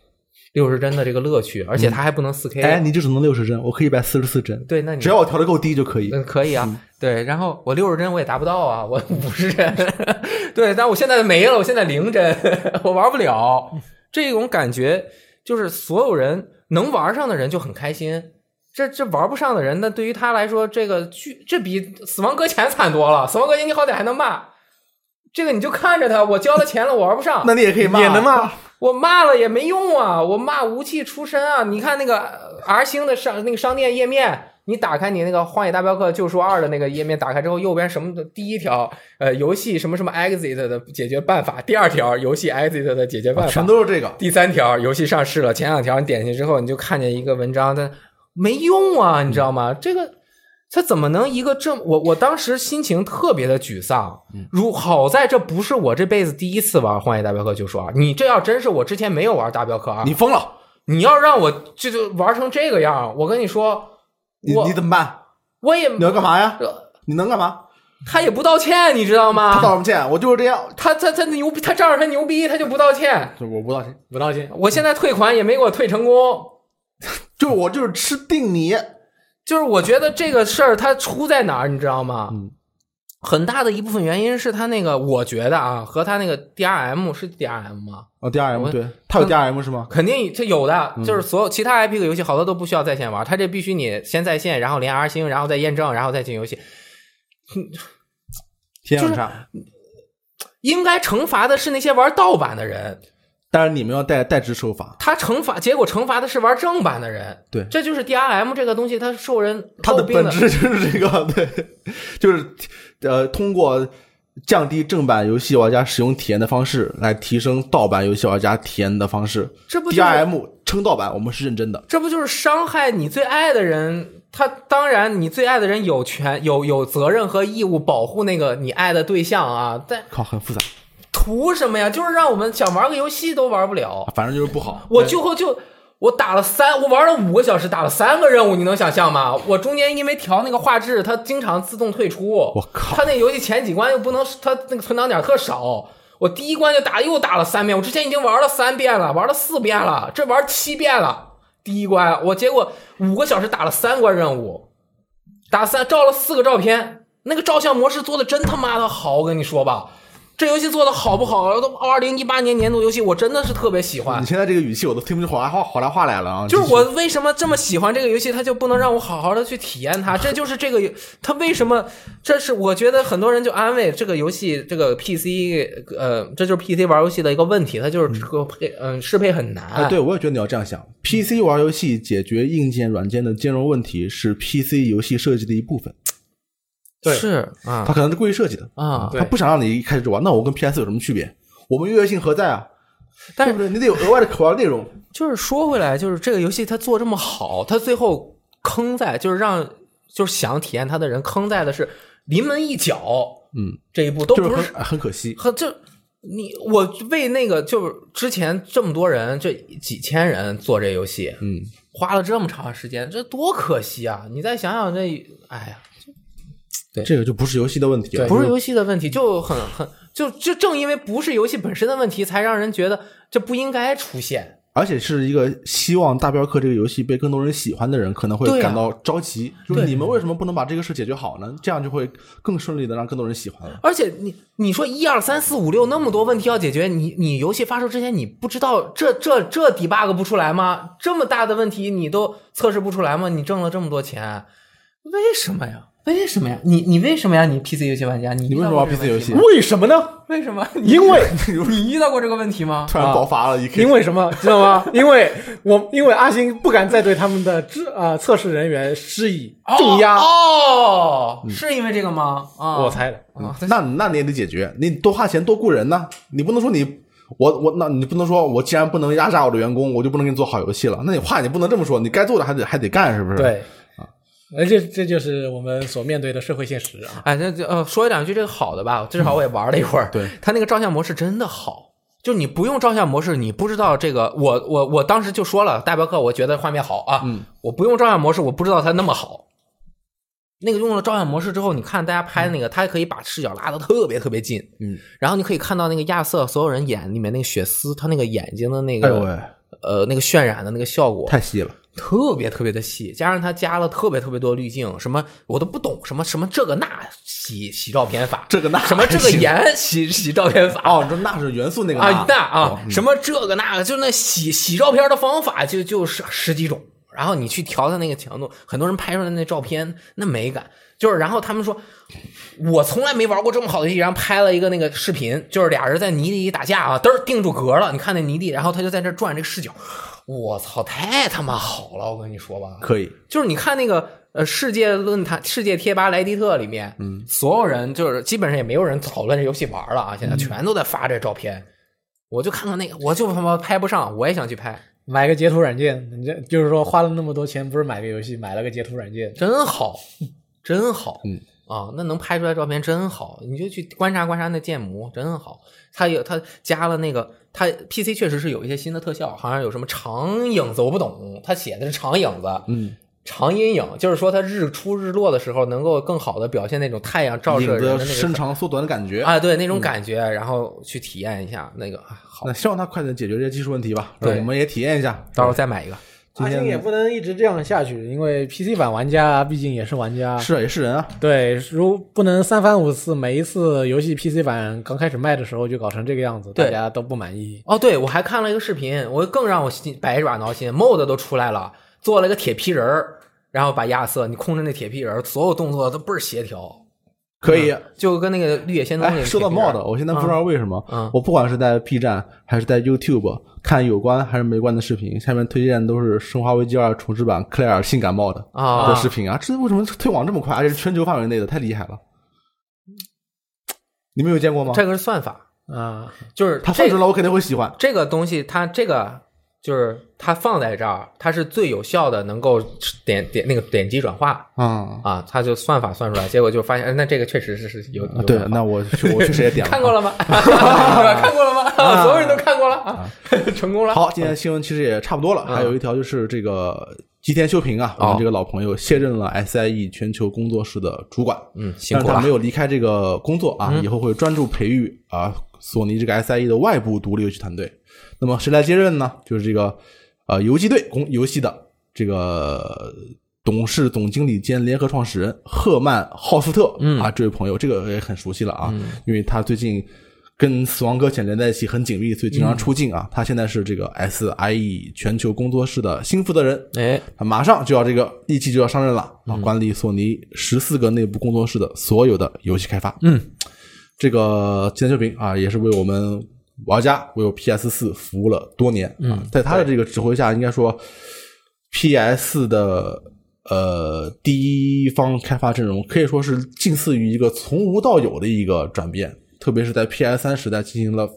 [SPEAKER 2] 六十帧的这个乐趣，而且它还不能四 K、啊
[SPEAKER 1] 哎，你就只能六十帧，我可以一百四十四帧，
[SPEAKER 2] 对，那你
[SPEAKER 1] 只要我调的够低就可以。
[SPEAKER 2] 嗯，可以啊，对。然后我六十帧我也达不到啊，我五十帧， [LAUGHS] 对。但我现在没了，我现在零帧， [LAUGHS] 我玩不了。这种感觉就是所有人能玩上的人就很开心，这这玩不上的人，那对于他来说，这个剧这比死亡搁浅惨多了。死亡搁浅你好歹还能骂，这个你就看着他，我交了钱了，我玩不上，
[SPEAKER 1] 那你也可以骂，啊
[SPEAKER 3] 也能骂，
[SPEAKER 2] 我骂了也没用啊，我骂无器出身啊！你看那个呃 R 星的商那个商店页面，你打开你那个《荒野大镖客：救赎二》的那个页面，打开之后右边什么的第一条，呃，游戏什么什么 exit 的解决办法，第二条游戏 exit 的解决办法，
[SPEAKER 1] 全都是这个。
[SPEAKER 2] 第三条游戏上市了，前两条你点进去之后，你就看见一个文章，但没用啊，你知道吗？这个它怎么能一个这么我我当时心情特别的沮丧。如好在这不是我这辈子第一次玩《荒野大镖客》，就说啊，你这要真是我之前没有玩《大镖客》啊，
[SPEAKER 1] 你
[SPEAKER 2] 你
[SPEAKER 1] 疯了，
[SPEAKER 2] 你要让我这就玩成这个样，我跟你说，
[SPEAKER 1] 你
[SPEAKER 2] 我
[SPEAKER 1] 你怎么办？
[SPEAKER 2] 我也
[SPEAKER 1] 你要干嘛呀
[SPEAKER 2] 呃？啊
[SPEAKER 1] 你能干嘛？
[SPEAKER 2] 他也不道歉，你知道
[SPEAKER 1] 他道
[SPEAKER 2] 吗？
[SPEAKER 1] 什么歉？我就是这样，
[SPEAKER 2] 他他他牛逼，他仗着他牛逼，他就不道歉。
[SPEAKER 1] 就我不道歉，
[SPEAKER 3] 不道歉，
[SPEAKER 2] 我现在退款也没给我退成功，
[SPEAKER 1] 就是我就是吃定你。
[SPEAKER 2] 就是我觉得这个事儿它出在哪儿，你知道吗？
[SPEAKER 1] 嗯
[SPEAKER 2] 很大的一部分原因是他那个，我觉得啊，和他那个 DRM 是 DRM 吗？
[SPEAKER 1] 哦，DRM
[SPEAKER 2] 我
[SPEAKER 1] 对，他有 DRM 是吗？
[SPEAKER 2] 肯定这有的，就是所有其他 IP 的游戏好多都不需要在线玩，他这必须你先在线，然后连 R 星，然后再验证，然后再进游戏。
[SPEAKER 1] 体验
[SPEAKER 2] 就
[SPEAKER 1] 很
[SPEAKER 2] 是
[SPEAKER 1] 差。
[SPEAKER 2] 应该惩罚的是那些玩盗版的人，
[SPEAKER 1] 但是你们要代代之守法，
[SPEAKER 2] 他惩罚结果惩罚的是玩正版的人。
[SPEAKER 1] 对
[SPEAKER 2] 这就是 DRM 这个东西，它受人
[SPEAKER 1] 它的
[SPEAKER 2] 诟病
[SPEAKER 1] 本质就是这个， [LAUGHS] 对，就是呃，通过降低正版游戏玩家使用体验的方式，来提升盗版游戏玩家体验的方式。
[SPEAKER 2] 这不就是
[SPEAKER 1] DRM 称盗版，我们是认真的。
[SPEAKER 2] 这不就是伤害你最爱的人？他当然，你最爱的人有权、有有责任和义务保护那个你爱的对象啊。但
[SPEAKER 1] 靠，很复杂，
[SPEAKER 2] 图什么呀？就是让我们想玩个游戏都玩不了。
[SPEAKER 1] 反正就是不好。
[SPEAKER 2] 我最后就我打了三，我玩了五个小时，打了三个任务，你能想象吗？我中间因为调那个画质，它经常自动退出。我
[SPEAKER 1] 靠
[SPEAKER 2] 它那游戏前几关又不能，它那个存档点特少。我第一关就打又打了三遍，我之前已经玩了三遍了，玩了四遍了，这玩七遍了。第一关我结果五个小时打了三关任务，打三照了四个照片，那个照相模式做的真他妈的好，我跟你说吧，这游戏做的好不好？都二零一八年年度游戏，我真的是特别喜欢
[SPEAKER 1] 你。现在这个语气我都听不出好来话好来话来了啊！
[SPEAKER 2] 就是我为什么这么喜欢这个游戏，它就不能让我好好的去体验它？这就是这个游 [LAUGHS] 它为什么？这是我觉得很多人就安慰这个游戏，这个 PC 呃，这就是 PC 玩游戏的一个问题，它就是这个配嗯适配很
[SPEAKER 1] 啊，
[SPEAKER 2] 难。
[SPEAKER 1] 对，我也觉得你要这样想。PC 玩游戏解决硬件、软件的兼容问题是 PC 游戏设计的一部分，
[SPEAKER 3] 对
[SPEAKER 2] 是
[SPEAKER 1] 它
[SPEAKER 2] 啊
[SPEAKER 1] 可能是故意设计的，
[SPEAKER 2] 啊，
[SPEAKER 3] 对
[SPEAKER 1] 它不想让你一开始就玩。那我跟 PS 有什么区别？我们优越性何在啊？
[SPEAKER 2] 但
[SPEAKER 1] 对
[SPEAKER 2] 是
[SPEAKER 1] 不对？你得有额外的可玩内容。
[SPEAKER 2] 就是说回来，就是这个游戏它做这么好，它最后坑在就是让就是想体验它的人坑在的是临门一脚
[SPEAKER 1] 嗯，
[SPEAKER 2] 这一步都
[SPEAKER 1] 就是
[SPEAKER 2] 不
[SPEAKER 1] 很
[SPEAKER 2] 是
[SPEAKER 1] 很可惜。
[SPEAKER 2] 和这你我为那个就是之前这么多人，这几千人做这游戏，
[SPEAKER 1] 嗯，
[SPEAKER 2] 花了这么长时间，这多可惜啊！你再想想这，哎呀，对
[SPEAKER 1] 这个就不是游戏的问题了，
[SPEAKER 3] 对
[SPEAKER 2] 不是游戏的问题，就很很就就正因为不是游戏本身的问题，才让人觉得这不应该出现。
[SPEAKER 1] 而且是一个希望《大镖客》这个游戏被更多人喜欢的人，可能会
[SPEAKER 2] 对啊
[SPEAKER 1] 感到着急，就是
[SPEAKER 2] 对
[SPEAKER 1] 你们为什么不能把这个事解决好呢？这样就会更顺利的让更多人喜欢了。
[SPEAKER 2] 而且你你说一二三四五六那么多问题要解决，你你游戏发售之前你不知道这这这 debug 不出来吗？这么大的问题你都测试不出来吗？你挣了这么多钱，为什么呀？为什么呀？你你为什么呀？你 PC 游戏玩家，你
[SPEAKER 1] 你
[SPEAKER 2] 遇
[SPEAKER 1] 为
[SPEAKER 2] 到
[SPEAKER 1] 什么
[SPEAKER 2] 过
[SPEAKER 1] 玩
[SPEAKER 2] 这个
[SPEAKER 1] PC 游
[SPEAKER 2] 问题
[SPEAKER 1] 戏
[SPEAKER 2] 吗？？
[SPEAKER 3] 为什么呢？
[SPEAKER 2] 为什么？
[SPEAKER 1] [LAUGHS]
[SPEAKER 2] 你
[SPEAKER 3] 因
[SPEAKER 2] [LAUGHS]
[SPEAKER 3] 为
[SPEAKER 2] 你遇到过这个问题吗？
[SPEAKER 1] 突然爆发了，一
[SPEAKER 3] 因
[SPEAKER 1] 看，
[SPEAKER 3] 为什么知道吗？因为我因为阿星不敢再对他们的制啊、测试人员施以重压，
[SPEAKER 2] 哦，
[SPEAKER 1] 嗯
[SPEAKER 2] 是因为这个吗？啊，
[SPEAKER 3] 我猜的。
[SPEAKER 2] 啊，
[SPEAKER 1] 那那你也得解决，你多花钱多雇人呢，你不能说你。我我那你不能说，我既然不能压榨我的员工，我就不能给你做好游戏了。那你话你不能这么说，你该做的还得还得干，是不是？，啊
[SPEAKER 3] 对，而且这就是我们所面对的社会现实啊。
[SPEAKER 2] 哎，那就呃，说两句这个好的吧，至少我也玩了一会儿。
[SPEAKER 1] 嗯对，
[SPEAKER 2] 它那个照相模式真的好，就你不用照相模式，你不知道这个。我我我当时就说了，大镖客，我觉得画面好啊，
[SPEAKER 1] 嗯，
[SPEAKER 2] 我不用照相模式，我不知道它那么好。那个用了照相模式之后，你看大家拍的那个，它可以把视角拉得特别特别近，
[SPEAKER 1] 嗯，
[SPEAKER 2] 然后你可以看到那个亚瑟所有人眼里面那个血丝，他那个眼睛的那
[SPEAKER 1] 哎呦
[SPEAKER 2] 个、
[SPEAKER 1] 喂，
[SPEAKER 2] 呃那个渲染的那个效果，
[SPEAKER 1] 太细了，
[SPEAKER 2] 特别特别的细，加上它加了特别特别多滤镜，什么我都不懂，什么什么这个那洗洗照片法，
[SPEAKER 1] 这个那
[SPEAKER 2] 什么这个盐洗洗照片法
[SPEAKER 1] 哦，这那是元素那个
[SPEAKER 2] 啊那
[SPEAKER 1] 那
[SPEAKER 2] 啊，什么这个那个，就那洗洗照片的方法就就是十几种，然后你去调它那个强度，很多人拍出来那照片那美感就是，然后他们说我从来没玩过这么好的游戏，然后拍了一个那个视频，就是俩人在泥地里打架啊，嘚儿定住格了，你看那泥地，然后他就在这转这个视角，我操，太他妈好了，我跟你说吧，
[SPEAKER 1] 可以，
[SPEAKER 2] 就是你看那个呃世界论坛、世界贴吧莱迪特里面，嗯，所有人就是基本上也没有人讨论这游戏玩了啊，现在全都在发这照片。我就看看那个，我就他妈拍不上，我也想去拍，
[SPEAKER 3] 买个截图软件，你这就是说花了那么多钱，不是买个游戏，买了个截图软件。
[SPEAKER 2] 真好，真好，
[SPEAKER 1] 嗯
[SPEAKER 2] 啊，那能拍出来照片真好，你就去观察观察那建模，真好。它有它加了那个，它 PC 确实是有一些新的特效，好像有什么长影子，我不懂，它写的是长影子，
[SPEAKER 1] 嗯，
[SPEAKER 2] 长阴影，就是说它日出日落的时候能够更好的表现那种太阳照射
[SPEAKER 1] 影
[SPEAKER 2] 人的那
[SPEAKER 1] 子
[SPEAKER 2] 个
[SPEAKER 1] 伸长缩短的感觉。
[SPEAKER 2] 啊，对那种感觉，然后去体验一下那个啊，好
[SPEAKER 1] 嗯那，希望他快点解决这些技术问题吧，
[SPEAKER 2] 对
[SPEAKER 1] 让我们也体验一下。
[SPEAKER 2] 到时候再买一个。
[SPEAKER 1] 今
[SPEAKER 3] 阿
[SPEAKER 1] 天
[SPEAKER 3] 星也不能一直这样下去，因为 PC 版玩家毕竟也是玩家，
[SPEAKER 1] 是啊，也是人啊，
[SPEAKER 2] 嗯
[SPEAKER 3] 对，如不能三番五次，每一次游戏 PC 版刚开始卖的时候就搞成这个样子，
[SPEAKER 2] 对
[SPEAKER 3] 大家都不满意。
[SPEAKER 2] 哦，对，我还看了一个视频，我更让我心百爪挠心，MOD 都出来了，做了一个铁皮人儿，然后把亚瑟你控制那铁皮人儿，所有动作都倍儿协调，
[SPEAKER 1] 可以。
[SPEAKER 2] 就跟那个绿野仙踪里
[SPEAKER 1] 哎，
[SPEAKER 2] 的
[SPEAKER 1] 说到
[SPEAKER 2] 铁皮人儿
[SPEAKER 1] mod，我现在不知道为什么，
[SPEAKER 2] 嗯
[SPEAKER 1] 我不管是在 B 站还是在 YouTube 看有关还是没关的视频，下面推荐都是《生化危机二》重置版克莱尔性感 mod
[SPEAKER 2] 啊
[SPEAKER 1] 的视频啊，这为什么推广这么快，而且是全球范围内的，太厉害了。
[SPEAKER 2] 嗯
[SPEAKER 1] 你们有见过吗？
[SPEAKER 2] 这个是算法，
[SPEAKER 3] 啊，
[SPEAKER 2] 就是
[SPEAKER 1] 他
[SPEAKER 2] 这
[SPEAKER 1] 放
[SPEAKER 2] 个
[SPEAKER 1] 出来，我肯定会喜欢。
[SPEAKER 2] 这个东西，它这个就是它放在这儿，它是最有效的，能够点点那个点击转化
[SPEAKER 1] 啊，
[SPEAKER 2] 啊，它就算法算出来，结果就发现，哎那这个确实是是有有
[SPEAKER 1] 啊对
[SPEAKER 2] 转，化
[SPEAKER 1] 那我去我确实也点了。啊
[SPEAKER 2] [LAUGHS] 看过了吗？看过了吗？ [LAUGHS] 所有人都看过了啊， [LAUGHS] 成功了。
[SPEAKER 1] 好，今天新闻其实也差不多了，还有一条就是这个吉田秀平啊，我们这个老朋友卸任了 SIE 全球工作室的主管，
[SPEAKER 2] 嗯，辛
[SPEAKER 1] 但是
[SPEAKER 2] 苦
[SPEAKER 1] 他
[SPEAKER 2] 了嗯
[SPEAKER 1] 没。有离开这个工作啊，以后会专注培育啊索尼这个 SIE 的外部独立游戏团队。那么谁来接任呢？就是这个呃游击队公游戏的这个董事总经理兼联合创始人赫曼·浩斯特，
[SPEAKER 2] 嗯
[SPEAKER 1] 啊，这位朋友这个也很熟悉了啊，因为他最近。跟死亡搁浅连在一起很紧密，所以经
[SPEAKER 2] 嗯
[SPEAKER 1] 常出镜啊。他现在是这个 SIE 全球工作室的新负责人，
[SPEAKER 2] 哎，
[SPEAKER 1] 他马上就要这个一期就要上任了啊，
[SPEAKER 2] 嗯
[SPEAKER 1] 管理索尼十四个内部工作室的所有的游戏开发。
[SPEAKER 2] 嗯，
[SPEAKER 1] 这个吉田秀平啊，也是为我们玩家为我 PS 四服务了多年
[SPEAKER 2] 嗯
[SPEAKER 1] 啊，在他的这个指挥下，应该说 PS 的呃第一方开发阵容可以说是近似于一个从无到有的一个转变，特别是在 PS 三时代进行了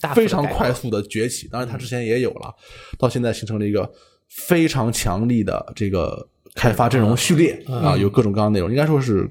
[SPEAKER 2] 大幅
[SPEAKER 1] 非
[SPEAKER 2] 地
[SPEAKER 1] 常
[SPEAKER 2] 改
[SPEAKER 1] 快速的崛起。当然，它之前也有了，到现在形成了一个非常强力的这个开发阵容序列啊，有各种各样的内容，应该说是。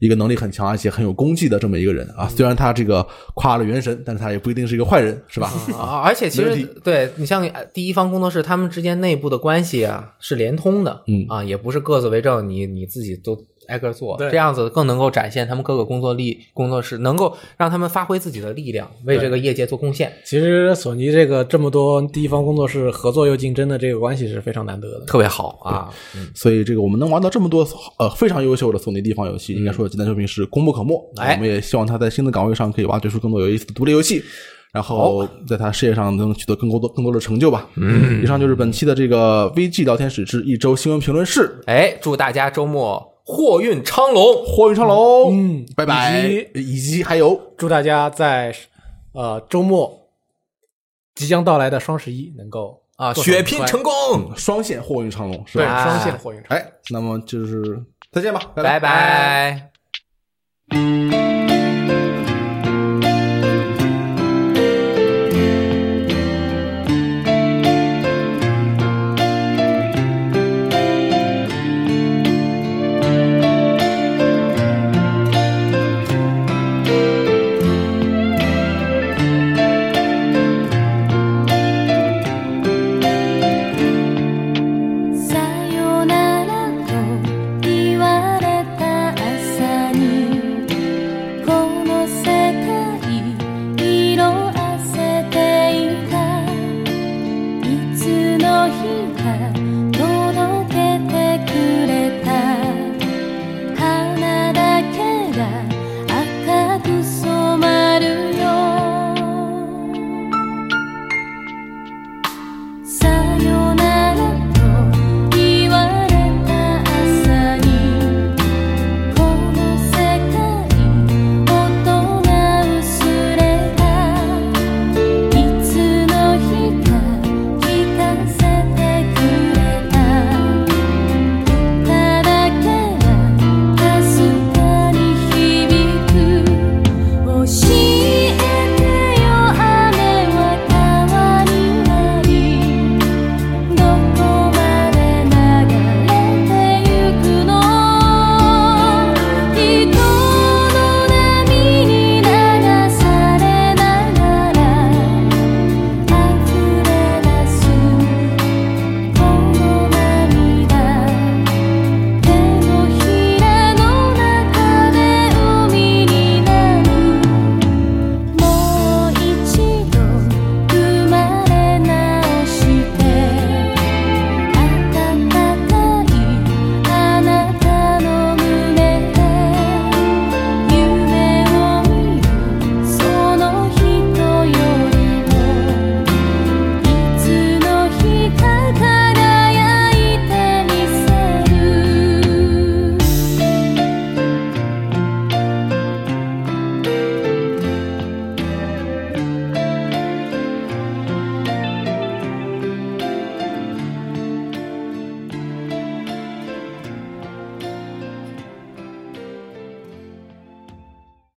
[SPEAKER 1] 一个能力很强而且很有功绩的这么一个人啊，虽然他这个夸了原神，但是他也不一定是一个坏人，是吧？
[SPEAKER 2] 啊，而且其
[SPEAKER 1] 没
[SPEAKER 2] 实
[SPEAKER 1] 问
[SPEAKER 2] 对你像呃第一方工作室，他们之间内部的关系啊是连通的，
[SPEAKER 1] 嗯
[SPEAKER 2] 啊，也不是各自为政，你你自己都挨个做，
[SPEAKER 3] 对
[SPEAKER 2] 这样子更能够展现他们各个工作力工作室，能够让他们发挥自己的力量，为这个业界做贡献，
[SPEAKER 3] 其实索尼这个这么多第一方工作室合作又竞争的这个关系是非常难得的。
[SPEAKER 2] 特别好啊，
[SPEAKER 1] [LAUGHS] 所以这个我们能玩到这么多呃非常优秀的索尼地方游戏，应该说吉田秀平是功不可没。
[SPEAKER 2] 哎
[SPEAKER 1] 我们也希望他在新的岗位上可以挖掘出更多有意思的独立游戏，然后在他事业上能取得更多更多的成就吧。嗯，以上就是本期的这个 VG 聊天室之一周新闻评论室，
[SPEAKER 2] 哎，祝大家周末货运昌隆，
[SPEAKER 1] 货运长龙，
[SPEAKER 3] 嗯
[SPEAKER 1] 拜拜，
[SPEAKER 3] 以
[SPEAKER 1] 以及还有
[SPEAKER 3] 祝大家在呃周末即将到来的双十一能够
[SPEAKER 2] 啊，
[SPEAKER 3] 做得
[SPEAKER 2] 血
[SPEAKER 3] 很
[SPEAKER 2] 拼
[SPEAKER 3] 快
[SPEAKER 2] 成功，
[SPEAKER 1] 双线货运长龙，是
[SPEAKER 3] 对
[SPEAKER 1] 吧？
[SPEAKER 2] 哎
[SPEAKER 3] 双线货运。
[SPEAKER 1] 哎，那么就是再见吧，拜
[SPEAKER 2] 拜拜